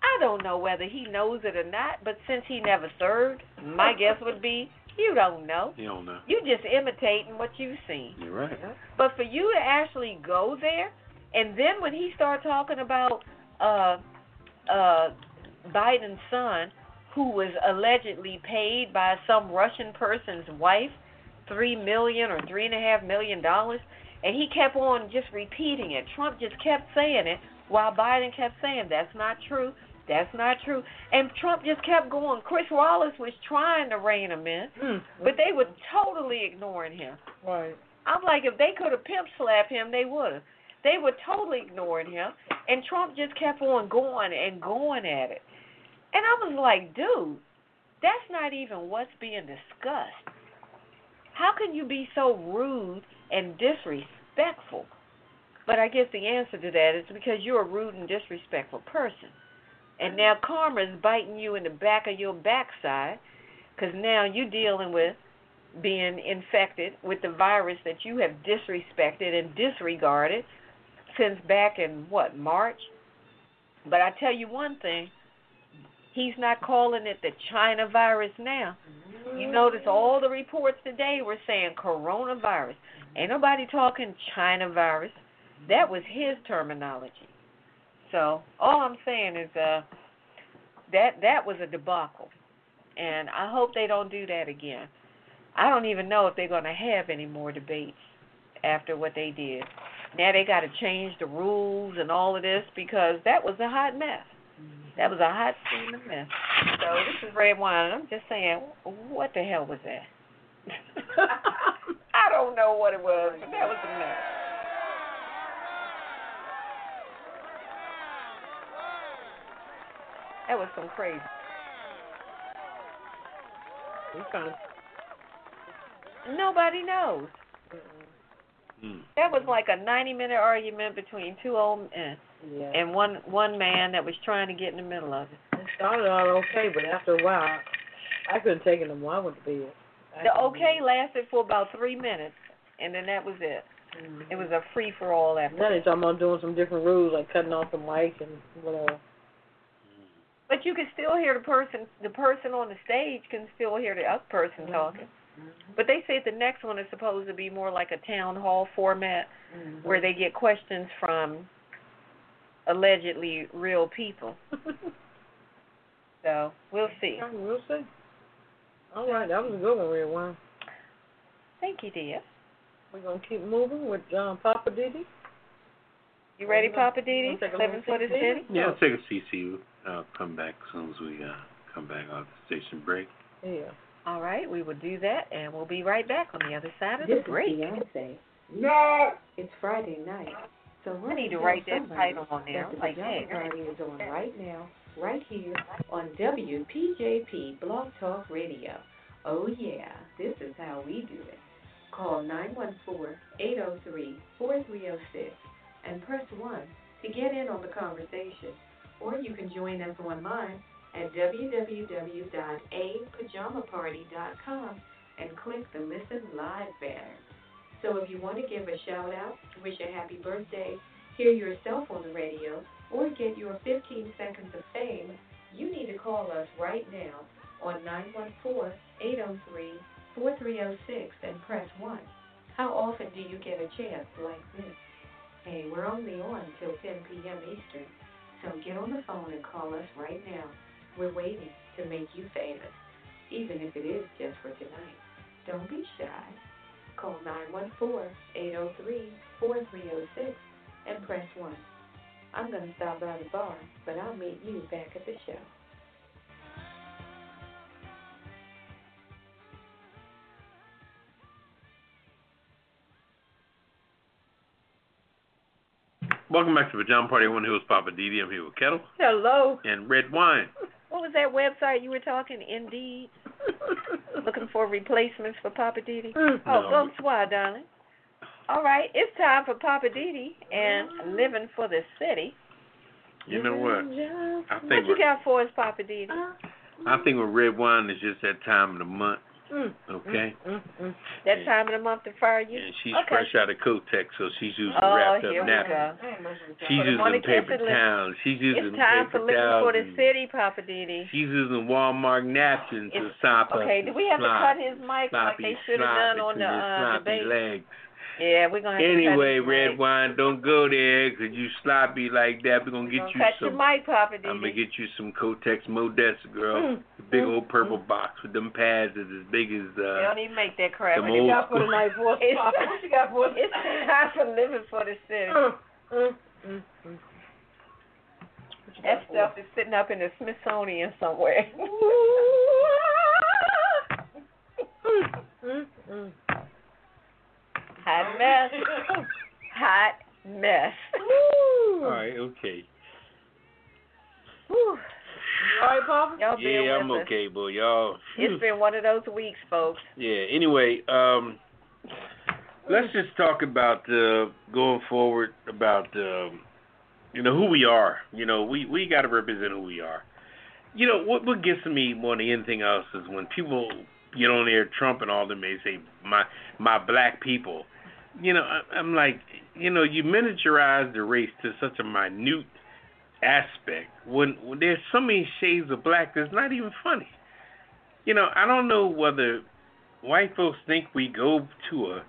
Speaker 3: I don't know whether he knows it or not, but since he never served, my guess would be you don't know.
Speaker 2: You don't know.
Speaker 3: You just imitating what you've seen.
Speaker 2: You're right.
Speaker 3: But for you to actually go there, and then when he started talking about uh, uh, Biden's son, who was allegedly paid by some Russian person's wife three million or three and a half million dollars, and he kept on just repeating it. Trump just kept saying it, while Biden kept saying that's not true, that's not true, and Trump just kept going. Chris Wallace was trying to rein him in, but they were totally ignoring him.
Speaker 4: Right.
Speaker 3: I'm like, if they could have pimp slapped him, they would have. They were totally ignoring him, and Trump just kept on going and going at it. And I was like, dude, that's not even what's being discussed. How can you be so rude and disrespectful? But I guess the answer to that is because you're a rude and disrespectful person. And now karma's biting you in the back of your backside because now you're dealing with being infected with the virus that you have disrespected and disregarded since back in what, March? But I tell you one thing, he's not calling it the China virus now. You notice all the reports today were saying coronavirus. Ain't nobody talking China virus. That was his terminology. So all I'm saying is uh that that was a debacle. And I hope they don't do that again. I don't even know if they're going to have any more debates after what they did. Now they got to change the rules and all of this because that was a hot mess. That was a hot steaming mess. So this is red wine. I'm just saying, what the hell was that? I don't know what it was, but that was a mess. That was some crazy.
Speaker 4: We're kind of
Speaker 3: Nobody knows.
Speaker 2: Mm.
Speaker 3: That was like a 90 minute argument between two old men
Speaker 4: yeah.
Speaker 3: and one one man that was trying to get in the middle of it.
Speaker 4: It started out okay, but after a while, I couldn't take it no more. I went to bed. I
Speaker 3: The
Speaker 4: couldn't
Speaker 3: okay lasted for about three minutes, and then that was it.
Speaker 4: do it.
Speaker 3: It was a free for all after.
Speaker 4: Now they're talking about doing some different rules, like cutting off the mic and whatever.
Speaker 3: But you can still hear the person. The person on the stage can still hear the other person talking. But they said the next one is supposed to be more like a town hall format, where they get questions from allegedly real people. so we'll see.
Speaker 4: Yeah, we'll see. All right, that was a good one, Red Wine.
Speaker 3: Thank you, dear.
Speaker 4: We're gonna keep moving with um, Papa Diddy.
Speaker 3: You ready, Papa Didi?
Speaker 4: Wanna take a
Speaker 3: Living
Speaker 4: little
Speaker 3: for the
Speaker 4: sip, Didi?
Speaker 3: city.
Speaker 2: Yeah, I'll take a CC. I'll come back as soon as we uh, come back off the station break.
Speaker 4: Yeah.
Speaker 3: All right, we will do that, and we'll be right back on the other side of the
Speaker 6: This
Speaker 3: break.
Speaker 6: is Beyonce.
Speaker 7: No!
Speaker 6: It's Friday night, so
Speaker 3: I need
Speaker 6: let me
Speaker 3: to
Speaker 6: tell
Speaker 3: write that
Speaker 6: somebody
Speaker 3: title on there.
Speaker 6: that the
Speaker 3: I'm like,
Speaker 6: pajama
Speaker 3: hey,
Speaker 6: party is on right now, right here on WPJP Blog Talk Radio. Oh yeah, this is how we do it. Call 914-803-4306 and press 1 to get in on the conversation, or you can join us online at www.apajamaparty.com and click the Listen Live banner. So if you want to give a shout out, wish a happy birthday, hear yourself on the radio, or get your 15 seconds of fame, you need to call us right now on 914-803-4306 and press 1. How often do you get a chance like this? Hey, we're only on till 10 p.m. Eastern, so get on the phone and call us right now. We're waiting to make you famous, even if it is just for tonight. Don't be shy. Call 914-803-4306 and press 1. I'm going to stop by the bar, but I'll meet you back at the show.
Speaker 2: Welcome back to the Pajama Party. Everyone who is Papa Didi. I'm here with Kettle
Speaker 4: Hello.
Speaker 2: and Red Wine.
Speaker 3: what was that website you were talking? Indeed, looking for replacements for Papa Didi.
Speaker 4: Mm,
Speaker 3: Oh,
Speaker 2: No.
Speaker 3: go swat, darling. All right, it's time for Papa Didi and living for the city.
Speaker 2: You know what? I
Speaker 3: Mm-hmm. What
Speaker 2: think
Speaker 3: you
Speaker 2: we're-
Speaker 3: got for us, Papa Didi?
Speaker 2: I think with red wine it's just that time of the month.
Speaker 4: Mm.
Speaker 3: Mm-hmm.
Speaker 2: Okay.
Speaker 4: Mm, mm.
Speaker 3: That time of the month to fire you.
Speaker 2: And she's
Speaker 3: Okay.
Speaker 2: fresh out of Kotex, so she's using
Speaker 3: Oh,
Speaker 2: wrapped up
Speaker 3: here we
Speaker 2: napkins.
Speaker 3: go.
Speaker 2: She's
Speaker 3: Wanna
Speaker 2: using
Speaker 3: kiss
Speaker 2: paper
Speaker 3: it, Lin-
Speaker 2: towels. She's using
Speaker 3: It's time for
Speaker 2: paper
Speaker 3: living
Speaker 2: towels.
Speaker 3: for the
Speaker 2: and
Speaker 3: city, Papa Didi.
Speaker 2: She's using Walmart napkins to
Speaker 3: It's-
Speaker 2: sop up
Speaker 3: Okay,
Speaker 2: the
Speaker 3: do we have to
Speaker 2: slop-
Speaker 3: cut his mic like
Speaker 2: sloppy
Speaker 3: they should have
Speaker 2: slop
Speaker 3: done on the
Speaker 2: between his
Speaker 3: uh,
Speaker 2: sloppy
Speaker 3: debate?
Speaker 2: legs.
Speaker 3: Yeah, we're gonna have to
Speaker 2: Anyway,
Speaker 3: cut his
Speaker 2: red
Speaker 3: mic.
Speaker 2: wine, don't go there 'cause you sloppy like that. We're gonna
Speaker 3: We're
Speaker 2: get
Speaker 3: gonna
Speaker 2: you
Speaker 3: cut
Speaker 2: some.
Speaker 3: your mic, Papa Didi.
Speaker 2: I'm gonna get you some Kotex Modesta, girl.
Speaker 4: Mm.
Speaker 2: The big
Speaker 4: Mm.
Speaker 3: Oh,
Speaker 2: old purple box with them pads that's as big as
Speaker 3: They
Speaker 2: uh,
Speaker 3: don't even make that crap.
Speaker 2: Them
Speaker 4: What you
Speaker 2: old
Speaker 4: got for
Speaker 2: school.
Speaker 4: tonight, boy?
Speaker 3: It's-
Speaker 4: Papa, what you got for us?
Speaker 3: It's time for living for the city.
Speaker 4: Mm, mm, mm, mm. What you got
Speaker 3: That
Speaker 4: for us?
Speaker 3: stuff is sitting up in the Smithsonian somewhere.
Speaker 4: Mm, mm. Mm-hmm. Oh.
Speaker 3: Hot mess. Hot mess.
Speaker 2: All right, okay.
Speaker 3: Whew.
Speaker 4: All right, Papa?
Speaker 3: Y'all bear
Speaker 2: yeah, I'm
Speaker 3: with us.
Speaker 2: okay, boy. Y'all.
Speaker 3: It's been one of those weeks, folks.
Speaker 2: Yeah. Anyway, um, let's just talk about uh, going forward about um, you know who we are. You know, we we got to represent who we are. You know what what gets me more than anything else is when people get on there, Trump and all them, they say my my black people. You know, I, I'm like, you know, you miniaturize the race to such a minute aspect when, when there's so many shades of black. That's not even funny. You know, I don't know whether white folks think we go to a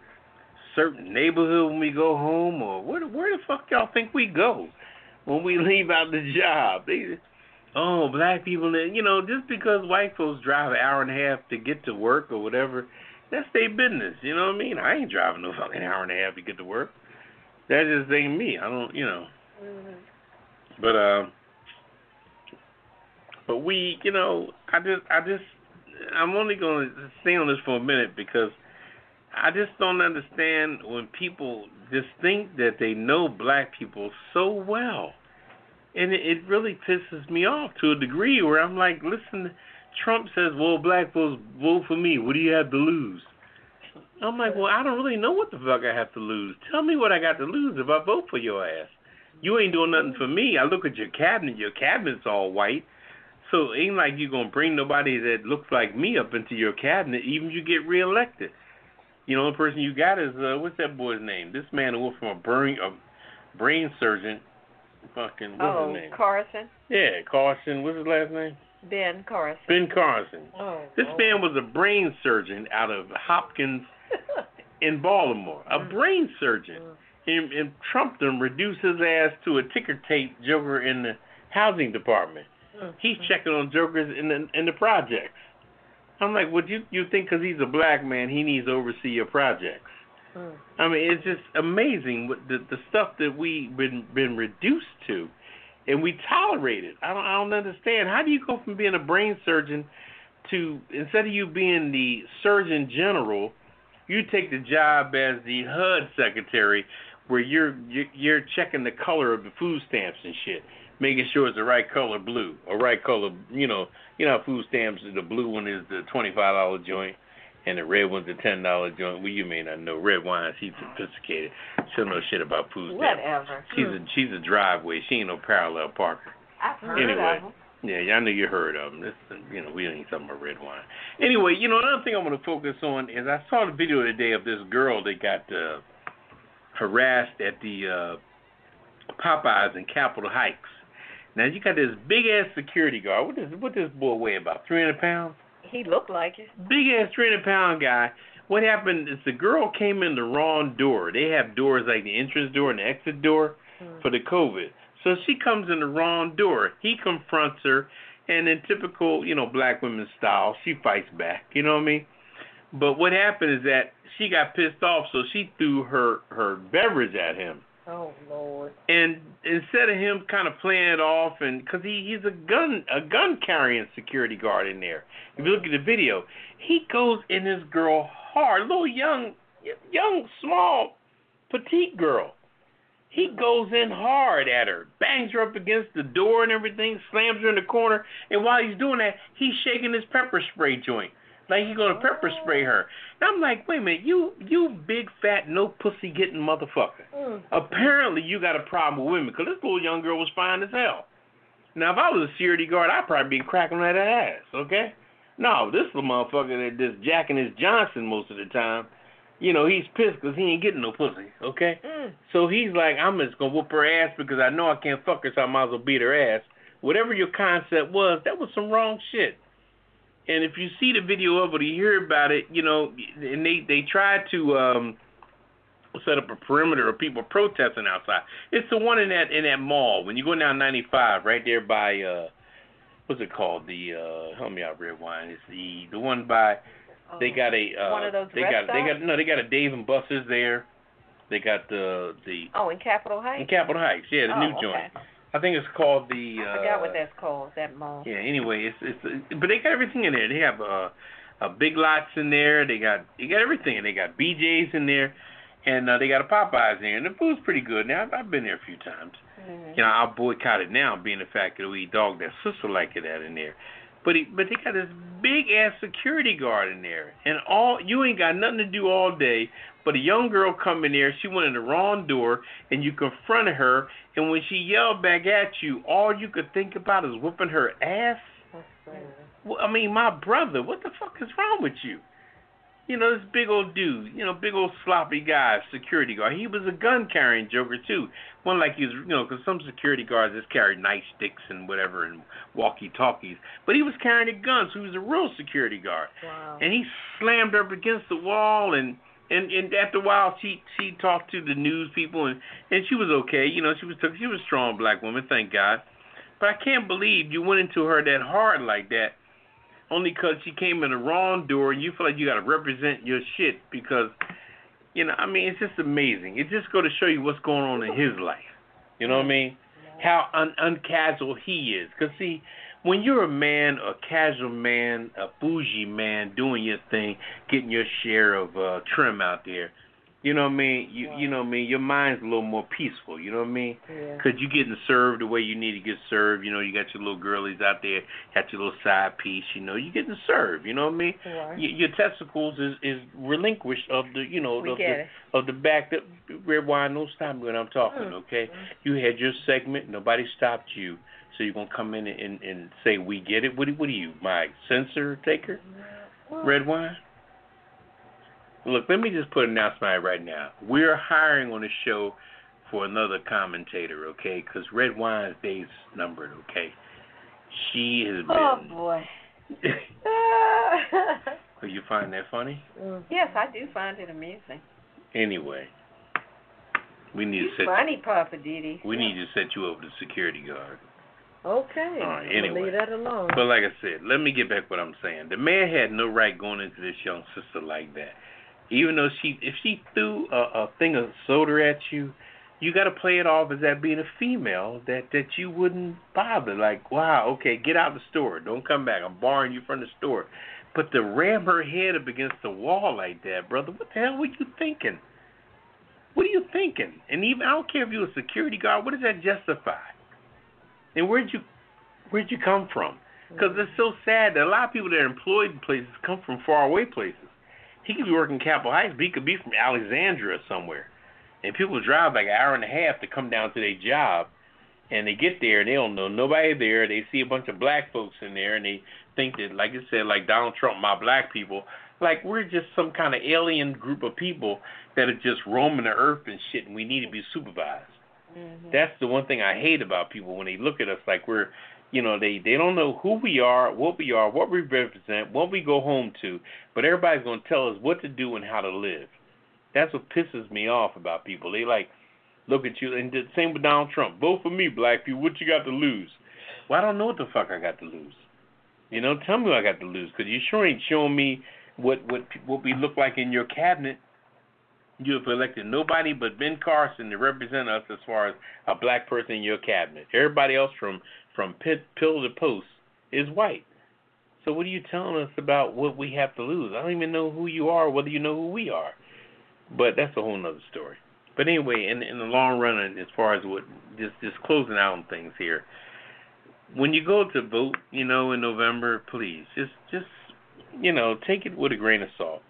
Speaker 2: certain neighborhood when we go home, or where where the fuck y'all think we go when we leave out the job? They, oh, black people, you know, just because white folks drive an hour and a half to get to work or whatever, that's their business. You know what I mean? I ain't driving no fucking hour and a half to get to work. That just ain't me. I don't, you know. But um, but we, you know, I just, I just, I'm only going to stay on this for a minute because I just don't understand when people just think that they know black people so well, and it, it really pisses me off to a degree where I'm like, listen, Trump says, well, black folks vote for me. What do you have to lose? I'm like, well, I don't really know what the fuck I have to lose. Tell me what I got to lose if I vote for your ass. You ain't doing nothing for me. I look at your cabinet. Your cabinet's all white. So it ain't like you're gonna bring nobody that looks like me up into your cabinet, even if you get reelected. You know, the person you got is uh, what's that boy's name? This man who was from a brain a brain surgeon. Fucking what's
Speaker 3: oh,
Speaker 2: his name?
Speaker 3: Carson,
Speaker 2: yeah, Carson. What's his last name?
Speaker 3: Ben Carson.
Speaker 2: Ben Carson.
Speaker 4: Oh,
Speaker 2: This
Speaker 4: Lord.
Speaker 2: man was a brain surgeon out of Hopkins in Baltimore, a brain
Speaker 4: Mm,
Speaker 2: surgeon, and, and Trump them reduced his ass to a ticker tape joker in the housing department.
Speaker 4: mm.
Speaker 2: He's checking on jokers in the in the projects. I'm like, would you you think because he's a black man he needs to oversee your projects?
Speaker 4: Mm.
Speaker 2: I mean, it's just amazing what the the stuff that we been been reduced to, and we tolerate it. I don't I don't understand. How do you go from being a brain surgeon to instead of you being the surgeon general, you take the job as the HUD secretary, where you're you're- you're checking the color of the food stamps and shit, making sure it's the right color blue or right color. You know, you know how food stamps the blue one is the twenty five dollar joint. And the red one's the ten dollar joint. Well, you may not know red wine. She's sophisticated. She don't know shit about food stamps.
Speaker 3: Whatever.
Speaker 2: She's a she's a driveway. She ain't no parallel parker.
Speaker 3: I've heard
Speaker 2: Anyway.
Speaker 3: of them.
Speaker 2: Yeah, yeah, I know you heard of them. This, you know, we ain't talking about red wine. Anyway, you know, another thing I want to focus on is I saw the video today of this girl that got uh, harassed at the uh, Popeyes in Capitol Heights. Now you got this big ass security guard. What does what this boy weigh about? Three hundred pounds.
Speaker 3: He looked like it.
Speaker 2: Big ass three hundred pound guy. What happened is the girl came in the wrong door. They have doors like the entrance door and the exit door for the COVID. So she comes in the wrong door. He confronts her, and in typical, you know, black women style, she fights back. You know what I mean? But what happened is that she got pissed off, so she threw her her beverage at him.
Speaker 4: Oh, Lord.
Speaker 2: And instead of him kind of playing it off, and because he he's a gun a gun carrying security guard in there. If you look at the video, he goes in this girl hard, little young young small petite girl. He goes in hard at her, bangs her up against the door and everything, slams her in the corner, and while he's doing that, he's shaking his pepper spray joint. Like he's gonna pepper spray her. And I'm like, wait a minute, you you big fat no pussy getting motherfucker. Apparently you got a problem with women, 'cause this little young girl was fine as hell. Now if I was a security guard, I'd probably be cracking that ass, okay? No, this little motherfucker that this jacking his Johnson most of the time, you know, he's pissed 'cause he ain't getting no pussy, okay?
Speaker 4: Mm.
Speaker 2: So he's like, I'm just gonna whoop her ass because I know I can't fuck her, so I might as well beat her ass. Whatever your concept was, that was some wrong shit. And if you see the video of it, you hear about it, you know, and they they tried to um set up a perimeter of people protesting outside. It's the one in that in that mall when you go down 95, right there by uh what's it called? The uh help me out, red wine. It's the the one by they
Speaker 3: Oh.
Speaker 2: got a uh,
Speaker 3: One of those
Speaker 2: they
Speaker 3: rest
Speaker 2: got they
Speaker 3: stops?
Speaker 2: got no they got a Dave and Buster's there. They got the the
Speaker 3: Oh, in Capitol Heights.
Speaker 2: in Capitol Heights, yeah, the
Speaker 3: oh,
Speaker 2: new
Speaker 3: okay.
Speaker 2: joint. I think it's called the.
Speaker 3: I
Speaker 2: uh,
Speaker 3: forgot what that's called. That mall.
Speaker 2: Yeah. Anyway, it's it's but they got everything in there. They have uh, uh big lots in there. They got they got everything. They got BJ's in there, and uh, they got a Popeyes there, and the food's pretty good. Now I've, I've been there a few times.
Speaker 3: Mm-hmm.
Speaker 2: You know, I'll boycott it now, being the fact that we eat dog that sister like it out in there. But he, but they got this big ass security guard in there, and all you ain't got nothing to do all day. But a young girl come in there, she went in the wrong door, and you confronted her, and when she yelled back at you, all you could think about is whipping her ass. Well, I mean, my brother, what the fuck is wrong with you? You know, this big old dude, you know, big old sloppy guy, security guard. He was a gun carrying joker, too. One like he was, you know, 'cause some security guards just carry nightsticks and whatever and walkie talkies. But he was carrying a gun, so he was a real security guard.
Speaker 4: Wow.
Speaker 2: And he slammed her up against the wall and. And and after a while, she she talked to the news people and and she was okay. You know, she was she was a strong black woman, thank God. But I can't believe you went into her that hard like that only 'cause she came in the wrong door and you feel like you got to represent your shit because, you know, I mean, it's just amazing. It's just going to show you what's going on in his life. You know what I mean? How un- uncasual he is. 'Cause see, when you're a man, a casual man, a bougie man doing your thing, getting your share of uh, trim out there, you know what I mean? You, you know what I mean? Your mind's a little more peaceful. You know what I mean?
Speaker 4: Yeah.
Speaker 2: Because you're getting served the way you need to get served. You know, you got your little girlies out there, got your little side piece. You know, you're getting served. You know what I mean?
Speaker 4: Right.
Speaker 2: Y- your testicles is is relinquished of the you know
Speaker 3: We
Speaker 2: of
Speaker 3: get
Speaker 2: the
Speaker 3: it.
Speaker 2: of the back that rewind. No stop me when I'm talking. Okay, you had your segment. Nobody stopped you. So you're gonna come in and, and, and say we get it. What do- what are you, my censor taker? Red wine. Look, let me just put an announcement out right now. We're hiring on the show for another commentator, okay? Because Red Wine's days numbered, okay? She has
Speaker 3: Oh
Speaker 2: been.
Speaker 3: boy.
Speaker 2: Oh, you find that funny?
Speaker 4: Mm.
Speaker 3: yes, I do find it amusing.
Speaker 2: Anyway, we need
Speaker 3: You
Speaker 2: to set
Speaker 3: funny, Papa Didi.
Speaker 2: we need to set you over to security guard.
Speaker 4: Okay.
Speaker 2: All right,
Speaker 4: I'm gonna
Speaker 2: anyway.
Speaker 4: Leave that alone.
Speaker 2: But like I said, let me get back what I'm saying. The man had no right going into this young sister like that. Even though she, if she threw a, a thing of soda at you, you got to play it off as that being a female that that you wouldn't bother. Like, wow, okay, get out of the store. Don't come back. I'm barring you from the store. But to ram her head up against the wall like that, brother, what the hell were you thinking? What are you thinking? And even I don't care if you're a security guard. What does that justify? And where'd you where'd you come from? Because Mm-hmm. it's so sad that a lot of people that are employed in places come from faraway places. He could be working in Capitol Heights, but he could be from Alexandria somewhere. And people drive like an hour and a half to come down to their job. And they get there and they don't know nobody there. They see a bunch of black folks in there and they think that, like I said, like Donald Trump, my black people, like we're just some kind of alien group of people that are just roaming the earth and shit and we need to be supervised. That's the one thing I hate about people when they look at us like we're, you know, they they don't know who we are, what we are, what we represent, what we go home to, but everybody's going to tell us what to do and how to live. That's what pisses me off about people. They like look at you and the same with Donald Trump. Vote for me, black people. What you got to lose? Well, I don't know what the fuck I got to lose. You know, tell me what I got to lose because you sure ain't showing me what what pe- what we look like in your cabinet. You have elected nobody but Ben Carson to represent us as far as a black person in your cabinet. Everybody else from from pit, pill to post is white. So what are you telling us about what we have to lose? I don't even know who you are, whether you know who we are. But that's a whole nother story. But anyway, in in the long run, and as far as what just just closing out on things here, when you go to vote, you know, in November, please just just you know take it with a grain of salt,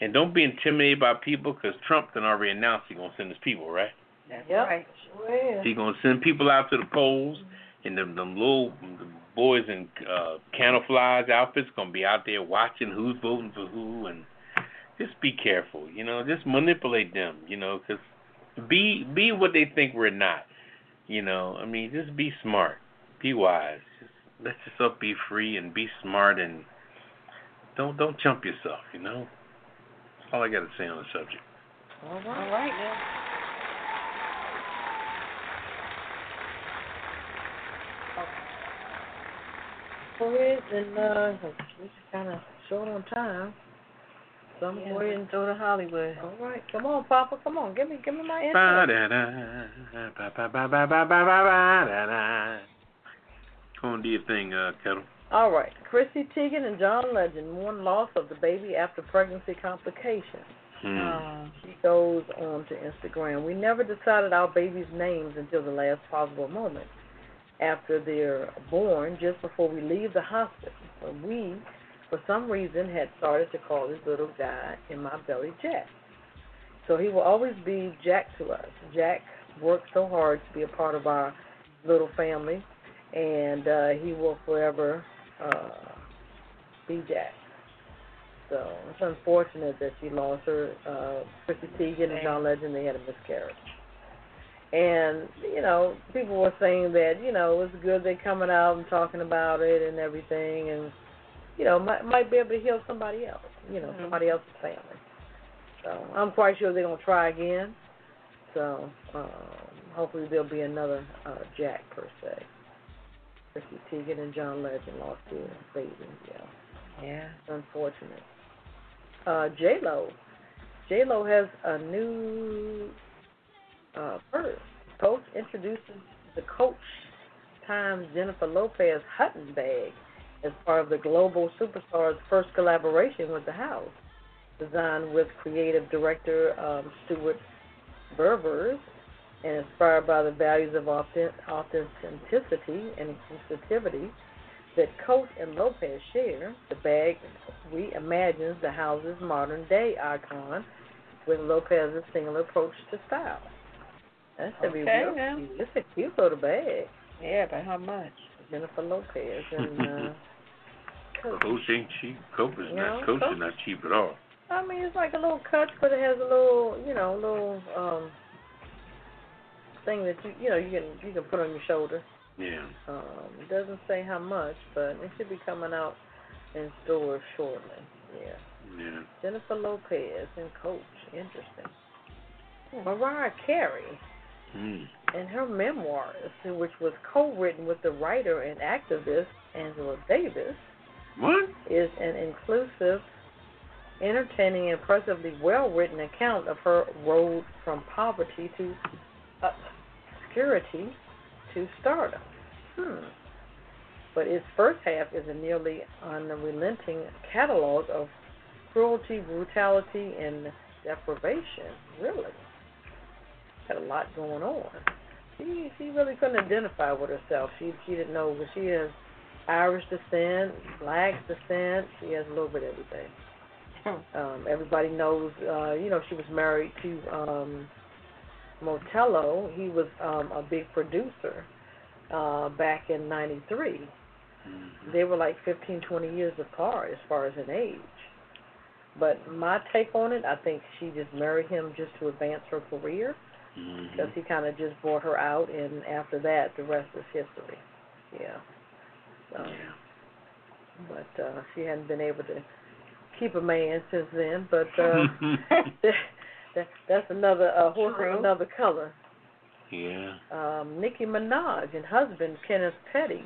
Speaker 2: and don't be intimidated by people because Trump done already announced he's gonna send his people, right?
Speaker 3: That's
Speaker 4: Yep.
Speaker 3: right.
Speaker 4: Well,
Speaker 2: He's gonna send people out to the polls, and them them little boys in uh, camouflage outfits gonna be out there watching who's voting for who, and just be careful, you know. Just manipulate them, you know, 'cause be be what they think we're not, you know. I mean, just be smart, be wise. Just let yourself be free and be smart, and don't don't jump yourself, you know. That's all I gotta say on the subject.
Speaker 4: all right.
Speaker 3: All right now.
Speaker 4: Go ahead and uh, we're kind of short on time, so I'm
Speaker 3: Yeah.
Speaker 4: going go ahead and
Speaker 3: go to Hollywood.
Speaker 4: all right. Come on, Papa. Come on, give me, give me my
Speaker 2: Ba
Speaker 4: answer.
Speaker 2: da da, ba ba ba ba ba ba ba ba da da. Go on, do your thing, uh, Kettle.
Speaker 4: All right, Chrissy Teigen and John Legend mourn loss of the baby after pregnancy complications.
Speaker 2: Mm.
Speaker 4: Uh, she goes um, to Instagram. We never decided our babies' names until the last possible moment. After they're born, just before we leave the hospital, So we, for some reason, had started to call this little guy in my belly Jack. So he will always be Jack to us. Jack worked so hard to be a part of our little family, and uh, he will forever uh, be Jack. So it's unfortunate that she lost her. Uh, Chrissy Teigen and John Legend, they had a miscarriage. And, you know, people were saying that, you know, it's good they're coming out and talking about it and everything and, you know, might, might be able to heal somebody else, you know,
Speaker 3: Mhm.
Speaker 4: somebody else's family. So I'm quite sure they're going to try again. So um, hopefully there'll be another uh, Jack, per se. Chrissy Teigen and John Legend lost their baby, yeah.
Speaker 3: Yeah.
Speaker 4: It's unfortunate. Uh, J Lo, J Lo has a new uh, purse. Coach introduces the Coach times Jennifer Lopez Hutton bag as part of the global superstar's first collaboration with the house, designed with creative director um, Stuart Berbers and inspired by the values of authen- authenticity and inclusivity that Coach and Lopez share, the bag reimagines the house's modern day icon with Lopez's singular approach to style. That should be
Speaker 3: Okay,
Speaker 4: real
Speaker 3: now.
Speaker 4: cute. It's a cute little bag.
Speaker 3: Yeah, but how much?
Speaker 4: Jennifer Lopez and uh, Coach.
Speaker 2: Coach ain't cheap. Coach is
Speaker 4: Yeah,
Speaker 2: not. Coach
Speaker 4: Coach-
Speaker 2: is not cheap at all.
Speaker 4: I mean, it's like a little clutch, but it has a little, you know, little um thing that you, you know, you can you can put on your shoulder.
Speaker 2: Yeah.
Speaker 4: Um, it doesn't say how much, but it should be coming out in stores shortly. Yeah.
Speaker 2: Yeah.
Speaker 4: Jennifer Lopez and Coach. Interesting. Mariah Carey
Speaker 2: Mm.
Speaker 4: and her memoirs, which was co-written with the writer and activist Angela Davis,
Speaker 2: What?
Speaker 4: is an inclusive, entertaining, and impressively well-written account of her road from poverty to obscurity to stardom. Hmm. But its first half is a nearly unrelenting catalog of cruelty, brutality, and deprivation. Really, had a lot going on. She she really couldn't identify with herself. She she didn't know, but she has Irish descent, black descent. She has a little bit of everything. Um, everybody knows, uh, you know, she was married to um, Motello. He was um, a big producer uh, back in '93. They were like 15, 20 years apart as far as an age. But my take on it, I think she just married him just to advance her career because he kind of just brought her out, and after that, the rest is history. Yeah. So, But uh, she hadn't been able to keep a man since then. But uh, that, that, that's another uh, horse of
Speaker 3: True.
Speaker 4: another color.
Speaker 2: yeah.
Speaker 4: Um, Nicki Minaj and husband Kenneth Petty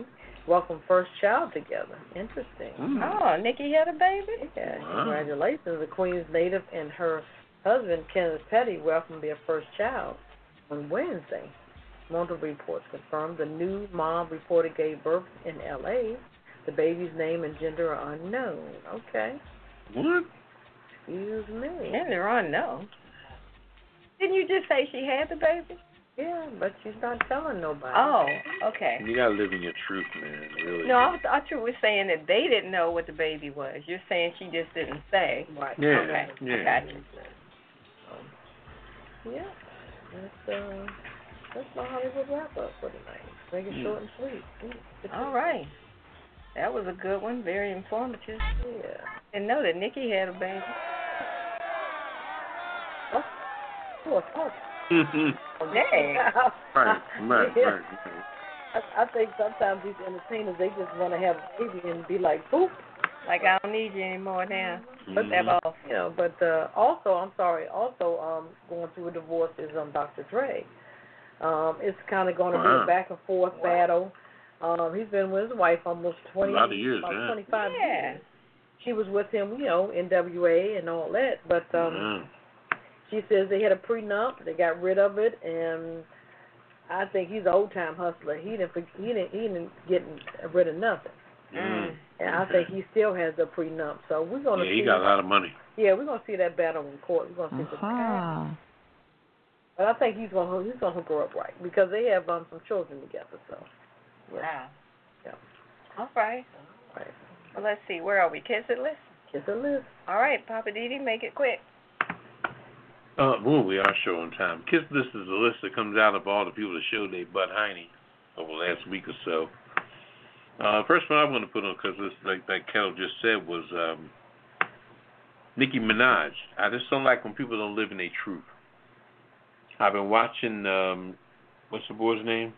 Speaker 4: welcome first child together. Interesting.
Speaker 2: Mm.
Speaker 3: Oh, Nikki had a baby?
Speaker 4: Yeah,
Speaker 2: Wow.
Speaker 4: congratulations. The Queen's native and her husband, Kenneth Petty, welcomed their first child on Wednesday. Multiple reports confirmed the new mom reported gave birth in L.A. The baby's name and gender are unknown. Okay.
Speaker 2: What?
Speaker 4: Excuse me.
Speaker 3: And they're on no. Didn't you just say she had the baby?
Speaker 4: Yeah, but she's not telling nobody.
Speaker 3: Oh, okay.
Speaker 2: You gotta live in your truth, man. Really.
Speaker 3: No, I thought you were saying that they didn't know what the baby was. You're saying she just didn't say.
Speaker 4: Right. Um,
Speaker 2: Yeah.
Speaker 3: Okay,
Speaker 2: Yeah.
Speaker 3: I got you.
Speaker 4: Yeah. That's, uh, that's my Hollywood wrap up for tonight. Make it
Speaker 2: Mm.
Speaker 4: short and sweet. Mm.
Speaker 3: Hmm. All right. That was a good one. Very informative.
Speaker 4: Yeah.
Speaker 3: Didn't know that Nikki had a baby.
Speaker 4: Oh, oh.
Speaker 3: Dang.
Speaker 2: right. Right.
Speaker 4: Yeah.
Speaker 2: Right.
Speaker 4: I, I think sometimes these entertainers they just want to have a baby and be like boop,
Speaker 3: Like I don't need you anymore now. Mm-hmm.
Speaker 2: But
Speaker 3: Step off.
Speaker 4: you know. But uh, also, I'm sorry. Also, um, going through a divorce is um Dr. Dre. Um, it's kind of going to be
Speaker 2: Wow.
Speaker 4: a back and forth battle. Um, he's been with his wife almost 20
Speaker 2: lot of years,
Speaker 4: about
Speaker 2: yeah.
Speaker 4: 25
Speaker 3: Yeah.
Speaker 4: years. She was with him, you know, NWA and all that. But um, She says they had a prenup, they got rid of it, and I think he's an old time hustler. He didn't, he didn't, he didn't get rid of nothing.
Speaker 2: Mm.
Speaker 3: Mm.
Speaker 4: And I think he still has a prenup. So we're gonna
Speaker 2: Yeah,
Speaker 4: see
Speaker 2: he got a lot of money.
Speaker 4: Yeah, we're gonna see that battle in court. We're gonna see some
Speaker 12: Ah.
Speaker 4: But I think he's gonna he's gonna hook her up right because they have um some children together. So
Speaker 3: Wow.
Speaker 4: Yeah.
Speaker 3: All right.
Speaker 4: All right.
Speaker 3: Well, let's see. Where are we? Kiss it list?
Speaker 4: kiss and live.
Speaker 3: All right, Papa Didi, make it quick.
Speaker 2: Uh, well, we are short on time. Kiss List is a list that comes out of all the people that showed their butt hiney over the last week or so. Uh, first one I want to put on, because like that Kettle just said, was um, Nicki Minaj. I just don't like when people don't live in their truth. I've been watching, um, what's the boy's name?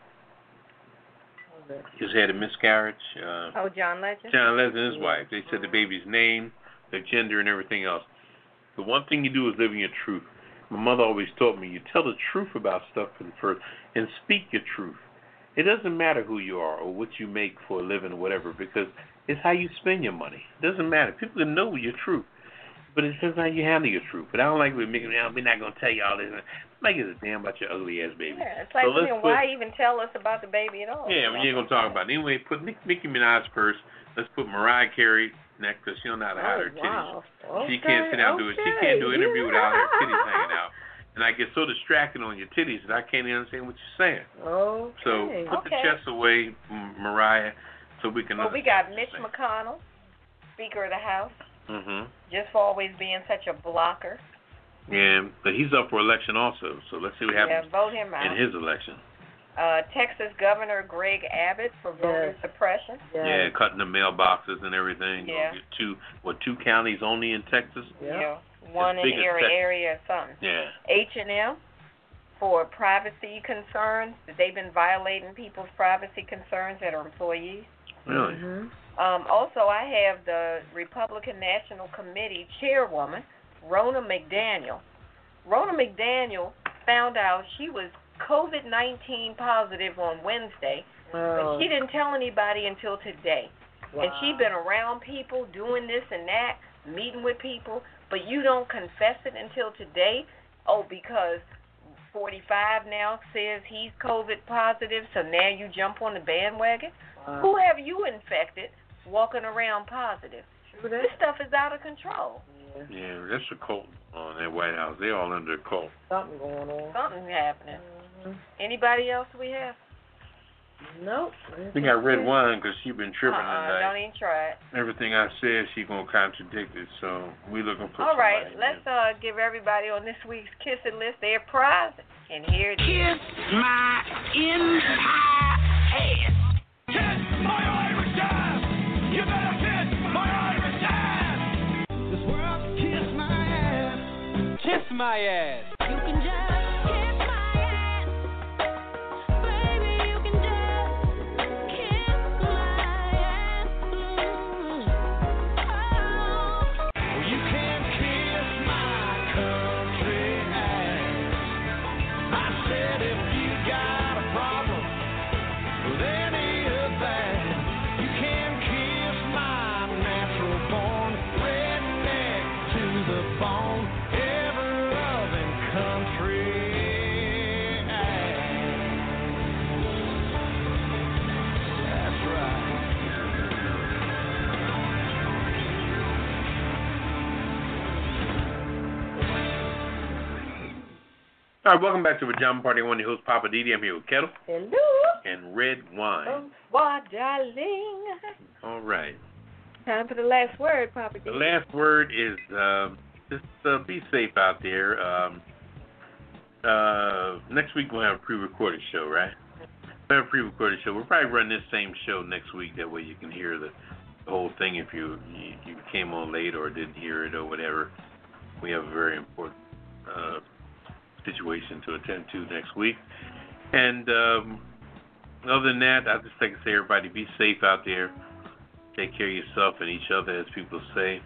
Speaker 2: Just had a miscarriage. Uh,
Speaker 3: Oh, John Legend.
Speaker 2: John Leslie and his wife. They said the baby's name, their gender, and everything else. The one thing you do is live in your truth. My mother always taught me you tell the truth about stuff and first, and speak your truth. It doesn't matter who you are or what you make for a living or whatever, because it's how you spend your money. It doesn't matter. People can know your truth, but it depends how you handle your truth. But I don't like we making out. We're not gonna tell you all this. Like it's a damn about your ugly ass baby.
Speaker 3: Yeah, it's like,
Speaker 2: So let's
Speaker 3: then
Speaker 2: put-
Speaker 3: why even tell us about the baby at all?
Speaker 2: yeah, we ain't gonna talk about it. Anyway, put Nick, Nicki Minaj first. Let's put Mariah Carey next, cause she don't know how to
Speaker 3: Oh,
Speaker 2: hide her titties.
Speaker 4: Oh,
Speaker 2: She can't sit down and do it. She can't do an interview without her titties hanging out. And I get so distracted on your titties that I can't even understand what you're saying.
Speaker 4: Oh.
Speaker 2: So put the
Speaker 3: Okay.
Speaker 2: chest away, M- Mariah, so we can.
Speaker 3: Well, we got Mitch McConnell, Speaker of the House,
Speaker 2: hmm
Speaker 3: just for always being such a blocker.
Speaker 2: Yeah, but he's up for election also. So let's see what
Speaker 3: Yeah,
Speaker 2: happens
Speaker 3: vote him out.
Speaker 2: in his election.
Speaker 3: uh, Texas Governor Greg Abbott for voter suppression.
Speaker 2: Yeah, cutting the mailboxes and everything. Gonna
Speaker 3: Yeah.
Speaker 2: get Two, what two counties only in Texas?
Speaker 3: Yeah. One
Speaker 2: As
Speaker 3: in
Speaker 2: big as
Speaker 3: every
Speaker 2: Texas.
Speaker 3: area or something.
Speaker 2: Yeah.
Speaker 3: H and M for privacy concerns that they've been violating people's privacy concerns that are employees.
Speaker 2: Really?
Speaker 4: Mm-hmm.
Speaker 3: Um, also, I have the Republican National Committee chairwoman, Rona McDaniel. Rona McDaniel found out she was COVID 19 positive on Wednesday,
Speaker 4: Oh,
Speaker 3: but she didn't tell anybody until today. And she's been around people doing this and that, meeting with people, but you don't confess it until today. Oh, because 45 now says he's COVID positive, so now you jump on the bandwagon? Who have you infected walking around positive? This stuff is out of control.
Speaker 2: Yeah, that's a cult on that White House. They're all under a cult.
Speaker 4: Something going on.
Speaker 3: Something's happening. Anybody else we have?
Speaker 4: Nope.
Speaker 2: I think I read one because she been tripping
Speaker 3: uh-uh,
Speaker 2: tonight.
Speaker 3: don't e- even try it.
Speaker 2: Everything I said, she gonna contradict it. So we looking for
Speaker 3: All right,
Speaker 2: somebody.
Speaker 3: let's uh, give everybody on this week's kissing list their prize, and here it is.
Speaker 1: My entire head.
Speaker 13: Kiss my ass.
Speaker 2: All right, welcome back to the Pajama Party. One of your hosts, Papa Didi. I'm here with Kettle
Speaker 4: Hello.
Speaker 2: and Red
Speaker 3: Oh.
Speaker 2: Wine.
Speaker 3: Why, darling?
Speaker 2: All right.
Speaker 3: Time for the last word, Papa D.
Speaker 2: The last word is um, just uh, be safe out there. Um, uh, next week we'll have a pre-recorded show, right? We'll have a pre-recorded show. We'll probably run this same show next week. That way you can hear the, the whole thing if you, you you came on late or didn't hear it or whatever. We have a very important uh, situation to attend to next week. And um, other than that, I just like to say, everybody, be safe out there. Take care of yourself and each other, as people say.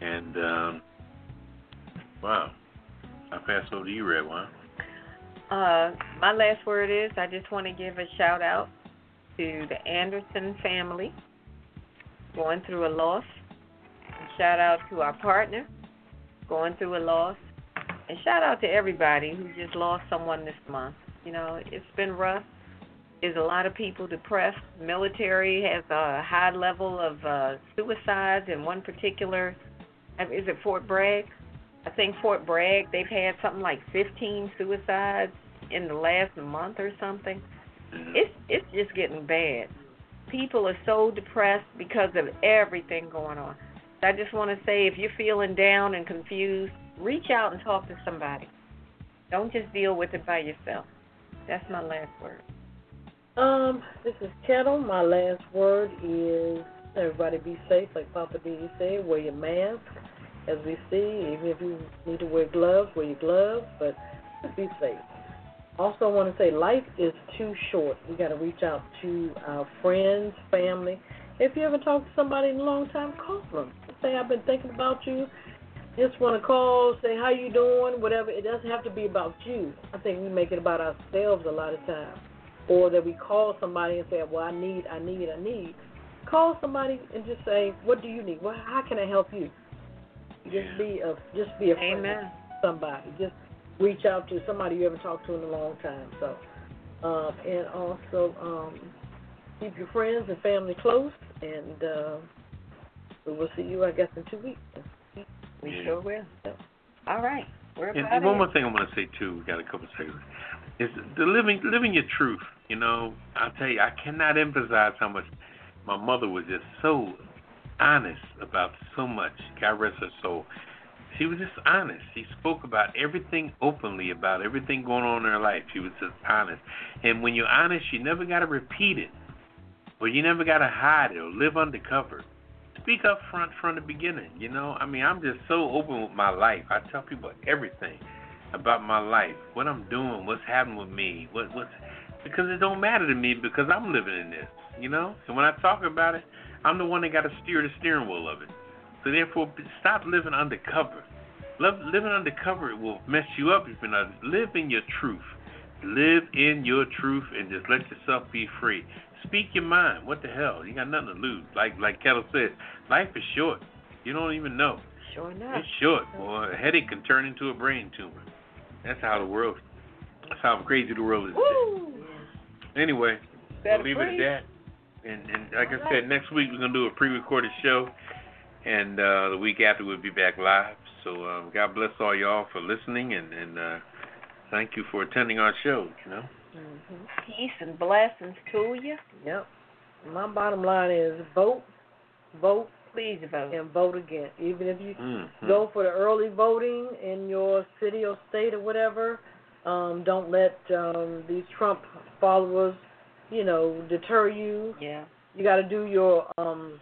Speaker 2: And um, wow, I pass over to you, Red One.
Speaker 3: Uh, my last word is I just want to give a shout out to the Anderson family going through a loss. And shout out to our partner going through a loss. And shout out to everybody who just lost someone this month. You know, it's been rough, is a lot of people depressed. Military has a high level of uh, suicides in one particular. I mean, Is it Fort Bragg? I think Fort Bragg. They've had something like 15 suicides in the last month or something. It's it's just getting bad. People are so depressed because of everything going on. I just want to say, if you're feeling down and confused, reach out and talk to somebody. Don't just deal with it by yourself. That's my last word.
Speaker 4: Um, this is Kettle. My last word is everybody be safe, like Papa D said. Wear your mask, as we see. Even if you need to wear gloves, wear your gloves, but just be safe. Also, I want to say life is too short. We got to reach out to our friends, family. If you haven't talked to somebody in a long time, call them. Say I've been thinking about you. Just want to call, say how you doing, whatever. It doesn't have to be about you. I think we make it about ourselves a lot of times or that we call somebody and say, "Well, I need, I need, I need." Call somebody and just say, "What do you need? Well, how can I help you?" Just be a, just be a friend of
Speaker 3: Amen.
Speaker 4: somebody. Just reach out to somebody you haven't talked to in a long time. So, um, and also um, keep your friends and family close, and uh, we will see you, I guess, in two weeks.
Speaker 3: We sure will. All right. We're
Speaker 2: And
Speaker 3: about
Speaker 2: one
Speaker 3: it.
Speaker 2: more thing I want to say too. We got a couple seconds. Is the living living your truth. You know, I'll tell you, I cannot emphasize how much my mother was just so honest about so much. God rest her soul. She was just honest. She spoke about everything openly, about everything going on in her life. She was just honest. And when you're honest, you never got to repeat it, or you never got to hide it, or live undercover speak up front from the beginning. You know, I mean, I'm just so open with my life. I tell people everything about my life, what I'm doing, what's happening with me, what what's because it don't matter to me because I'm living in this. You know, and when I talk about it, I'm the one that got to steer the steering wheel of it. So therefore, b- stop living undercover. Love, living undercover will mess you up if you're not live in your truth. Live in your truth and just let yourself be free. Speak your mind. What the hell? You got nothing to lose. Like like Kettle said, life is short. You don't even know.
Speaker 3: Sure enough.
Speaker 2: It's short. Boy, a headache can turn into a brain tumor. That's how the world. That's how crazy the world is.
Speaker 3: Woo!
Speaker 2: Anyway,
Speaker 3: Better
Speaker 2: we'll leave
Speaker 3: breathe.
Speaker 2: it at that. And, and like I said, next week we're gonna do a pre-recorded show, and uh, the week after we'll be back live. So um, God bless all y'all for listening, and and uh, thank you for attending our show. You know.
Speaker 3: Mm-hmm. Peace and blessings to you.
Speaker 4: Yep. My bottom line is vote, vote,
Speaker 3: Please vote.
Speaker 4: and vote again. Even if you
Speaker 2: Mhm.
Speaker 4: go for the early voting in your city or state or whatever. Um, don't let um, these Trump followers, you know, deter you.
Speaker 3: Yeah.
Speaker 4: You got to do your um,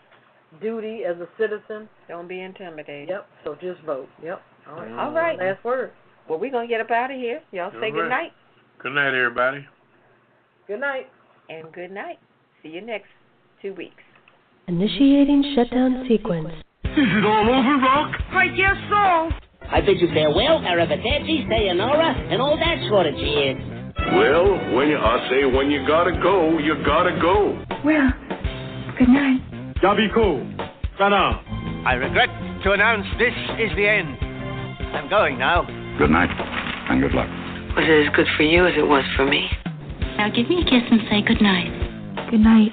Speaker 4: duty as a citizen.
Speaker 3: Don't be intimidated.
Speaker 4: Yep. So just vote. Yep. All right.
Speaker 3: All right.
Speaker 4: Last word.
Speaker 3: Well, we're going to get up out of here. Y'all say
Speaker 2: All
Speaker 3: good night
Speaker 2: right. Good night, everybody.
Speaker 4: Good night.
Speaker 3: and good night. See you next two weeks.
Speaker 12: Initiating shutdown sequence.
Speaker 1: This is all over, Rock.
Speaker 3: Right, yes, so.
Speaker 13: I bid you farewell, arrivederci, sayonara, and all that sort of jazz.
Speaker 14: Well, when you, I say when you gotta go, you gotta go.
Speaker 13: Well,
Speaker 14: Good night. Yabiku.
Speaker 15: Sana. I regret to announce this is the end. I'm going now.
Speaker 16: Good night, and good luck.
Speaker 15: Was it as good for you as it was for me?
Speaker 17: Now give me a kiss and say good night. Good night.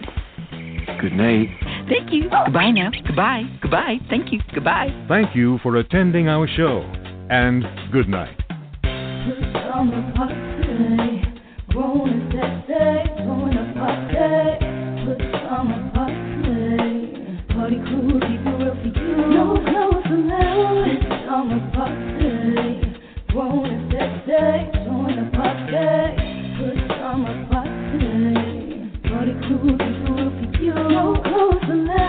Speaker 18: Good night.
Speaker 17: Thank you. Goodbye now. Goodbye. Goodbye. Thank you. Goodbye.
Speaker 19: Thank you for attending our show, and good night.
Speaker 5: You know, close the